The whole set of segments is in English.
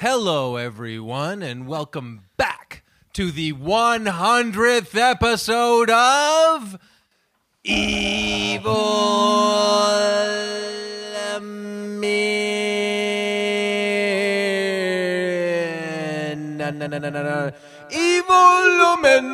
Hello, everyone, and welcome back to the 100th episode of Evil Men. Na, na, na, na, na, na. Evil Men.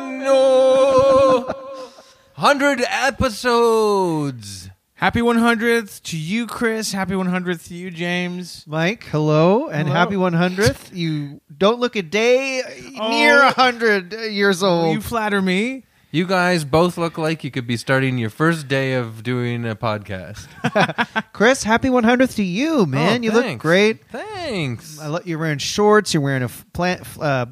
100 episodes. Happy 100th to you, Chris. Happy 100th to you, James. Mike, hello and Hello. happy 100th. You don't look a day Oh. near a 100 years old. You flatter me. You guys both look like you could be starting your first day of doing a podcast. Chris, happy 100th to you, man. Oh, you look thanks. great. Thanks. I lo- you're wearing shorts. You're wearing a f- plant, f- uh,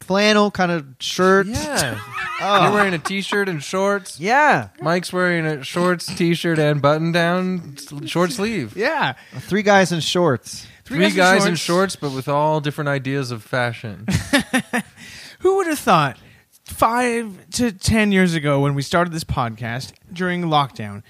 flannel kind of shirt. Yeah. Oh. You're wearing a t-shirt and shorts. Yeah. Mike's wearing a shorts, t-shirt, and button-down, s- short sleeve. Yeah. Uh, Three guys in shorts. Three, guys in shorts, but with all different ideas of fashion. Who would have thought five to 10 years ago when we started this podcast during lockdown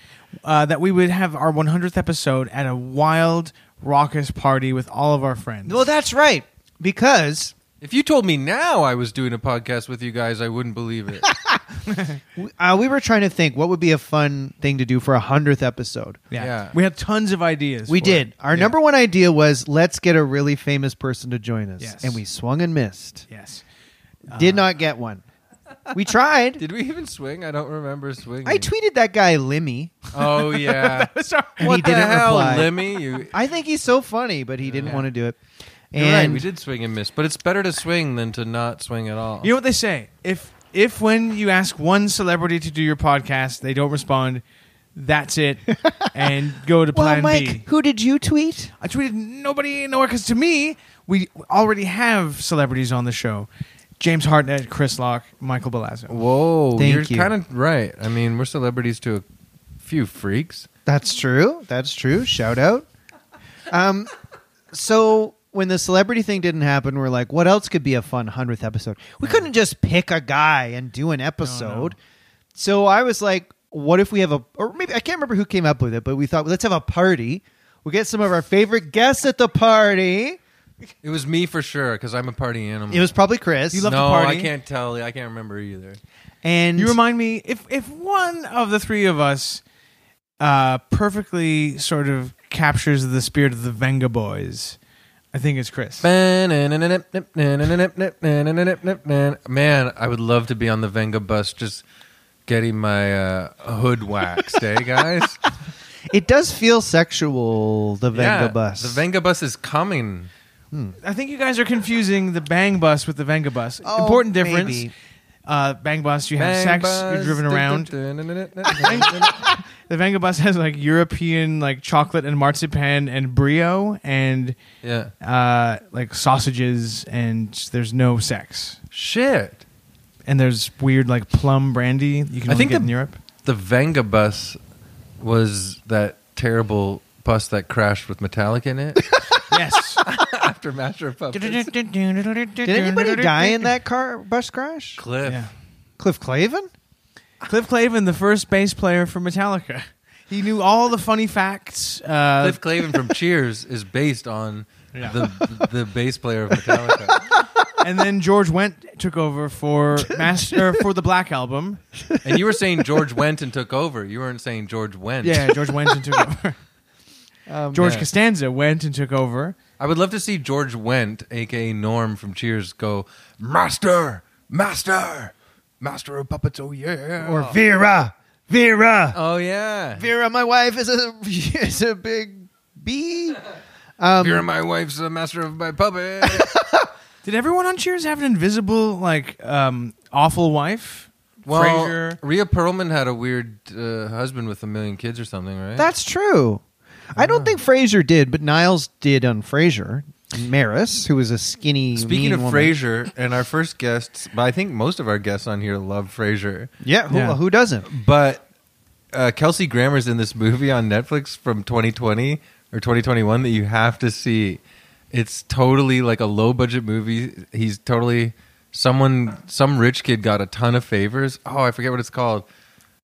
uh, that we would have our 100th episode at a wild, raucous party with all of our friends? Well, that's right. Because if you told me now I was doing a podcast with you guys, I wouldn't believe it. w- uh, we were trying to think what would be a fun thing to do for a 100th episode. yeah. yeah. We had tons of ideas. We for did. it. Our Yeah. number one idea was let's get a really famous person to join us. Yes. And we swung and missed. Yes. Did not get Uh-huh. one. We tried. Did we even swing? I don't remember swinging. I tweeted that guy Limmy. Oh yeah. That's our- And what he didn't the hell, reply. Limmy? You, you're I think he's so funny, but he didn't Yeah. want to do it. right. And We did swing and miss, but it's better to swing than to not swing at all. You know what they say? If if when you ask one celebrity to do your podcast, they don't respond, that's it, and go to well, Plan Mike, B. who did you tweet? I tweeted nobody nowhere because to me we already have celebrities on the show: James Hartnett, Chris Locke, Michael Belazzo. Whoa, Thank you're you. kind of right. I mean, we're celebrities to a few freaks. That's true. That's true. Shout out. Um, so when the celebrity thing didn't happen, we're like, what else could be a fun hundredth episode? We couldn't just pick a guy and do an episode. So I was like, what if we have a, or maybe I can't remember who came up with it, but we thought let's have a party. We'll get some of our favorite guests at the party. It was me for sure because I'm a party animal. It was probably Chris. You love no, to party. I can't tell. I can't remember either. and You remind me if if one of the three of us uh, perfectly sort of captures the spirit of the Venga Boys, I think it's Chris. Man, I would love to be on the Venga bus just getting my uh, hood waxed, eh, guys? It does feel sexual, the Venga Yeah, bus. The Venga bus is coming. I think you guys are confusing the Bang Bus with the Venga Bus. Oh, Important difference. maybe. Uh, bang Bus, you have Bang sex, bus, you're driven around. The Venga Bus has like European like chocolate and marzipan and brio and yeah. uh, like sausages and there's no sex Shit. and there's weird like plum brandy you can I only think get the- in Europe. The Venga bus was that terrible bus that crashed with Metallic in it yes. after Master of Puppets. Did Did anybody die in that car bus crash? Cliff. Yeah. Cliff Clavin? Cliff Clavin, the first bass player for Metallica. He knew all the funny facts. Uh, Cliff Clavin from Cheers is based on Yeah. the the bass player of Metallica, and then George Went took over for master for the Black Album. and you were saying George went and took over. You weren't saying George went. Yeah, George went and took over. Um, George Yeah. Costanza went and took over. I would love to see George Went, aka Norm from Cheers, go Master, Master, Master of Puppets. Oh yeah, Or Vera. Vera. oh yeah, Vera, my wife, is a, is a big bee. you're my wife's the master of my puppet. Did everyone on Cheers have an invisible, like, um, awful wife? well, Frasier. Rhea Perlman had a weird uh, husband with a million kids or something, right? That's true. I don't think Frasier did, but Niles did on Frasier. Maris, who was a skinny, Speaking mean of woman. Frasier, and our first guests, but I think most of our guests on here love Frasier. yeah, who, Yeah. who doesn't? But uh, Kelsey Grammer's in this movie on Netflix from 2020 or 2021 that you have to see. It's totally like a low budget movie. He's totally someone, some rich kid got a ton of favors. Oh, I forget what it's called.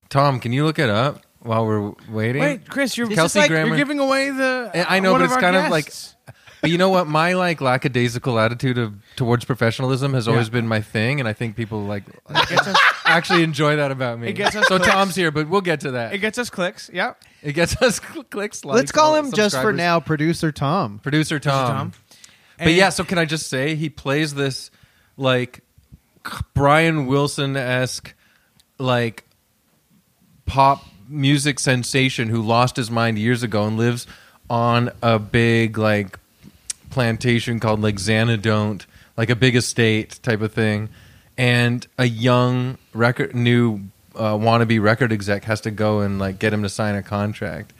Tom, can you look it up while we're waiting? Wait, Chris, you're This is Kelsey like- you're Grammer. giving away the. I I know, one but of it's our kind of like guests. But you know what? My like lackadaisical attitude of towards professionalism has always been my thing, and I think people like gets us- actually enjoy that about me. It gets us so clicks. Tom's here, but we'll get to that. It It, gets us clicks. Yeah. gets us cl- clicks. Likes, Let's call all- him just for subscribers. now, producer Tom. producer Tom. Tom. But yeah, so can I just say he plays this like Brian Wilson esque like pop music sensation who lost his mind years ago and lives on a big like plantation called like Xanadont, like a big estate type of thing. And a young record new uh, wannabe record exec has to go and like get him to sign a contract.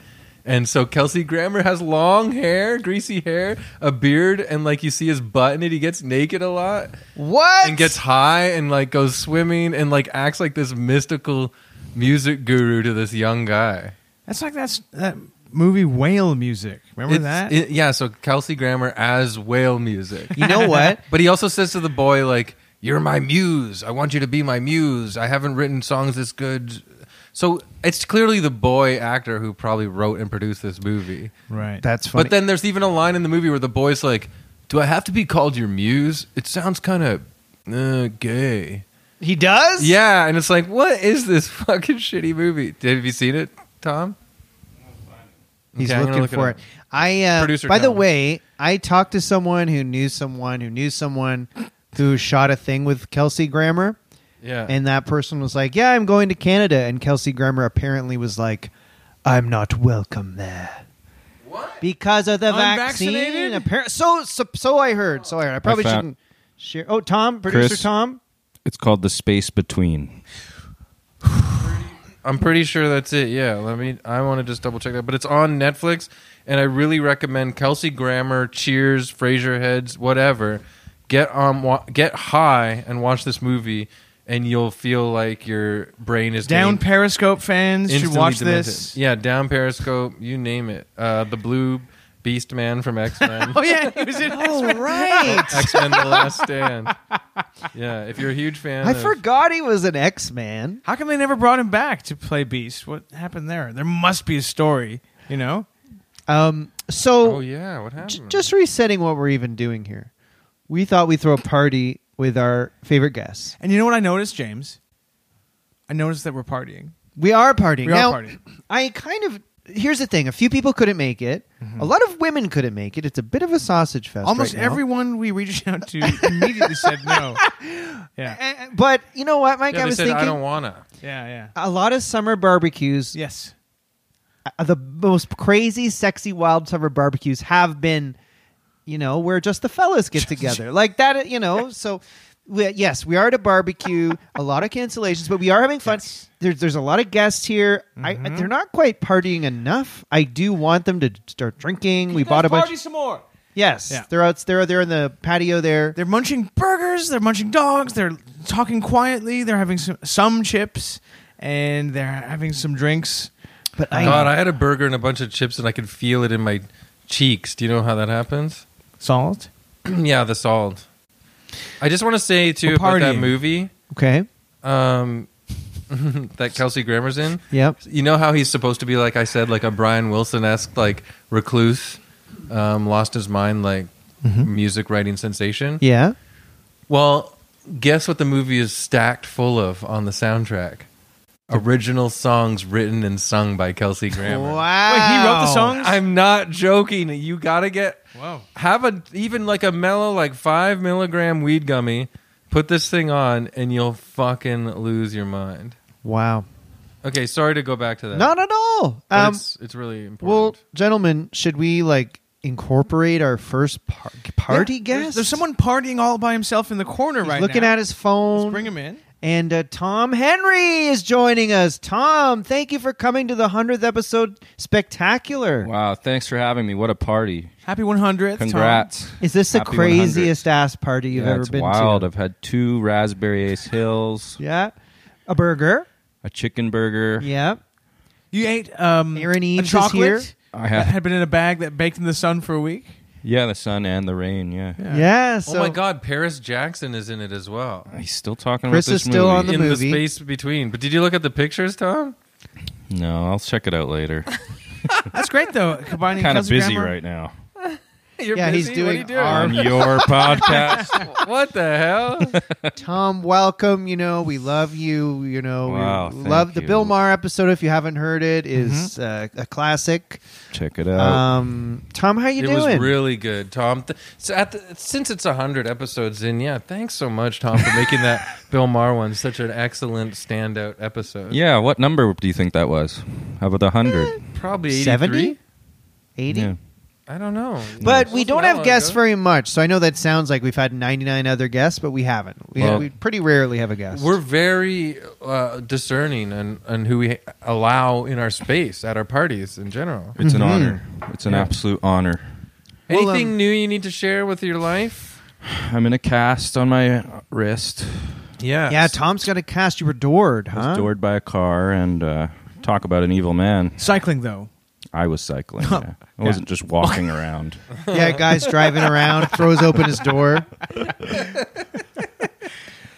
And so Kelsey Grammer has long hair, greasy hair, a beard, and like you see his butt in it. He gets naked a lot What? and gets high and like goes swimming and like acts like this mystical music guru to this young guy. That's like that's that movie Whale Music. Remember It's- that? it- yeah, so Kelsey Grammer as whale music. you know what? But he also says to the boy, like, "You're my muse. I want you to be my muse. I haven't written songs this good." So it's clearly the boy actor who probably wrote and produced this movie. right. That's funny. But then there's even a line in the movie where the boy's like, "Do I have to be called your muse? It sounds kind of uh, gay." he does? Yeah, and it's like, what is this fucking shitty movie? Have you seen it, Tom? He's Okay, I'm gonna looking look it for it. up. I uh, Producer by the Tom. way, I talked to someone who knew someone who knew someone who shot a thing with Kelsey Grammer, Yeah. and that person was like, "Yeah, I'm going to Canada," and Kelsey Grammer apparently was like, "I'm not welcome there." What? Because of the Unvaccinated? vaccine, Appar- so, so so I heard. So I heard. I probably found- shouldn't share. Oh, Tom, producer Chris? Tom, It's called The Space Between. I'm pretty sure that's it. Yeah, let me. I want to just double check that, but it's on Netflix, and I really recommend Kelsey Grammer, Cheers, Frasier Heads, whatever. Get um, wa- get high and watch this movie, and you'll feel like your brain is Down getting Periscope fans should instantly watch demented. this. Yeah, down Periscope, you name it. Uh, the Blue Beast Man from X Men. Oh yeah, he was in. Oh right. X Men: The Last Stand. Yeah, if you're a huge fan, I of- forgot he was an X Man. How come they never brought him back to play Beast? What happened there? There must be a story, you know. Um, so Oh yeah, what happened? j- just resetting what we're even doing here. We thought we'd throw a party with our favorite guests. And you know what I noticed, James? I noticed that we're partying. We are partying. We are now, partying. I kind of here's the thing: a few people couldn't make it. A lot of women couldn't make it. It's a bit of a sausage fest. Mm-hmm. Almost right now. everyone we reached out to immediately said no. Yeah, Eh, eh, But you know what, Mike? yeah, I they was said I don't thinking wanna. yeah, yeah. a lot of summer barbecues. Yes. uh, the most crazy, sexy, wild summer barbecues have been, you know, where just the fellas get together like that. You know, so we, yes, we are at a barbecue. a lot of cancellations, but we are having fun. There's there's a lot of guests here. I, Mm-hmm. they're not quite partying enough. I do want them to start drinking. we bought a bunch. some more. Yes, Yeah. they're out. They're they're in the patio there. They're munching burgers. They're munching dogs. They're talking quietly. They're having some, some chips, and they're having some drinks. But I God, I had a burger and a bunch of chips, and I could feel it in my cheeks. Do you know how that happens? Salt. yeah, the salt. I just want to say too We're about that partying. movie okay. um, that Kelsey Grammer's in. Yep. You know how he's supposed to be, like I said, like a Brian Wilson esque, like recluse, um, lost his mind, like Mm-hmm. music writing sensation. Yeah. Well, guess what the movie is stacked full of on the soundtrack? Original songs written and sung by Kelsey Grammer. Wait, he wrote the Wow. songs. I'm not joking. You gotta get Wow. have a even like a mellow like five milligram weed gummy. Put this thing on and you'll fucking lose your mind. Wow. Okay, sorry to go back to that. Not at all. but Um, it's, it's really important. Well, gentlemen, should we like incorporate our first par- party Yeah, guest? There's, there's someone partying all by himself in the corner He's right looking now. at his phone. Let's bring him in. and uh, Tom Henry is joining us. Tom, thank you for coming to the hundredth episode spectacular. Wow, thanks for having me. What a party. Happy 100th. Tom. Congrats. Is this the Happy 100. craziest ass party you've Yeah, ever it's been wild. to? I've had two Raspberry Ace Hills, Yeah, a burger. a chicken burger. Yeah, You ate um, Aaron a Eaves is chocolate here. that I have, had been in a bag that baked in the sun for a week. yeah, the sun and the rain. Yeah. Yeah. yeah. so oh my God, Paris Jackson is in it as well. He's still talking Chris about is this still movie. on the in the movie. space between. But did you look at the pictures, Tom? no, I'll check it out later. That's great though. Combining kind of Kelsey busy Grammer. right now. You're Yeah, he's busy? What are doing you doing? on your podcast. what the hell? Tom, welcome. You know, we love you. You know, Wow, we thank love the you. Bill Maher episode. If you haven't heard it, is, uh, a classic. Check it out. Um, Tom, how you it doing? was really good, Tom. Th- so at the, since it's hundred episodes in, yeah, thanks so much, Tom, for making that Bill Maher one such an excellent standout episode. yeah, what number do you think that was? How about the Eh, hundred? probably 83? 70? 80? Yeah. I don't know. But Yeah. we don't That have long guests ago. very much, so I know that sounds like we've had 99 other guests, but we haven't. We, Well- we pretty rarely have a guest. We're very uh, discerning and and who we allow in our space at our parties in general. It's an Mhm. honor. It's an absolute honor. Well, Anything um, new you need to share with your life? I'm in a cast on my wrist. Yeah, yeah, Tom's got a cast. You were doored, I was huh? doored by a car and uh, talk about an evil man. Cycling though. I was cycling. yeah. I wasn't just walking around. Yeah, guy's driving around, throws open his door.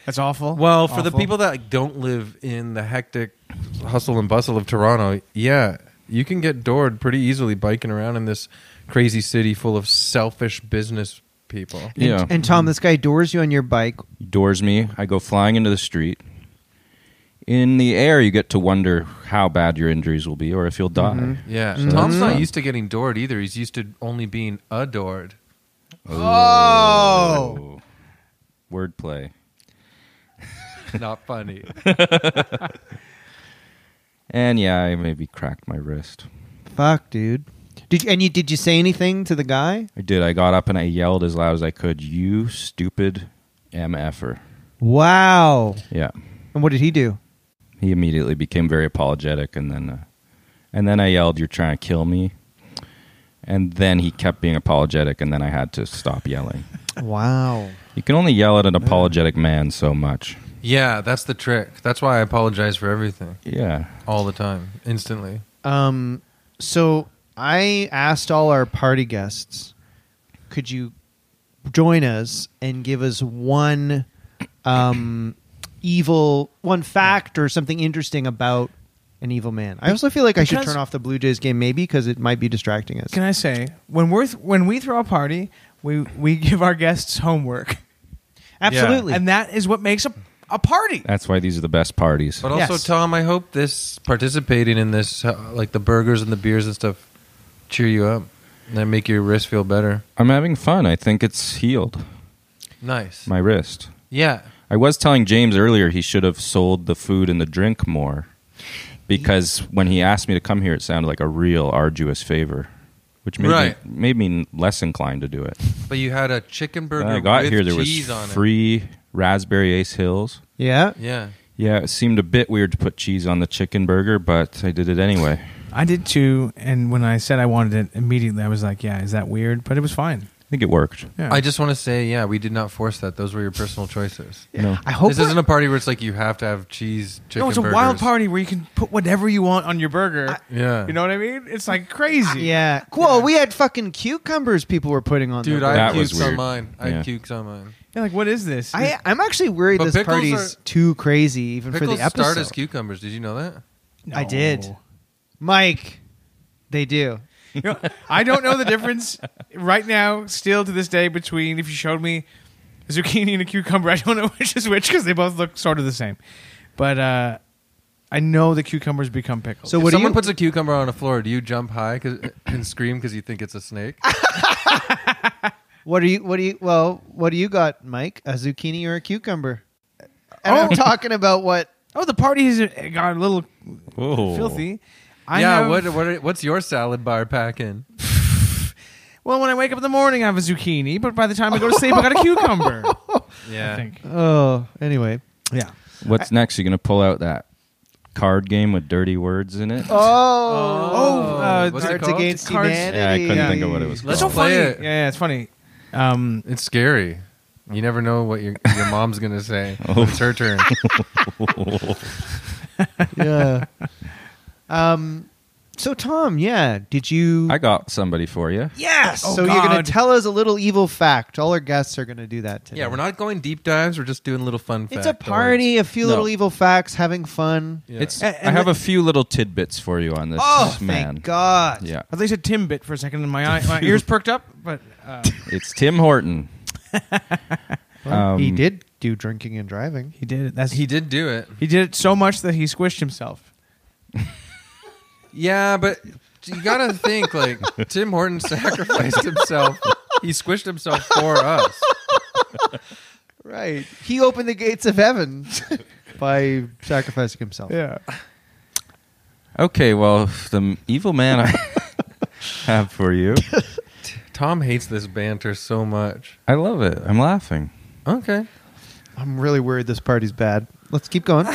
That's awful. Well, for the Awful. people that don't live in the hectic hustle and bustle of Toronto, yeah, you can get doored pretty easily biking around in this crazy city full of selfish business people. Yeah. And Tom, this guy doors you on your bike. He doors me. I go flying into the street. In the air, you get to wonder how bad your injuries will be or if you'll die. Yeah, So Tom's that's not fun. used to getting doored either. He's used to only being adored. Oh. Wordplay. Not funny. And yeah, I maybe cracked my wrist. Fuck, dude. Did you, and you did you say anything to the guy? I did. I got up and I yelled as loud as I could, You stupid MFer. Wow. Yeah. And what did he do? He immediately became very apologetic and then uh, and then I yelled, You're trying to kill me. And then he kept being apologetic and then I had to stop yelling. Wow. You can only yell at an apologetic man so much. yeah, that's the trick. That's why I apologize for everything Yeah. all the time, instantly. Um, so I asked all our party guests, could you join us and give us one um, evil, one fact or something interesting about an evil man? I also feel like I should Because- turn off the Blue Jays game, maybe because it might be distracting us. Can I say when we're th- when we throw a party, we we give our guests homework, Absolutely. and that is what makes a a party. That's why these are the best parties. But also, Yes. Tom, I hope this participating in this, uh, like the burgers and the beers and stuff, cheer you up and make your wrist feel better. I'm having fun. I think it's healed. Nice. My wrist. yeah. I was telling James earlier he should have sold the food and the drink more because when he asked me to come here, it sounded like a real arduous favor, which made, Right. me, made me less inclined to do it. But you had a chicken burger When I got with here, there cheese was on free raspberry Ace Hills. yeah. it. Yeah. Yeah, it seemed a bit weird to put cheese on the chicken burger, but I did it anyway. I did too, and when I said I wanted it immediately, I was like, "Yeah, is that weird?" But it was fine. I think it worked. Yeah. I just want to say, yeah, we did not force that. Those were your personal choices. No. I hope this isn't I- a party where it's like you have to have cheese, chicken. no, it's a burgers. wild party where you can put whatever you want on your burger. Yeah. You know what I mean? It's like crazy. Yeah. Whoa, we had fucking cucumbers people were putting on Dude, their I That had was cukes on weird. mine. I Yeah. had cukes on mine. You're like, what is this? I, I'm actually worried But this pickles party's are- too crazy, even for Pickles the episode. start as cucumbers. Did you know that? I No. did. Mike, they do. You know, I don't know the difference right now, still to this day, between if you showed me a zucchini and a cucumber. I don't know which is which because they both look sort of the same. But uh, I know the cucumbers become pickles. So if what do someone you- puts a cucumber on a floor, do you jump high 'cause- and scream because you think it's a snake? What do you? What do you? Well, what do you got, Mike? A zucchini or a cucumber? And I'm talking about what? oh, the party has uh, got a little Whoa. filthy. I yeah. have- What, what are- what's your salad bar packing? Well, when I wake up in the morning, I have a zucchini, but by the time I go to sleep, I got a cucumber. I Yeah. think. Oh, anyway. Yeah. What's next? You're going to pull out that card game with dirty words in it? Oh, Oh, uh, What's it Cards called? Against Cards- Humanity. Yeah, I couldn't think of what it was It's Let's called. so funny. play Yeah, it. yeah, it's funny. Um, It's scary. You never know what your your mom's gonna say. Oh. when It's her turn. yeah. Um. So Tom, yeah, did you? I got somebody for you. yes. so Oh, you're gonna tell us a little evil fact. All our guests are gonna do that today. yeah, we're not going deep dives. We're just doing little fun. It's a factoids. party, a few No. little evil facts, having fun. Yeah. It's. And- I and have the- a few little tidbits for you on this Oh, man. thank God. Yeah. I thought you said Timbit for a second, and my, eye, my ears perked up. But It's Tim Horton. Well, he Um, did do drinking and driving. He did it. That's He he. did do it. He did it so much that he squished himself. Yeah, but you gotta think like Tim Horton sacrificed himself. He squished himself for us. Right. He opened the gates of heaven by sacrificing himself. Yeah. Okay, well, the evil man I have for you. Tom hates this banter so much. I love it. I'm laughing. Okay. I'm really worried this party's bad. Let's keep going.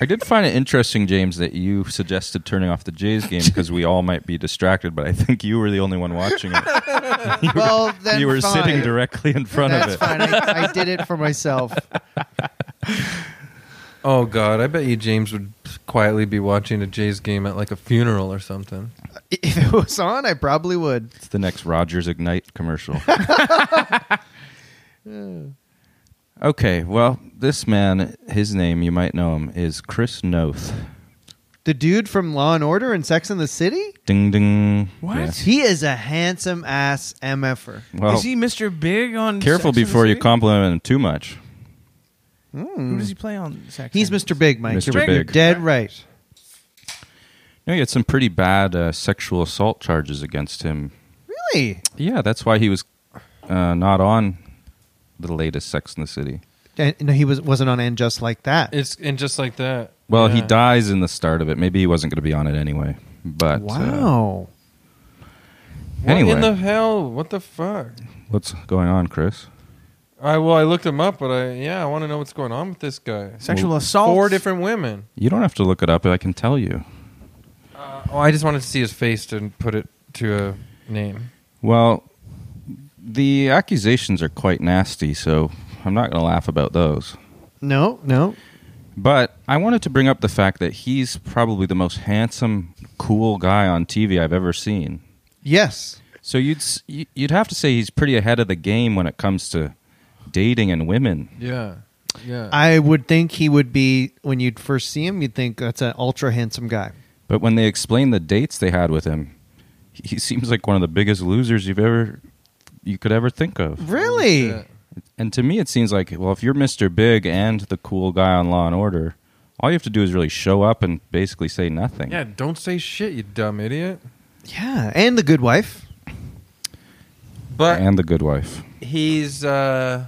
I did find it interesting, James, that you suggested turning off the Jays game because we all might be distracted, but I think you were the only one watching it. well, then you were fine. sitting directly in front That's of it. fine. I, I did it for myself. Oh God, I bet you James would quietly be watching a Jays game at like a funeral or something. If it was on, I probably would. It's the next Rogers Ignite commercial. okay, well, this man, his name, you might know him, is Chris Noth. The dude from Law and Order and Sex in the City? Ding ding. What? Yes. He is a handsome ass MFer. Well, Is he Mr. Big on? careful Sex and the before you City? compliment him too much. Who does he play on? Sex He's and- Mr. Big, Mike. Mr. You're Big. dead right. No, he had some pretty bad uh, sexual assault charges against him. Really? Yeah, that's why he was uh, not on the latest Sex in the City. And, no, he was wasn't on end just like that. It's and just like that. Well, he Yeah. dies in the start of it. Maybe he wasn't going to be on it anyway. But uh, wow. What anyway, in the hell? What the fuck? what's going on, Chris? I well, I looked him up, but I yeah, I want to know what's going on with this guy. Sexual Well, assault. Four different women. You don't have to look it up. I can tell you. Uh, oh, I just wanted to see his face to put it to a name. Well, the accusations are quite nasty, so I'm not going to laugh about those. No, no. But I wanted to bring up the fact that he's probably the most handsome, cool guy on TV I've ever seen. Yes. So you'd s- you- you'd have to say he's pretty ahead of the game when it comes to dating and women. Yeah, yeah. I would think he would be when you'd first see him, you'd think that's an ultra handsome guy. But when they explain the dates they had with him, he seems like one of the biggest losers you've ever you could ever think of. Really? Yeah. And to me, it seems like well, if you're Mr. Big and the cool guy on Law and Order, all you have to do is really show up and basically say nothing. Yeah, don't say shit, you dumb idiot. Yeah. And the good wife. But and the Good Wife. he's uh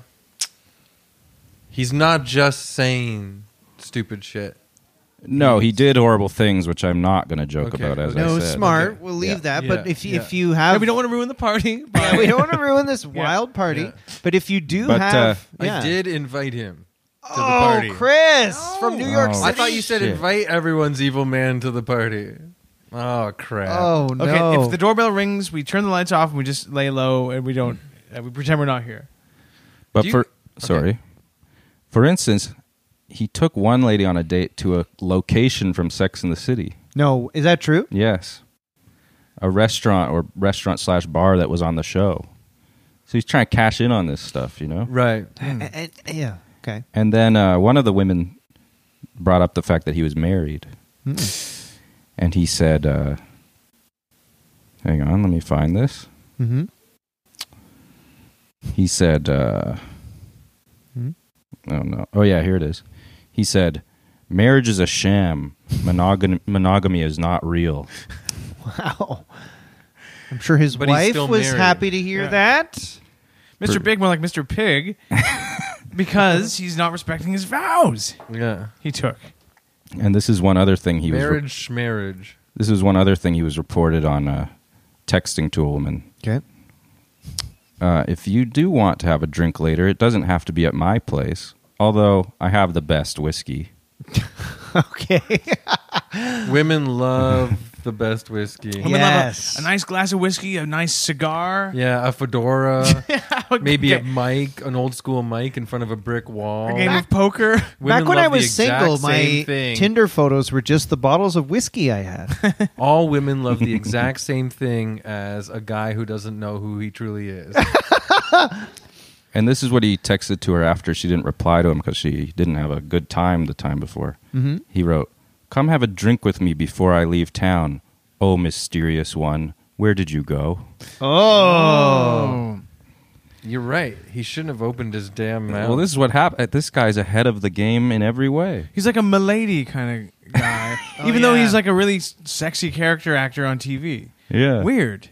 he's not just saying stupid shit. No, he did horrible things, which I'm not going to joke Okay, about. As okay. I no, said. smart. Okay. We'll leave Yeah. that. But Yeah. if Yeah. if you have Yeah, we don't want to ruin the party. Yeah, we don't want to ruin this Yeah. wild party. Yeah. But if you do But, have, uh, yeah. I did invite him to Oh, the party. Chris from New York Oh. City. I thought you said Shit. invite everyone's evil man to the party. Oh crap. Oh no! Okay, if the doorbell rings, we turn the lights off and we just lay low and we don't. Uh, we pretend we're not here. But Do you- for sorry, for instance, he took one lady on a date to a location from Sex in the City. no, is that true? Yes. A restaurant or restaurant slash bar that was on the show. So he's trying to cash in on this stuff, you know? Right. A- and- yeah. Okay. And then uh, one of the women brought up the fact that he was married. Mm-hmm. And he said, uh, hang on, let me find this. Mm-hmm. He said, uh, Hmm? oh no. Oh yeah, here it is. He said, marriage is a sham. Monogam- monogamy is not real. Wow. I'm sure his But he's wife still was married. happy to hear Yeah. that. Mr. For- Big, more like Mr. Pig, because he's not respecting his vows Yeah. he took. And this is one other thing he was. marriage marriage. This is one other thing he was reported on uh, texting to a woman. Okay. Uh, if you do want to have a drink later, it doesn't have to be at my place. Although I have the best whiskey. Okay. Women love the best whiskey. Women love a- Yes. A, nice glass of whiskey, a nice cigar. Yeah, a fedora, Okay. maybe a mic, an old school mic in front of a brick wall. a game of poker. Women Back when love I the was exact single, same my thing. Tinder photos were just the bottles of whiskey I had. All women love the exact same thing as a guy who doesn't know who he truly is. And this is what he texted to her after she didn't reply to him because she didn't have a good time the time before. Mm-hmm. He wrote, Come have a drink with me before I leave town. Oh, mysterious one, where did you go? oh. Oh. You're right. He shouldn't have opened his damn mouth. Well, this is what happened. This guy's ahead of the game in every way. He's like a milady kind of guy, even though yeah. he's like a really s- sexy character actor on TV. Yeah. Weird.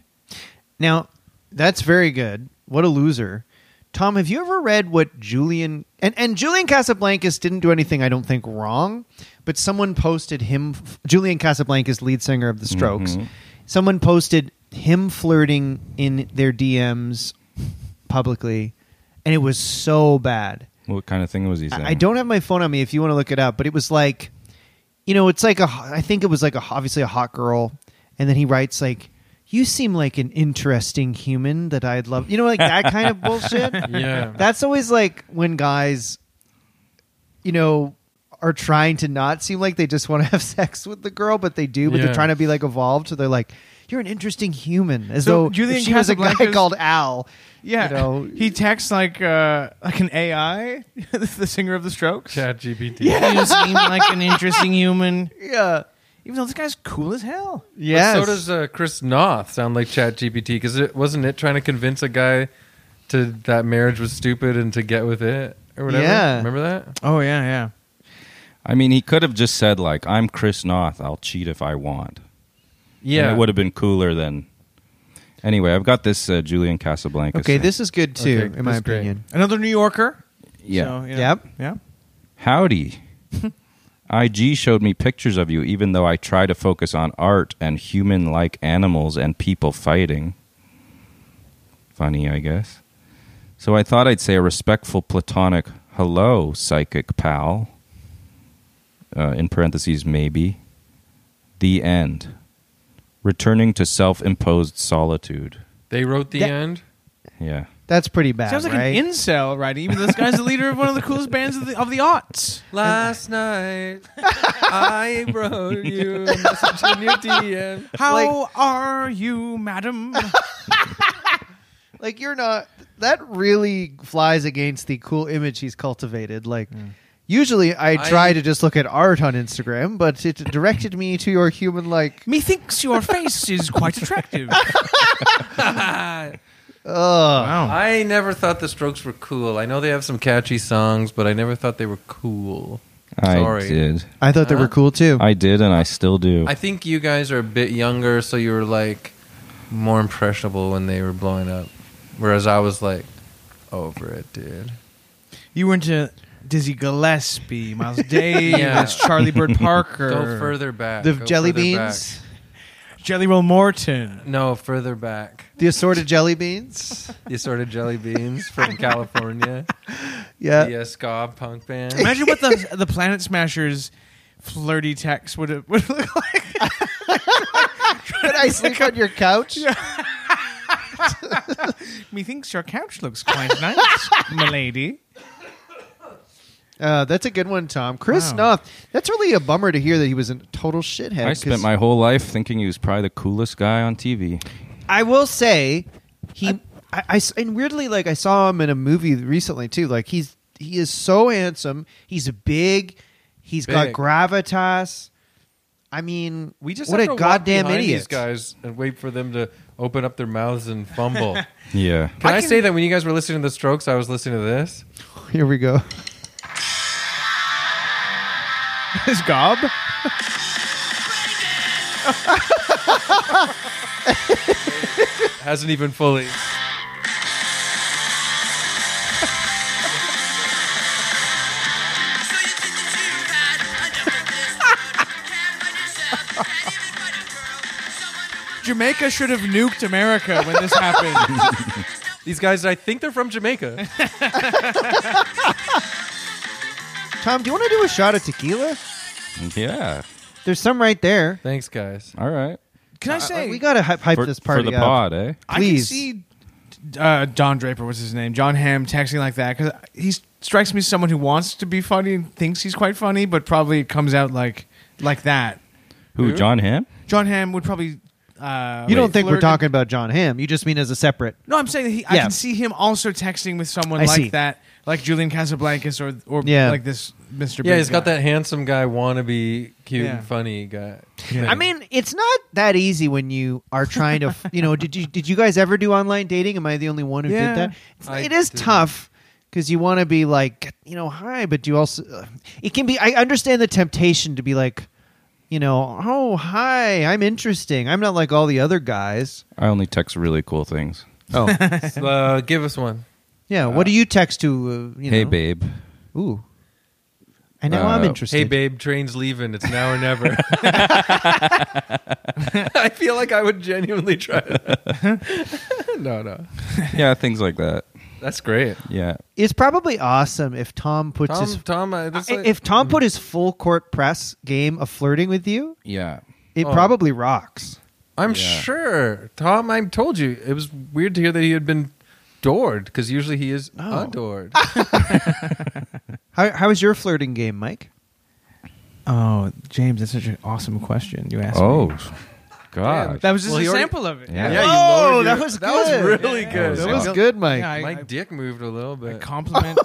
Now, that's very good. What a loser. Tom, have you ever read what Julian and, and Julian Casablancas didn't do anything I don't think wrong, but someone posted him Julian Casablancas, lead singer of the Strokes. Someone posted him flirting in their DMs publicly, and it was so bad. What kind of thing was he saying? I I don't have my phone on me if you want to look it up, but it was like, you know, it's like a, I think it was like a, obviously a hot girl. And then he writes like, you seem like an interesting human that I'd love, you know, like that kind of bullshit. Yeah. That's always like when guys, you know, are trying to not seem like they just want to have sex with the girl, but they do, but Yeah. they're trying to be like evolved. So they're like, you're an interesting human. As So though Julian if she was a guy Casablancas- called Al. Yeah, You know, he texts like uh, like an AI, the singer of the Strokes. Chat GPT. You seem like an interesting human, yeah. even though this guy's cool as hell. Yes. So does uh, Chris Noth sound like Chat GPT? Because it wasn't it trying to convince a guy to that marriage was stupid and to get with it or whatever. Yeah. Remember that? Oh yeah, yeah. I mean, he could have just said like, "I'm Chris Noth. I'll cheat if I want." Yeah. and it would have been cooler than. Anyway, I've got this uh, Julian Casablancas. Okay, thing. this is good too, Okay, in my this is great. opinion. Another New Yorker. yeah. So, you know, Yep. Yeah. Howdy. IG showed me pictures of you, even though I try to focus on art and human like animals and people fighting. Funny, I guess. So I thought I'd say a respectful, platonic hello, psychic pal. Uh, in parentheses, maybe. The end. Returning to self imposed solitude. They wrote the That- end. Yeah. That's pretty bad. Sounds like right? an incel, right? Even though this guy's the leader of one of the coolest bands of the of the aughts. Last night I wrote you a message in your DM. How Like- are you, madam? like you're not. That really flies against the cool image he's cultivated. Like, usually I I- try to just look at art on Instagram, but it directed me to your human-like. Methinks your face is quite attractive. Ugh. Wow. I never thought the Strokes were cool. I know they have some catchy songs, but I never thought they were cool. Sorry. I did. I thought they were cool too. I did, and I still do. I think you guys are a bit younger, so you were like more impressionable when they were blowing up, whereas I was like over it, dude. You were into Dizzy Gillespie, Miles Davis, Yeah. Charlie Bird Parker, Go further back. the Go jelly further beans, Jelly Roll Morton. back. No, further back. the assorted jelly beans. The assorted jelly beans from California. Yeah. the uh, ska punk band. Imagine what the the Planet Smashers flirty text would have, would look like. Could I sleep on your couch? Methinks your couch looks quite nice, milady. Uh, that's a good one, Tom. Chris Wow. Noth. That's really a bummer to hear that he was a total shithead. I 'cause spent my whole life thinking he was probably the coolest guy on TV. I will say he I, I s- and weirdly like I saw him in a movie recently too. Like he's he is so handsome. He's big. He's got Big. gravitas. I mean, we just what have a to goddamn walk behind idiot. These guys and wait for them to open up their mouths and fumble. Can Yeah. I, say that when you guys were listening to the Strokes, I was listening to this. Here we go. His gob. Hasn't even fully. Jamaica should have nuked America when this happened. These guys, I think they're from Jamaica. Tom, do you want to do a shot of tequila? Yeah. There's some right there. Thanks, guys. All right. Can I Uh, say we gotta hy- hype For, this for party the up. pod, eh? I can Please. see uh, Don Draper, what's his name, John Hamm texting like that because he strikes me as someone who wants to be funny and thinks he's quite funny, but probably comes out like like that. Who, John Hamm? John Hamm would probably Uh, You don't think we're flirting- talking about John Hamm. You just mean as a separate. No, I'm saying that he, I Yeah. can see him also texting with someone I like see. that, like Julian Casablancas or or Yeah. like this Mr. Yeah, Big he's got guy. that handsome guy, wannabe, cute Yeah. and funny guy. I mean, it's not that easy when you are trying to, f- you know, did you did you guys ever do online dating? Am I the only one who Yeah. did that? It's, I it is did. tough because you want to be like, you know, hi, but you also uh, it can be. I understand the temptation to be like, you know, oh hi, I'm interesting. I'm not like all the other guys. I only text really cool things. Oh, uh, give us one. yeah. What do you text to? Uh, you hey, know? babe. Ooh. And now I'm Uh, interested. Hey, babe, train's leaving. It's now or never. I feel like I would genuinely try that. no, no. yeah, things like that. That's great. Yeah. It's probably awesome if Tom puts Tom, his Tom, uh, that's I- like- if Tom put his full court press game of flirting with you, Yeah. it Oh. probably rocks. I'm Yeah. sure. Tom, I told you. It was weird to hear that he had been doored because usually he is Oh. adored. How how is your flirting game, Mike? Oh, James, that's such an awesome question you asked. Oh, me. God. that was just Well, he a already- sample of it. Yeah. you Oh, lowered that was That good. was really Yeah. good. That That was was good, Mike. Yeah, I- My dick moved a little I bit. compliment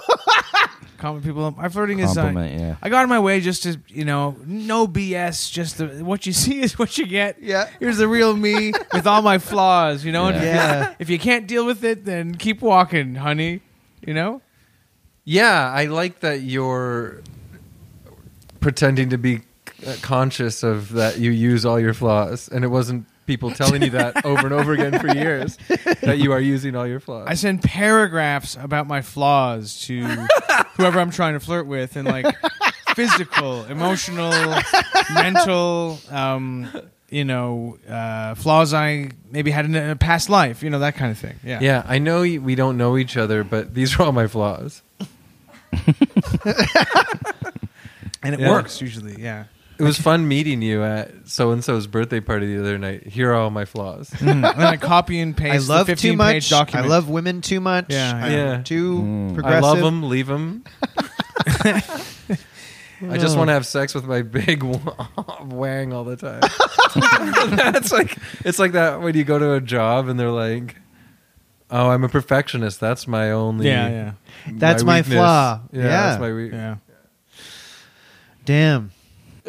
compliment people. My flirting is uh, Compliment, yeah. I got in my way just to you know no BS. Just the, what you see is what you get. Yeah. here's the real me with all my flaws. You know, and Yeah. if you- Yeah. if you can't deal with it, then keep walking, honey. You know, Yeah, I like that you're pretending to be c- conscious of that you use all your flaws, and it wasn't people telling you that over and over again for years that you are using all your flaws. I send paragraphs about my flaws to whoever I'm trying to flirt with, and like physical, emotional, mental, um, you know, uh, flaws I maybe had in a past life. You know, that kind of thing. Yeah. yeah, I know y- we don't know each other, but these are all my flaws. and it Yeah. works usually. Yeah. It was fun meeting you at so and so's birthday party the other night. Here are all my flaws. Mm-hmm. and then I copy and paste. I love the too 15 much. Page document. I love women too much. Yeah, I'm yeah. Too Mm. I I progressive. love them, leave them. I just Oh. want to have sex with my big wang all the time. That's like it's like that when you go to a job and they're like, "Oh, I'm a perfectionist. That's my only. Yeah, yeah, That's my weakness." flaw. Yeah, Yeah. that's my weakness. yeah. Damn.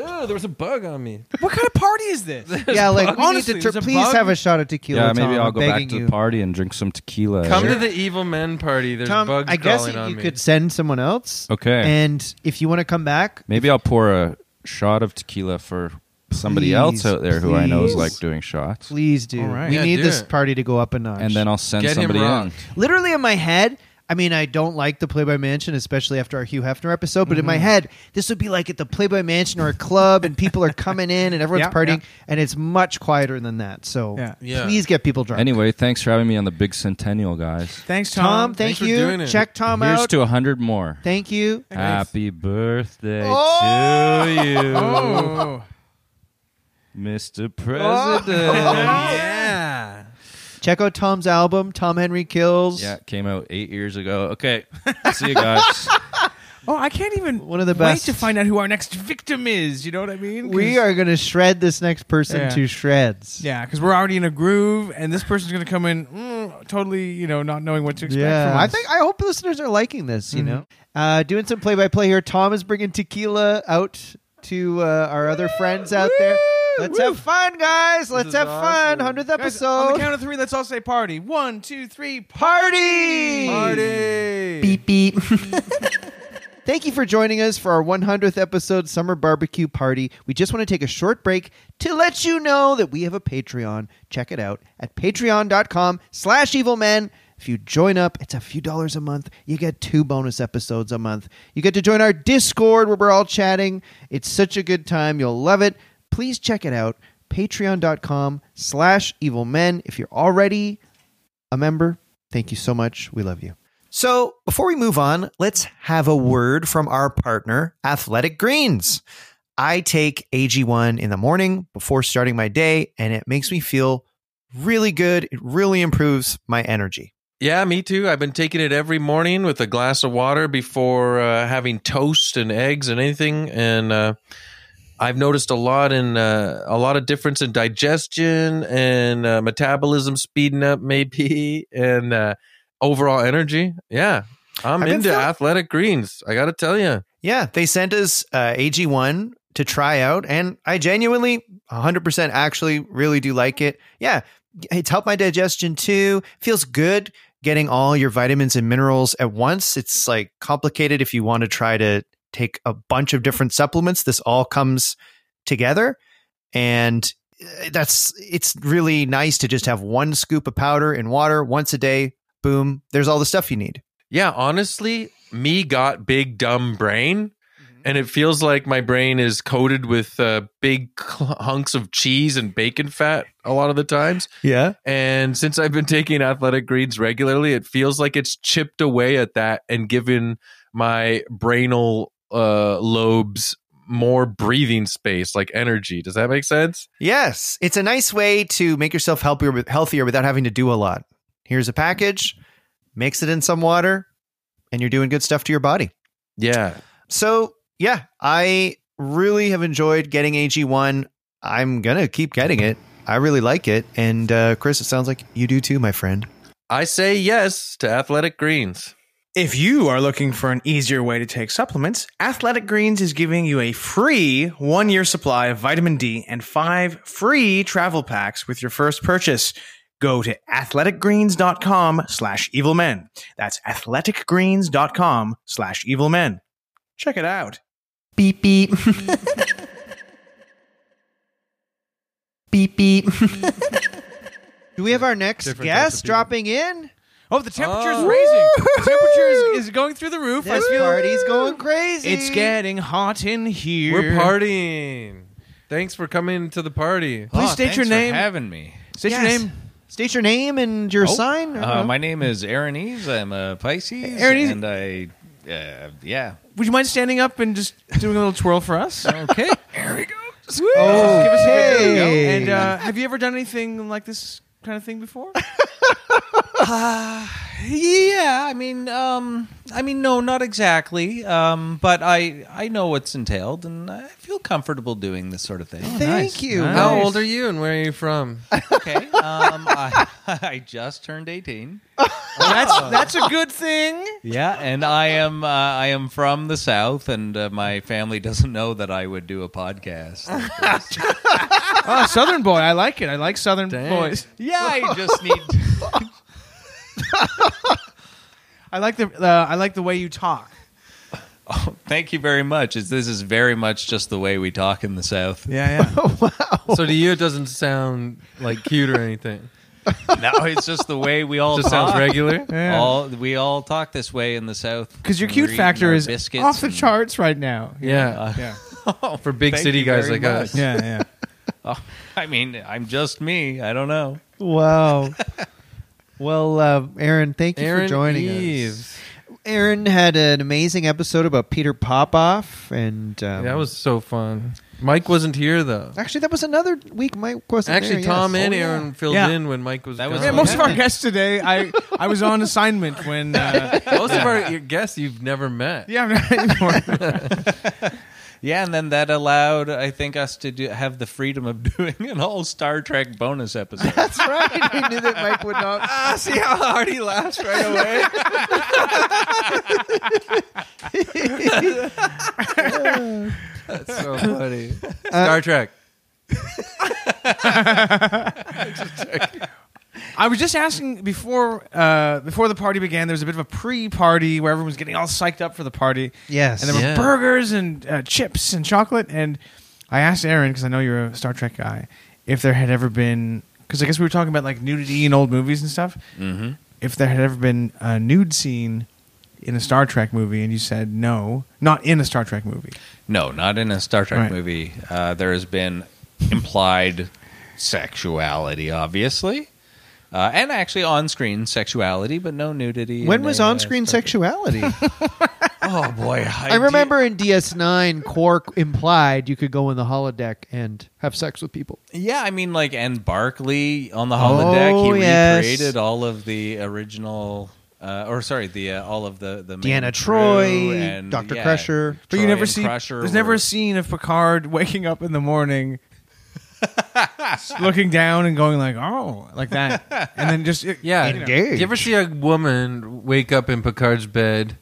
Oh, there was a bug on me. What kind of party is this? yeah, like we honestly, need to there's tur- a please bug. have a shot of tequila. yeah, maybe Tom. I'll I'm go back begging to you. the party and drink some tequila. eh? Come Sure. to the evil men party. There's Tom, bugs I guess crawling you, on you me. could send someone else. Okay. And if you want to come back, Maybe I'll pour a shot of tequila for somebody Please, else out there who I know is please. like doing shots. please do. All right. We Yeah, need do this it. party to go up a notch. And then I'll send Get him somebody wrong. in. literally in my head i mean i don't like the playboy mansion especially after our hugh hefner episode but in my head this would be like at the playboy mansion or a club and people are coming in and Yeah, everyone's partying yeah. and it's much quieter than that so Yeah. Yeah. please get people drunk Anyway, thanks for having me on the Big Centennial, guys. Thanks, Tom. tom Thanks thank for you doing it. check tom Here's out to a 100 more. thank you Happy birthday Oh! to you, Oh, Oh! Mr. President. yeah. check out tom's album tom henry kills Yeah, it came out eight years ago. Okay, see you guys. oh, I can't even One of the wait best. to find out who our next victim is. You know what I mean? 'Cause- we are going to shred this next person Yeah. to shreds Yeah, because we're already in a groove, and this person's going to come in mm, totally, you know, not knowing what to expect. Yeah, from us. Mm-hmm. I think I hope listeners are liking this. You know, uh, doing some play by play here. Tom is bringing tequila out to uh, our other friends out there. Let's have fun, guys. Let's is have fun. awesome. Hundredth Guys, on the episode count of three, let's all say party. One, two, three. party. Party. Beep beep. Thank you for joining us for our 100th episode summer barbecue party. We just want to take a short break to let you know that we have a Patreon. Check it out at patreon.com slash evilmen. If you join up, it's a few dollars a month. You get two bonus episodes a month. You get to join our Discord where we're all chatting. It's such a good time. You'll love it. Please check it out. Patreon.com slash evilmen. If you're already a member, thank you so much. We love you. So, before we move on, let's have a word from our partner, Athletic Greens. I take AG1 in the morning before starting my day, and it makes me feel really good. It really improves my energy. Yeah, me too. I've been taking it every morning with a glass of water before uh, having toast and eggs and anything. And uh, I've noticed a lot in uh, a lot of difference in digestion and uh, metabolism speeding up, maybe, and uh, overall energy. Yeah, I'm I've been into feel- athletic greens. I got to tell you, Yeah, they sent us uh, AG1 to try out, and I genuinely, 100% actually really do like it. Yeah, it's helped my digestion too. Feels good getting all your vitamins and minerals at once. It's like complicated if you want to try to take a bunch of different supplements. This all comes together, and uh, that's it's really nice to just have one scoop of powder in water once a day. Boom, there's all the stuff you need. yeah. Honestly, me got big dumb brain, Mm-hmm. and it feels like my brain is coated with uh, big cl- hunks of cheese and bacon fat a lot of the times. Yeah. And since I've been taking athletic greens regularly, it feels like it's chipped away at that and given my brainal uh, lobes more breathing space, like energy. Does that make sense? Yes, it's a nice way to make yourself healthier, healthier without having to do a lot. Here's a package, mix it in some water, and you're doing good stuff to your body. Yeah. So, yeah, I really have enjoyed getting AG1. I'm going to keep getting it. I really like it. And uh, Chris, it sounds like you do too, my friend. I say yes to athletic greens. If you are looking for an easier way to take supplements, Athletic Greens is giving you a free one year supply of vitamin D and five free travel packs with your first purchase. Go to athleticgreens.com slash evilmen. That's athleticgreens.com slash evilmen. Check it out. beep beep beep beep Do we have our next Different types of guest people. dropping in? Oh, the temperature Oh. raising. The temperature is, is going through the roof. This party's going crazy. It's getting hot in here. We're partying. Thanks for coming to the party. Oh, Please state thanks your for name. having me. State your Yes. name. State your name and your Oh, sign. I don't Uh, know. my name is Aaron Eves. I'm a Pisces. Aaron Eves. And I, uh, yeah. Would you mind standing up and just doing a little twirl for us? Okay. Oh, give us a good- hey. there you go. And uh, have you ever done anything like this kind of thing before? yeah, I mean, um, I mean, no, not exactly. Um, but I, I know what's entailed, and I feel comfortable doing this sort of thing. Thank you. Nice. How old are you and where are you from? okay. Um, I, I just turned eighteen. That's a good thing. Yeah, and I am, uh, I am from the south, and uh, my family doesn't know that I would do a podcast. Oh, Southern boy, I like it. I like Southern boys. yeah, I just need. I like the uh, I like the way you talk. Thank you very much. It's, this is very much just the way we talk in the South. Yeah, yeah. So to you, it doesn't sound like cute or anything. No, it's just the way we all Just talk. sounds regular. All we all talk this way in the South Because your cute We're eating factor our is biscuits off the and- charts right now. Yeah. Yeah, For big Thank city you guys very like uh, us. much. yeah, yeah. I mean, I'm just me. I don't know. Wow. well, uh, Aaron, thank you Aaron for joining us. Eves. Aaron had an amazing episode about Peter Popoff, and um, That was so fun. Mike wasn't here though. actually that was another week. My question. Actually, Tom Oh, and Aaron filled Yeah. in when Mike was. That gone. was yeah fun. most of our guests today, I I was on assignment when. Uh, most of our guests you've never met. yeah, I'm not anymore. Yeah, and then that allowed, I think, us to do, have the freedom of doing an all Star Trek bonus episode. That's right. We knew that Mike would not. Ah, see how hard he laughs right away. That's so funny. Star Trek. I was just asking before uh, before the party began. There was a bit of a pre-party where everyone was getting all psyched up for the party. Yes. and there Yeah. were burgers and uh, chips and chocolate. And I asked Aaron because I know you're a Star Trek guy if there had ever been because I guess we were talking about like nudity in old movies and stuff. Mm-hmm. If there had ever been a nude scene in a Star Trek movie, and you said no, not in a Star Trek movie. No, not in a Star Trek Right. movie. Uh, there has been implied sexuality, obviously, uh, and actually on-screen sexuality, but no nudity. When in was a, uh, on-screen Star Trek. sexuality? Oh boy, I remember in DS9, Quark implied you could go in the holodeck and have sex with people. Yeah, I mean, like, and Barkley on the holodeck, Oh, he yes. recreated all of the original uh, or sorry, the uh, all of the the main Deanna crew Troy, and, Dr. yeah, Crusher. But Troy you never and see. Crusher there's never were- a scene of Picard waking up in the morning, looking down and going like, "Oh," like that, and then just Yeah. you know. Do you ever see a woman wake up in Picard's bed,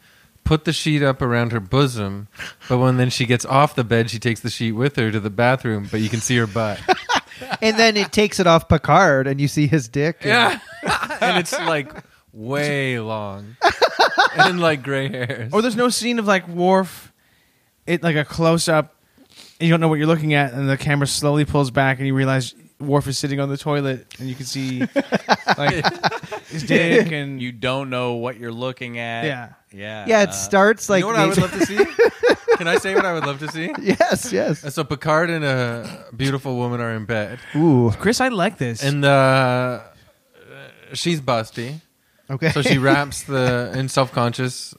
put the sheet up around her bosom, but when then she gets off the bed, she takes the sheet with her to the bathroom, but you can see her butt. and then it takes it off Picard, and you see his dick. and- yeah. and it's like way long. and like gray hairs. Or there's no scene of like Worf, it like a close up, and you don't know what you're looking at, and the camera slowly pulls back, and you realize Worf is sitting on the toilet, and you can see like his dick, and You don't know what you're looking at. Yeah. yeah, yeah. It uh, starts like you know what I would maybe- love to see? Can I say what I would love to see? yes, yes. Uh, So Picard and a beautiful woman are in bed, Ooh, Chris, I like this. and uh, she's busty. okay. So she raps the in self conscious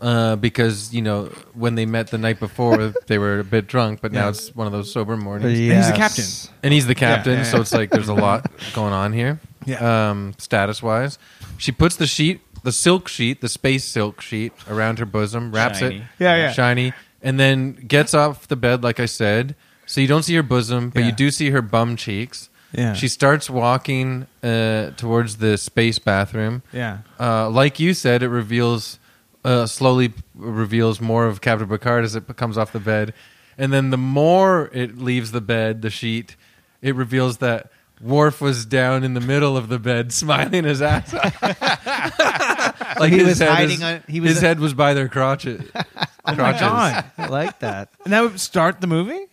uh, because you know when they met the night before they were a bit drunk, but now it's one of those sober mornings. he's the Yes. captain. And he's the captain, yeah, so it's like there's a lot going on here. Yeah. Um, status wise, she puts the sheet, the silk sheet, the space silk sheet around her bosom, wraps it, Shiny. Yeah, yeah. shiny, and then gets off the bed. Like I said, so you don't see her bosom, but Yeah. you do see her bum cheeks. Yeah. She starts walking uh, towards the space bathroom. yeah. Uh, like you said, it reveals uh, slowly reveals more of Captain Picard as it comes off the bed, and then the more it leaves the bed, the sheet, it reveals that Worf was down in the middle of the bed, smiling his ass off. like he his was head hiding is- on- he was- his head was by their crotches. Oh my god! I like that. And that would start the movie.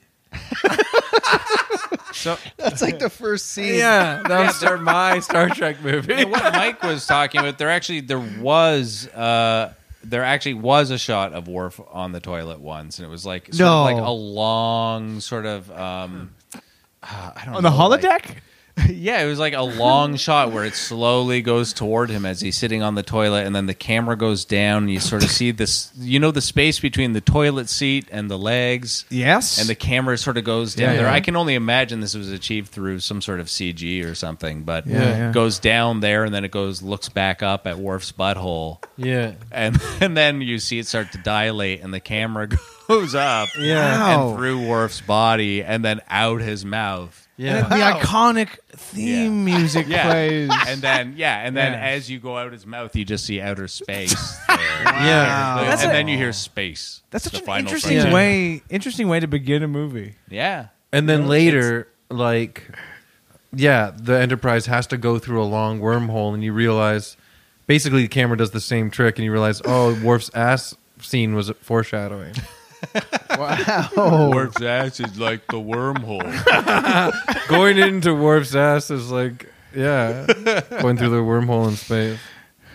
That's like the first scene. yeah, that was my Star Trek movie. And what Mike was talking about, there actually there was uh, there actually was a shot of Worf on the toilet once, and it was like sort No. of like a long sort of um, uh, I don't On the know, like- holodeck? yeah, it was like a long shot where it slowly goes toward him as he's sitting on the toilet, and then the camera goes down, and you sort of see this, you know, the space between the toilet seat and the legs. Yes. And the camera sort of goes down Yeah, there. yeah. I can only imagine this was achieved through some sort of CG or something, but Yeah, yeah. goes down there and then it goes looks back up at Worf's butthole, Yeah, and and then you see it start to dilate, and the camera goes up, Yeah. and through Worf's body, and then out his mouth, yeah. the iconic theme music yeah. plays. And then yeah, and then Yeah. as you go out his mouth, you just see outer space. there. Yeah. And That's and a- then you hear space. That's the such an final interesting frontier. way, interesting way to begin a movie. Yeah. And then later, like, yeah, the Enterprise has to go through a long wormhole, and you realize basically the camera does the same trick, and you realize, oh, Worf's ass scene was foreshadowing. Oh. Worf's ass is like the wormhole. going into Worf's ass is like, yeah, going through the wormhole in space.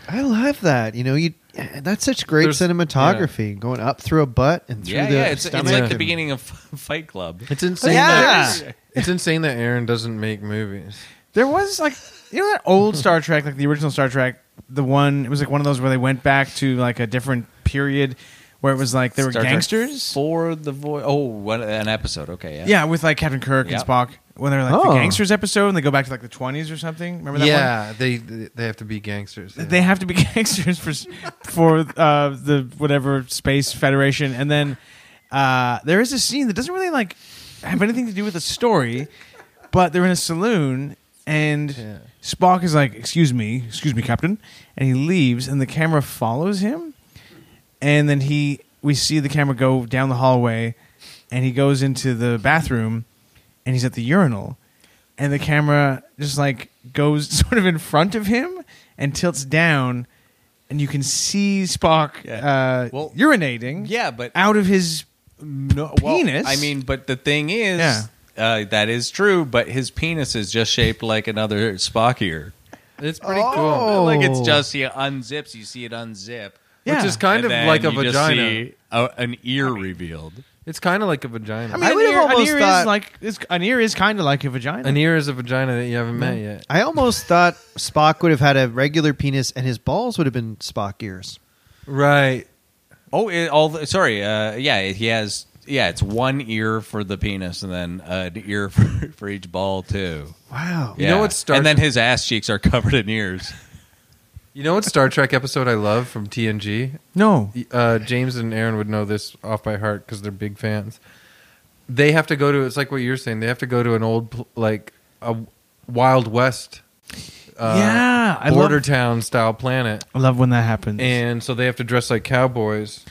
I love that. You know, you that's such great There's- cinematography going up through a butt and through yeah, the yeah. It's, it's stomach. like the and- beginning of Fight Club. It's insane. Yeah. That, it's insane that Aaron doesn't make movies. There was like you know that old Star Trek, like the original Star Trek, the one it was like one of those where they went back to like a different period where it was like there were Star Trek gangsters. for the voice. Oh, what an episode. Okay, yeah. Yeah, with like Captain Kirk Yeah. and Spock. When they're like Oh. the gangsters episode and they go back to like the twenties or something. Remember that one? yeah, they they have to be gangsters. They have to be gangsters for for uh, the whatever space federation, and then uh, there is a scene that doesn't really like have anything to do with the story, but they're in a saloon and Yeah. Spock is like, "Excuse me, excuse me, Captain," and he leaves, and the camera follows him, and then he we see the camera go down the hallway, and he goes into the bathroom, and he's at the urinal, and the camera just like goes sort of in front of him and tilts down, and you can see Spock uh, Well, urinating. yeah, but- out of his no, penis. I mean, but the thing is, Yeah. uh, that is true. But his penis is just shaped like another Spock ear. it's pretty Oh. Like it's just he unzips. You see it unzip. cool, which Yeah. is kind and of then like a you just vagina. see a- an ear revealed. It's kind of like a vagina. I mean, I an would have ear- an almost ear thought- is like it's, an ear is kind of like a vagina. An ear is a vagina that you haven't met Mm-hmm. yet. I almost thought Spock would have had a regular penis and his balls would have been Spock ears. Right. Oh, it, all the, sorry. Uh, yeah, he has. Yeah, it's one ear for the penis, and then uh, an ear for, for each ball too. Wow. You know Yeah. what Star- And then his ass cheeks are covered in ears. You know what Star Trek episode I love from TNG? No. Uh, James and Aaron would know this off by heart because they're big fans. They have to go to. It's like what you're saying. They have to go to an old, pl- like a Wild West, uh, yeah, I border love, town style planet, I love when that happens. and so they have to dress like cowboys,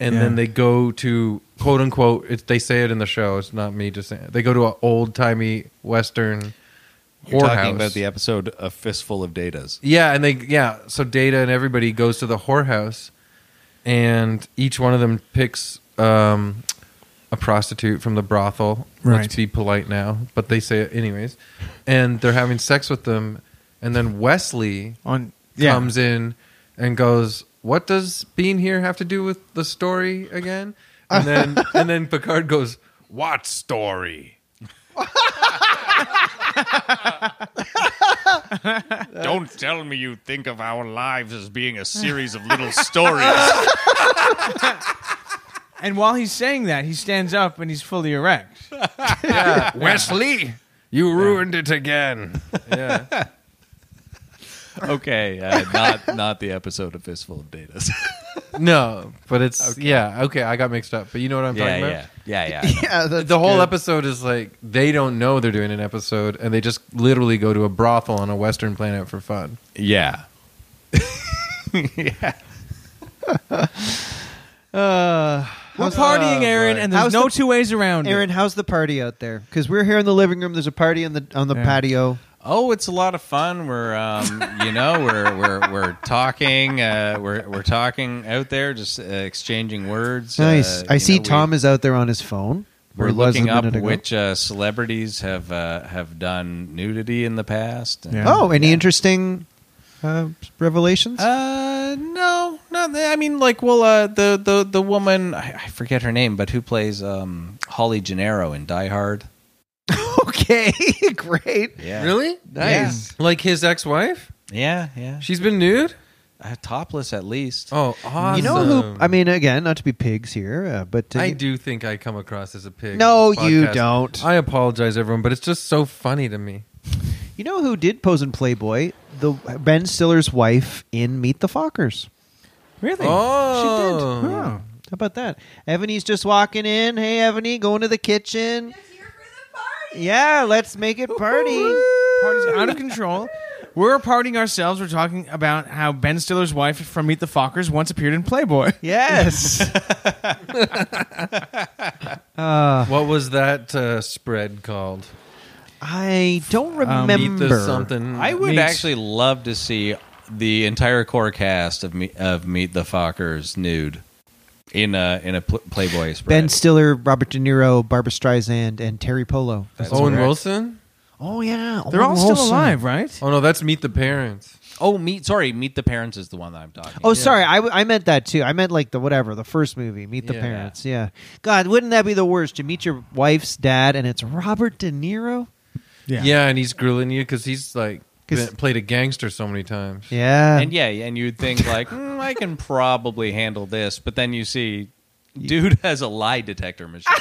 and Yeah. then they go to quote unquote. It's, they say it in the show. It's not me just saying. It. They go to an old timey Western. You're whorehouse. talking about the episode A Fistful of Datas. Yeah, and they yeah, so Data and everybody goes to the whorehouse, and each one of them picks um, a prostitute from the brothel. Right. Let's be polite now, but they say it anyways, and they're having sex with them, and then Wesley on yeah, comes in and goes, "What does being here have to do with the story again?" And then and then Picard goes, "What story?" Don't tell me you think of our lives as being a series of little stories. and while he's saying that, he stands up and he's fully erect. Wesley, you ruined it again. Yeah, okay, uh, not not the episode A Fistful of Datas. no, but it's yeah okay. I got mixed up, but you know what I'm talking about. yeah, yeah, yeah. Yeah, that's the whole good. episode is like they don't know they're doing an episode and they just literally go to a brothel on a western planet for fun yeah. We're partying, Aaron, and there's How's no the- two ways around. it. Aaron, how's the party out there? Because we're here in the living room. There's a party on the on the Yeah. patio. Oh, it's a lot of fun. We're, um, you know, we're we're we're talking. Uh, we're we're talking out there, just uh, exchanging words. Nice. Uh, I you see know, we- Tom is out there on his phone. We're He was a looking up minute ago. which uh, celebrities have uh, have done nudity in the past. and- Yeah. Oh, any interesting uh, revelations? Uh, no, not. th- I mean, like, well, uh, the the the woman I, I forget her name, but who plays um Holly Gennaro in Die Hard? okay, great. Yeah, really Nice. like his ex-wife Yeah, yeah. she's been nude Uh, topless, at least. oh awesome You know who? I mean, again, not to be pigs here, uh, but to, I do think I come across as a pig. No, on this you podcast. don't. I apologize, everyone, but it's just so funny to me. You know who did pose in Playboy? The Ben Stiller's wife in Meet the Fockers. really? Oh, She did. Huh. How about that? Ebony's just walking in. Hey, Ebony, going to the kitchen. Yeah, let's make it party. Party's out of control. We're partying ourselves. We're talking about how Ben Stiller's wife from Meet the Fockers once appeared in Playboy. Yes. What was that uh, spread called? I don't Um, remember. Meet the something. I would Meet- actually love to see the entire core cast of me, of Meet the Fockers nude in a in a pl- Playboy spread. Ben Stiller, Robert De Niro, Barbara Streisand, and Terry Polo. Owen Wilson? Oh yeah, They're all still alive, right? Oh no, that's Meet the Parents. oh, meet sorry, Meet the Parents is the one that I'm talking. Oh, sorry. I, w- I meant that too. I meant like the whatever, the first movie, Meet the Yeah. Parents. Yeah. God, wouldn't that be the worst to meet your wife's dad and it's Robert De Niro? Yeah, and he's grilling you because he's like 'Cause- been- played a gangster so many times. Yeah. and yeah, and you'd think like "Hmm, I can probably handle this, but then you see, dude has a lie detector machine.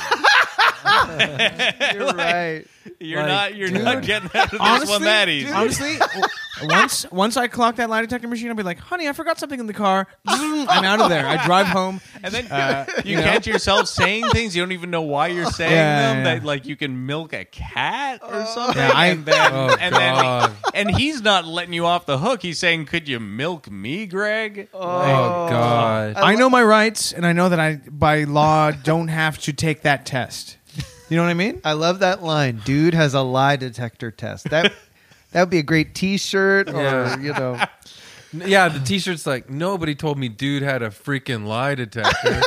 you're right. You're Like, not you're dude. not getting out of this one that easy. honestly, w- once once I clock that lie detector machine, I'll be like, "Honey, I forgot something in the car." I'm out of there. I drive home. and then Uh, you catch yourself saying things you don't even know why you're saying Yeah, them. yeah. That like you can milk a cat or something. Yeah, I- and then, Oh, and God. then and he's not letting you off the hook. He's saying, "Could you milk me, Greg?" Oh, Oh. God. I know my rights, and I know that I, by law, don't have to take that test. You know what I mean? I love that line. Dude has a lie detector test. That that would be a great T-shirt, or Yeah. you know, Yeah, the T-shirt's like nobody told me, dude had a freaking lie detector.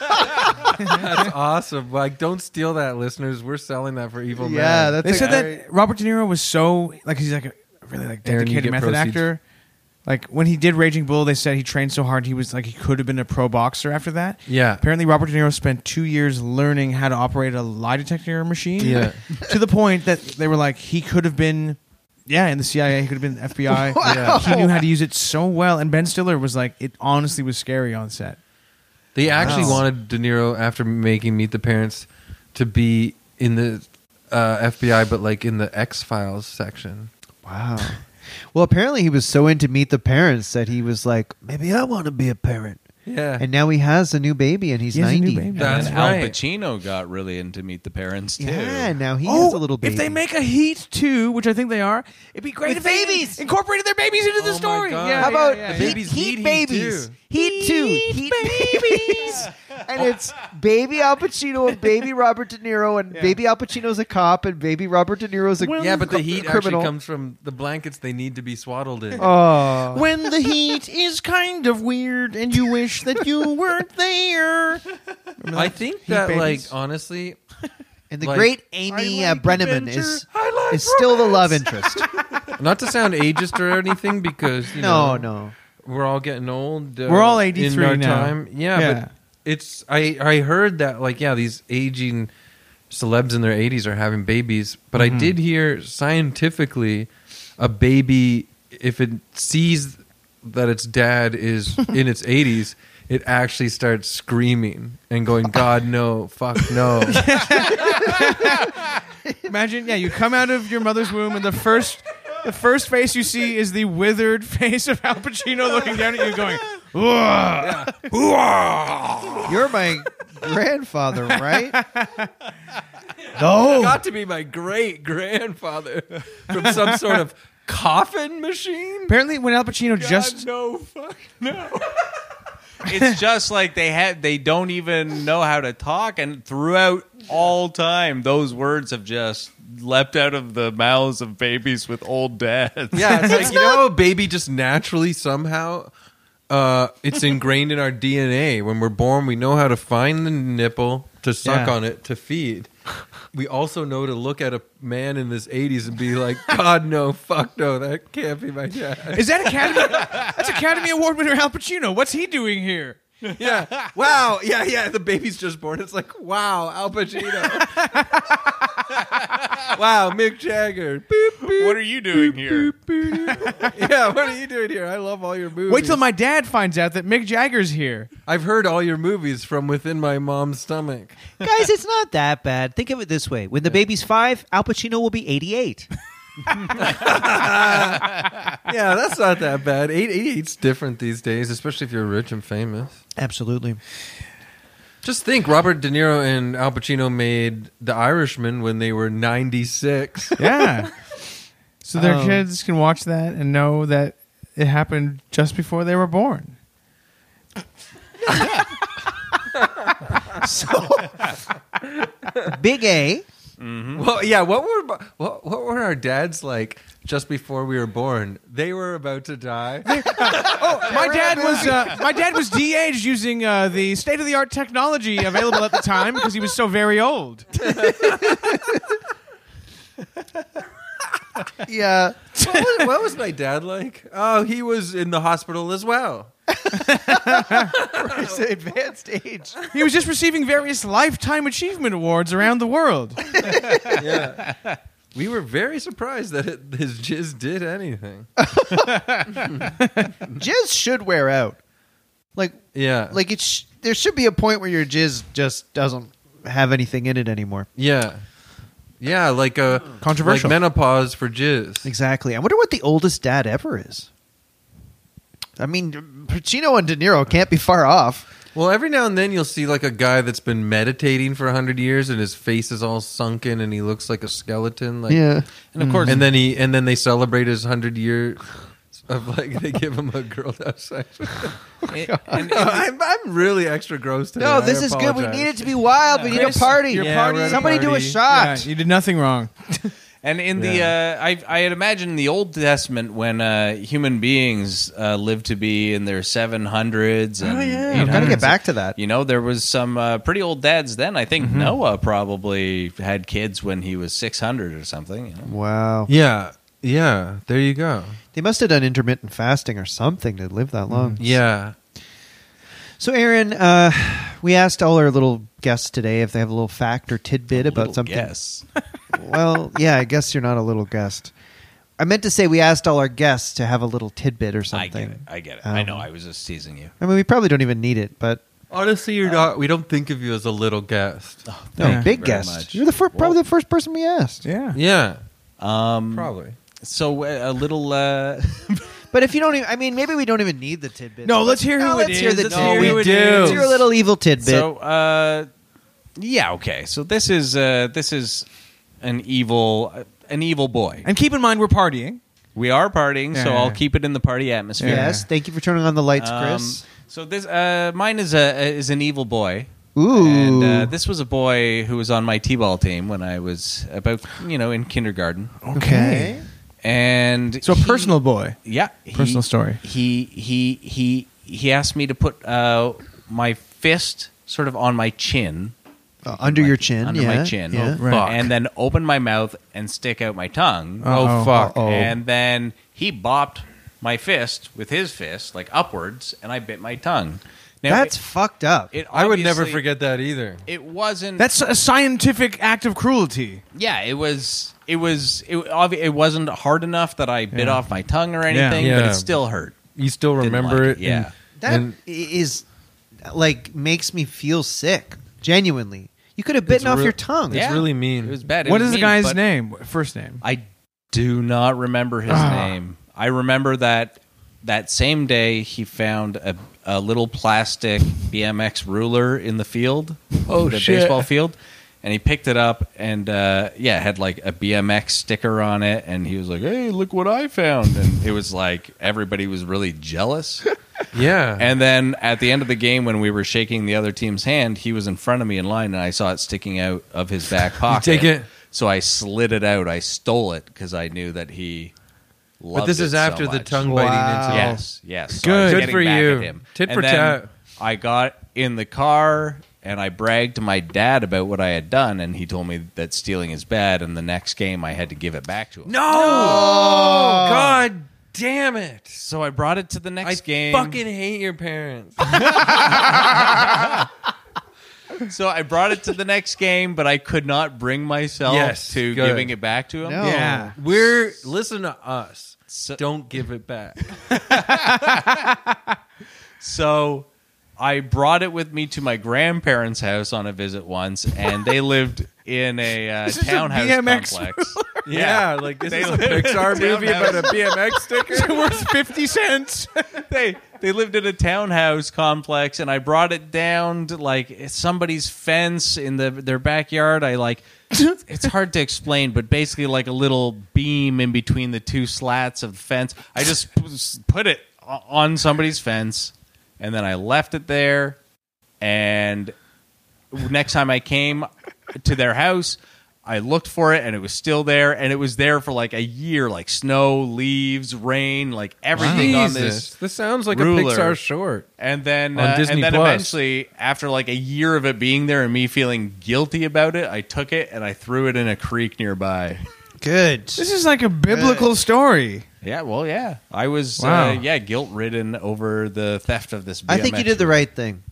that's awesome. Like, don't steal that, listeners. We're selling that for evil yeah. men. That's Oh, They a said great- that Robert De Niro was so like he's like a really like Aaron, you dedicated get method proceeds. actor. Like when he did Raging Bull, they said he trained so hard he was like he could have been a pro boxer after that. Yeah. Apparently, Robert De Niro spent two years learning how to operate a lie detector machine. Yeah. to the point that they were like he could have been. Yeah, in the CIA, he could have been FBI. Wow. He knew how to use it so well, and Ben Stiller was like, it honestly was scary on set. They actually Wow. wanted De Niro after making Meet the Parents to be in the uh, FBI, but like in the X Files section. Wow. Well, apparently he was so into Meet the Parents that he was like, maybe I want to be a parent. Yeah. And now he has a new baby and he's He has a new 90. baby. That's and right. Al Pacino got really into Meet the Parents too. Yeah, now he oh, has a little baby. if they make a Heat two, which I think they are, it'd be great With if they babies! incorporated their babies into the Oh my story. God. Yeah, yeah, How about yeah, yeah. heat, Babies heat need heat babies? too. Heat, two, heat, babies, and it's baby Al Pacino and baby Robert De Niro, and baby Al Pacino's a cop, and baby Robert De Niro's a Yeah, but the heat criminal. actually comes from the blankets they need to be swaddled in. Oh, when the heat is kind of weird and you wish that you weren't there. I think that, like, babies. honestly, and the Like- great Amy I uh, like Brenneman adventure. is I like is still the love interest. not to sound ageist or anything, because you no, know, no, we're all getting old. uh, We're all in 83 our now. Time. Yeah, Yeah. but it's I I heard that like yeah, these aging celebs in their 80s are having babies, but I did hear scientifically a baby if it sees that its dad is in its 80s, it actually starts screaming and going god no, fuck no. Imagine, yeah, you come out of your mother's womb and the first the first face you see is the withered face of Al Pacino looking down at you going, you're my grandfather, right? "Oh, Got to be my great grandfather from some sort of coffin machine. Apparently when Al Pacino just no fuck It's just like they had they don't even know how to talk and throughout all time those words have just leapt out of the mouths of babies with old dads. Yeah, it's like you know, a baby just naturally somehow uh, it's ingrained in our DNA. When we're born, we know how to find the nipple to suck Yeah. on it to feed. We also know to look at a man in his 80s and be like, God, no, fuck no, that can't be my dad. Is that Academy That's Academy Award winner Al Pacino. What's he doing here? Yeah, wow, yeah, yeah. The baby's just born. It's like, wow, Al Pacino. wow, Mick Jagger. Boop, boop, What are you doing here? yeah, what are you doing here? I love all your movies. Wait till my dad finds out that Mick Jagger's here. I've heard all your movies from within my mom's stomach. Guys, it's not that bad. Think of it this way: when the baby's five, Al Pacino will be eighty-eight. yeah, that's not that bad. Eight eight's different these days, especially if you're rich and famous. Absolutely. Just think, Robert De Niro and Al Pacino made The Irishman when they were 96. Yeah. So their Um, kids can watch that and know that it happened just before they were born. Big A. well, yeah. What were what, what were our dads like just before we were born? They were about to die. My dad was uh, my dad was de-aged using uh, the state-of-the-art technology available at the time because he was so very old. Yeah. what, was, what was my dad like? Oh, he was in the hospital as well. It's an advanced age. He was just receiving various lifetime achievement awards around the world. Yeah. We were very surprised that it, his jizz did anything. Jizz should wear out. Like, Yeah. like it. Sh- there should be a point where your jizz just doesn't have anything in it anymore. Yeah. Yeah, like a Controversial. like menopause for jizz. Exactly. I wonder what the oldest dad ever is. I mean, Pacino and De Niro can't be far off. Well, every now and then you'll see like a guy that's been meditating for hundred years and his face is all sunken and he looks like a skeleton. Like, yeah. And of course And then he and then they celebrate his hundred year of like they give him a girl outside. I'm, I'm really extra gross today. No, I this is good. We apologize. need it to be wild. We need a Chris, party. your Yeah, party- we're at a Somebody do a party. shot. Yeah, you did nothing wrong. And in the, uh, I, I had imagined in the Old Testament when uh, human beings uh, lived to be in their 700s and We've got to 800s. get back to that. You know, there was some uh, pretty old dads then. I Mm-hmm. think Noah probably had kids when he was 600 or something. You know? Wow. Yeah. Yeah. There you go. They must have done intermittent fasting or something to live that long. Mm-hmm. Yeah. So, Aaron, uh, we asked all our little guests today if they have a little fact or tidbit about Little something. guess. well, yeah, I guess you're not a little guest. I meant to say we asked all our guests to have a little tidbit or I something. get it. I get it. I Um, know. I was just teasing you. I mean, we probably don't even need it, but Honestly, you're not. We don't think of you as a little guest. no, Yeah. big Very guest. much. You're the fir- Well- probably the first person we asked. Yeah. Yeah. Um, Probably. So uh, a little. Uh, But if you don't, even, I mean, maybe we don't even need the tidbits. No, let's hear who No, it let's hear is. the Let's tidbit. hear who it do. is. Let's hear a little evil tidbit. So, uh, yeah, okay. So this is uh, this is an evil uh, an evil boy. And keep in mind, we're partying. We are partying, so Yeah. I'll keep it in the party atmosphere. yes, thank you for turning on the lights, Um, Chris. so this uh, mine is a is an evil boy. Ooh, And uh, this was a boy who was on my t-ball team when I was about you know in kindergarten, okay. and So a he- personal boy. yeah he- Personal story. He he he he asked me to put uh, my fist sort of on my chin, Uh, under your chin, under yeah, my chin, yeah. right. Fuck. and then open my mouth and stick out my tongue. Uh-oh. Oh, fuck. Uh-oh. And then he bopped my fist with his fist, like upwards, and I bit my tongue. Now, That's it- fucked up. it I would never obviously- forget that either. It wasn't. That's a scientific act of cruelty. yeah. It was. It was. It, obvi- it wasn't hard enough that I bit Yeah. off my tongue or anything, but Yeah. it still hurt. You still Didn't remember like it? it, yeah. and- That and- i- is like makes me feel sick. Genuinely, you could have bitten off real- your tongue. It's Yeah. really mean. It was bad. It What was is the mean, guy's but name? First name. I do not remember his name. I remember that that same day he found a, a little plastic BMX ruler in the field, oh, the shit. baseball field, and he picked it up and uh, yeah, it had like a BMX sticker on it, and he was like, "Hey, look what I found!" And it was like everybody was really jealous. yeah. And then at the end of the game, when we were shaking the other team's hand, he was in front of me in line, and I saw it sticking out of his back pocket. take it. So I slid it out. I stole it because I knew that he. Loved but this it is so after the much. tongue biting Wow. incident. Yes, yes. Good. I was Good getting for back you. at him. Tit And for then tat. I got in the car and I bragged to my dad about what I had done, and he told me that stealing is bad. And the next game, I had to give it back to him. No! God damn it. So I brought it to the next I game. fucking hate your parents. So I brought it to the next game, but I could not bring myself Yes, to good. giving it back to him. No. Yeah. We're listen to us. So, Don't give it back. so I brought it with me to my grandparents' house on a visit once, and they lived in a uh, is a townhouse BMX complex. Yeah, like this is a Pixar movie about a BMX sticker. worth fifty cents. they they lived in a townhouse complex, and I brought it down to like somebody's fence in the their backyard. I like it's hard to explain, but basically like a little beam in between the two slats of the fence. I just p- s- put it o- on somebody's fence, and then I left it there. And next time I came to their house. I looked for it and it was still there, and it was there for like a year, like snow, leaves, rain, like everything on this Jesus, this sounds like ruler. a Pixar short. and then On uh, Disney and then Plus. eventually, after like a year of it being there and me feeling guilty about it, I took it and I threw it in a creek nearby. Good. This is like a biblical story. yeah, well, yeah, I was Wow. uh, yeah guilt ridden over the theft of this. I think you did the right thing.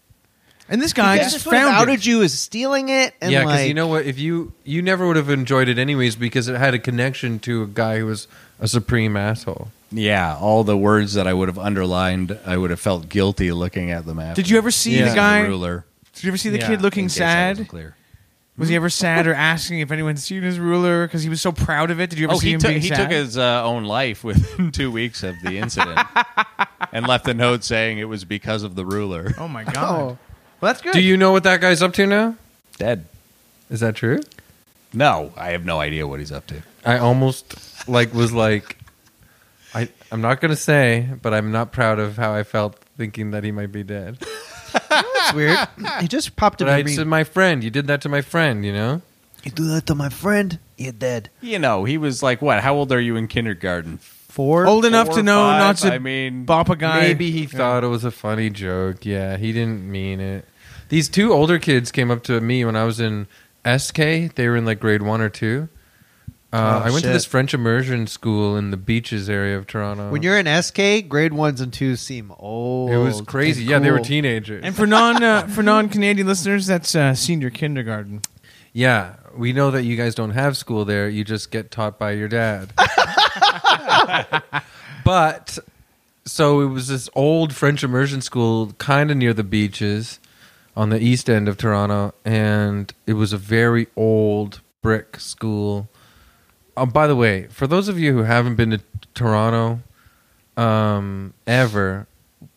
And this guy You just just would have found outed it. you as stealing it, and yeah, because like you know what? If you you never would have enjoyed it anyways because it had a connection to a guy who was a supreme asshole. Yeah, all the words that I would have underlined, I would have felt guilty looking at them. After Did you ever see Yeah. the guy? Did ruler you ever see the Yeah, kid in looking case that sad? wasn't Clear. Was he ever sad or asking if anyone's seen his ruler because he was so proud of it? Did you ever Oh, see he, him took being he sad? took his uh, own life within two weeks of the incident, and left a note saying it was because of the ruler. oh my god! well, that's good. Do you know what that guy's up to now? Dead. Is that true? No, I have no idea what he's up to. I almost like was like I I'm not gonna say, but I'm not proud of how I felt thinking that he might be dead. That's weird. It just popped But up. I said my friend, you did that to my friend, you know? You do that to my friend, you're dead. You know, he was like, what? How old are you in kindergarten? Four. Old enough Four, to know five, not to I mean, bop a guy. Maybe he thought it was a funny joke. Yeah, he didn't mean it. These two older kids came up to me when I was in SK. They were in like grade one or two. Uh, Oh, I went to shit. this French immersion school in the beaches area of Toronto. When you're in SK, grade ones and twos seem old. it was crazy. and Yeah, they were cool. teenagers. And for non uh, for non Canadian listeners, that's uh, senior kindergarten. yeah, we know that you guys don't have school there. You just get taught by your dad. but so it was this old French immersion school kind of near the beaches on the east end of Toronto and it was a very old brick school Oh, by the way, for those of you who haven't been to Toronto um, ever,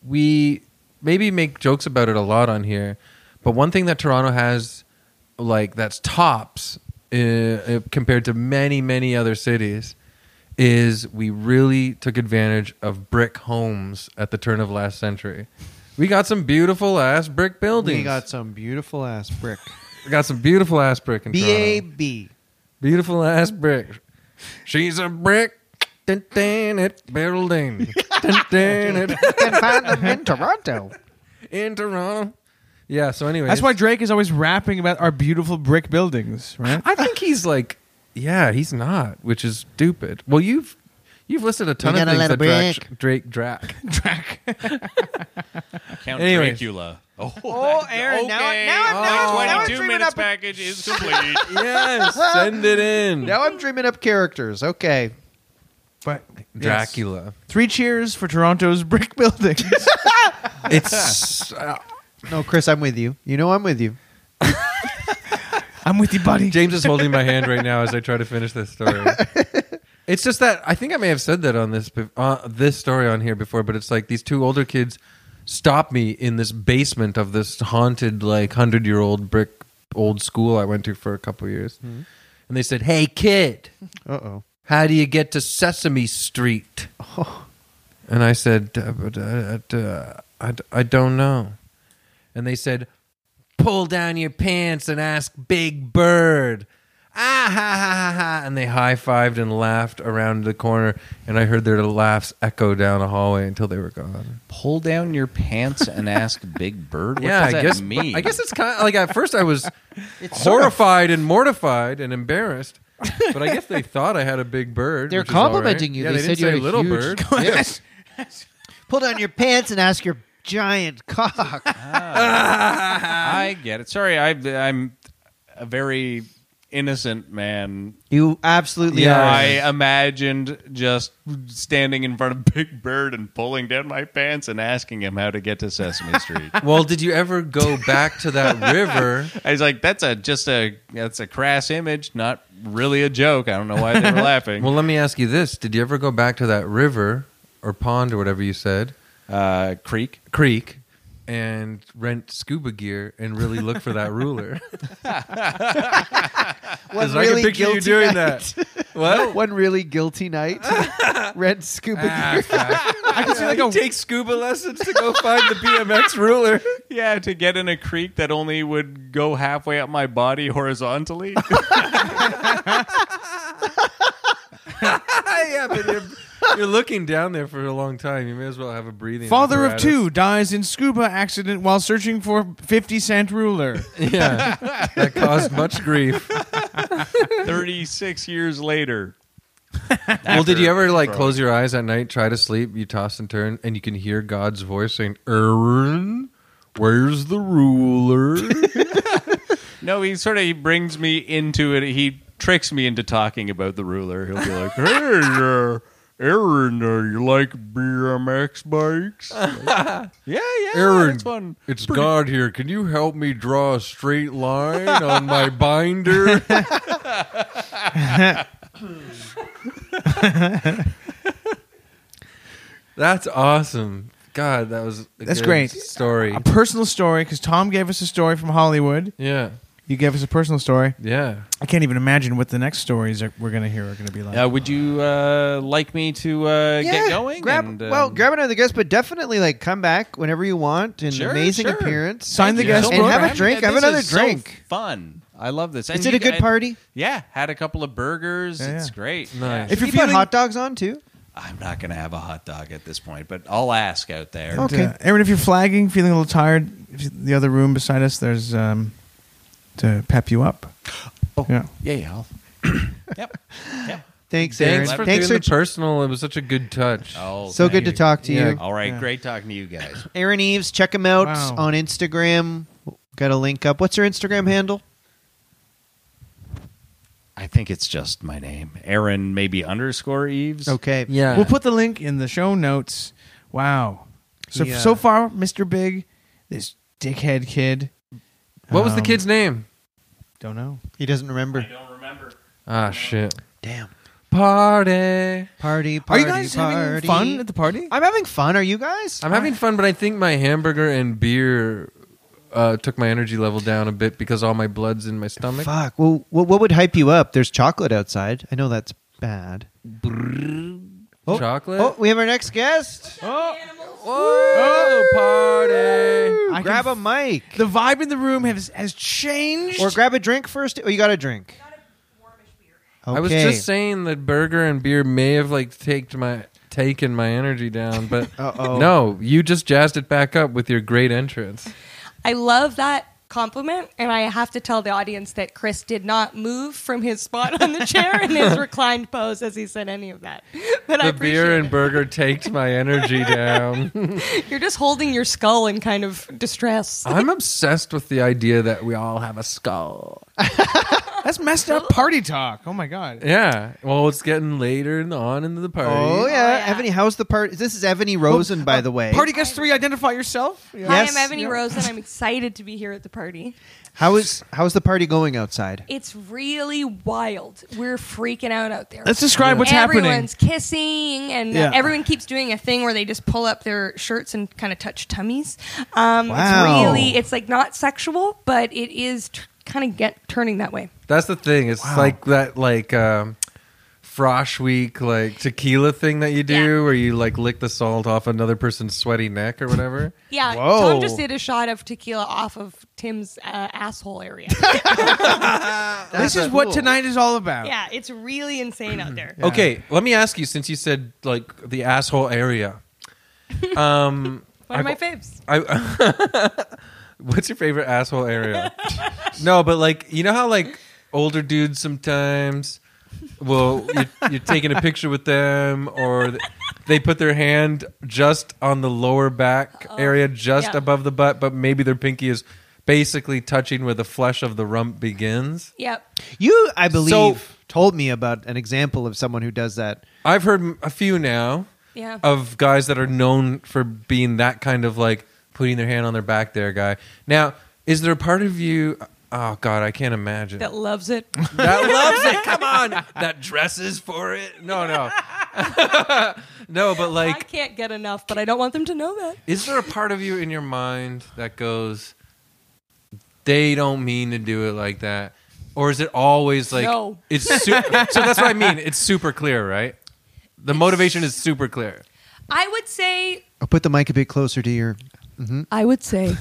we maybe make jokes about it a lot on here. But one thing that Toronto has, like that's tops uh, uh, compared to many many other cities, is we really took advantage of brick homes at the turn of last century. We got some beautiful ass brick buildings. We got some beautiful ass brick. We got some beautiful ass brick in B A Toronto. B. Beautiful ass brick. She's a brick. Dun, dun, it building. Dun, dun, it Can find them in Toronto. in Toronto. Yeah. So anyway, That's why Drake is always rapping about our beautiful brick buildings, right? I think he's like, yeah, he's not, which is stupid. Well, you've you've listed a ton We of got a things lot that of Drake, Drake Drac. Count Anyways. Dracula. Oh, Oh, Aaron, now- now I'm- now I'm- now I'm 22 dreaming minutes up a- package is complete. yes, send it in. Now I'm dreaming up characters. Okay. But Dracula. three cheers for Toronto's brick buildings. It's uh, No, Chris, I'm with you. You know I'm with you. I'm with you, buddy. James is holding my hand right now as I try to finish this story. It's just that I think I may have said that on this bef- uh, this story on here before, but it's like these two older kids stop me in this basement of this haunted like hundred year old brick old school I went to for a couple years, and they said, "Hey kid, Uh oh. how do you get to Sesame Street?" And I said, uh, but, uh, uh, I, I don't know. And they said, pull down your pants and ask Big Bird. Ah, ha, ha, ha, ha. And they high fived and laughed around the corner. And I heard their laughs echo down the hallway until they were gone. Pull down your pants and ask Big Bird. What yeah, does I that guess, mean? I guess it's kind of like at first I was horrified and mortified and embarrassed. But I guess they thought I had a big bird. They're which is all right. complimenting you. Yeah, They didn't said you say had a little huge bird. Yes. Pull down your pants and ask your giant cock. I get it. Sorry, I, I'm a very innocent man. You absolutely Yeah, I are. imagined just standing in front of Big Bird and pulling down my pants and asking him how to get to Sesame Street. Well, did you ever go back to that river? I was like, "That's a just a that's a crass image, not really a joke." I don't know why they were laughing. Well, let me ask you this: Did you ever go back to that river or pond or whatever you said, uh, Creek. creek, and rent scuba gear and really look for that ruler? Because I can picture you doing that. What? One really guilty night. Red scuba Ah, gear. fuck. I can see like a Take scuba lessons to go find the BMX ruler. Yeah, to get in a creek that only would go halfway up my body horizontally. yeah, but you're, you're looking down there for a long time. You may as well have a breathing. father of apparatus. two dies in scuba accident while searching for 50 cent ruler. Yeah, that caused much grief. 36 years later. Well, did After you ever like growing- close your eyes at night, try to sleep, you toss and turn, and you can hear God's voice saying, "Aaron, where's the ruler?" No, he sort of he brings me into it. He tricks me into talking about the ruler. He'll be like, "Hey, uh, Aaron, uh, you like BMX bikes?" Like, yeah, yeah, Aaron, that's one. it's God here. Can you help me draw a straight line on my binder? That's awesome. God, that was a That's good great. story. A personal story, because Tom gave us a story from Hollywood. Yeah, You gave us a personal story. yeah. I can't even imagine what the next stories are, we're going to hear are going to be like. Uh, would you uh, like me to uh, get going? Grab, And, um, well, grab another guest, but definitely like come back whenever you want. An Sure, amazing sure. appearance. Sign the Yeah. guest And book. have a drink. This Have another is so drink. fun. I love this. Is And it you a good guys- party? Yeah, had a couple of burgers. Yeah, it's yeah. great. Nice. if If you you're put feeling, hot dogs on too. I'm not going to have a hot dog at this point, but I'll ask out there. Oh. okay. Okay. uh, Aaron, if you're flagging, feeling a little tired, if you- the other room beside us, there's um, to pep you up. Oh. Yeah. Yeah, yeah. I'll... yep. Yep. Thanks, Aaron. Thanks for Thanks doing for the personal. It was such a good touch. Oh, so thank good to talk to Yeah. you. All right, Yeah. great talking to you guys. Aaron Eves, check him out Wow. on Instagram. Got a link up. What's your Instagram handle? I think it's just my name, Aaron, maybe underscore Eves. Okay. Yeah. We'll put the link in the show notes. Wow. So Yeah. so far, Mr. Big, this dickhead kid. what was the Um, kid's name? Don't know. He doesn't remember. don't remember. Ah, shit. Damn. Party. Party, Are party, you guys having party. fun at the party? I'm having fun. Are you guys? I'm having fun, but I think my hamburger and beer uh, took my energy level down a bit because all my blood's in my stomach. Fuck. Well, what, what would hype you up? There's chocolate outside. I know that's bad. Oh, Chocolate. Oh, we have our next guest. Whoa, Oh, party. Ooh, I grab can a mic The vibe in the room has has changed. or grab a drink first. Oh, you got a drink. Okay. I was just saying that burger and beer may have like taken my taken my energy down, but Uh-oh. no, you just jazzed it back up with your great entrance. I love that compliment, and I have to tell the audience that Chris did not move from his spot on the chair in his reclined pose as he said any of that. But I The appreciate beer and burger takes my energy down. it. You're just holding your skull in kind of distress. I'm obsessed with the idea that we all have a skull. That's messed up party talk. Oh my god. Yeah. Well, it's getting later and on into the party. Oh yeah, uh, yeah. Ebony. How's the party? This is Ebony Rosen, by the way. Party guest three, identify yourself. Hi, yes. I'm Ebony Rose, and I'm excited to be here at the party. How is how's the party going outside? It's really wild. We're freaking out out there. Let's describe what's happening. Everyone's kissing, and Yeah. everyone keeps doing a thing where they just pull up their shirts and kind of touch tummies. Um, Wow. It's really, it's like not sexual, but it is tr- kind of get turning that way. That's the thing. It's like that, like um, frosh week, like tequila thing that you do, Yeah. where you like lick the salt off another person's sweaty neck or whatever. Yeah, Whoa. Tom just did a shot of tequila off of Tim's uh, asshole area. This is what tonight is all about. yeah, it's really insane out there. Okay, let me ask you. Since you said like the asshole area, um, One of my faves. I, what's your favorite asshole area? no, but like you know how like older dudes sometimes, well, you're, you're taking a picture with them, or th- they put their hand just on the lower back area, just yeah. above the butt, but maybe their pinky is basically touching where the flesh of the rump begins. Yep. You, I believe, So- told me about an example of someone who does that. I've heard m- a few now. Yeah. of guys that are known for being that kind of like putting their hand on their back there guy. Now, is there a part of you oh god, I can't imagine. that loves it. that loves it. Come on. That dresses for it. No, no. no, but I like can't get enough, but I don't want them to know that. is there a part of you in your mind that goes they don't mean to do it like that? Or is it always like No. it's su- so that's what I mean. It's super clear, right? The motivation is super clear. I would say I'll put the mic a bit closer to your. I would say,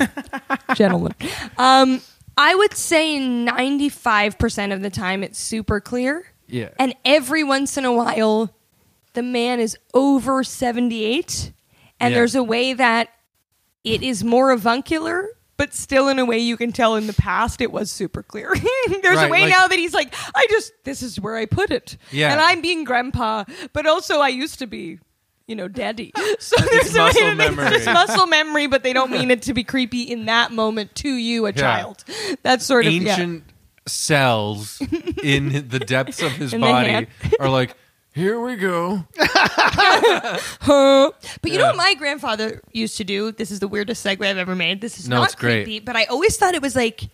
gentlemen, um, I would say 95% of the time it's super clear. Yeah. And every once in a while, the man is over 78. And Yeah. there's a way that it is more avuncular, but still in a way you can tell in the past it was super clear. there's Right, a way like- now that he's like, I just, this is where I put it. Yeah. And I'm being grandpa, but also I used to be. You know, daddy. So there's a way muscle to make- memory. it's muscle memory, but they don't mean it to be creepy in that moment to you, a child. That's sort of yeah. ancient cells in the depths of his In the body hand. are like, here we go. Huh. But you know Yeah. what my grandfather used to do? This is the weirdest segue I've ever made. This is No, not it's great. creepy, but I always thought it was like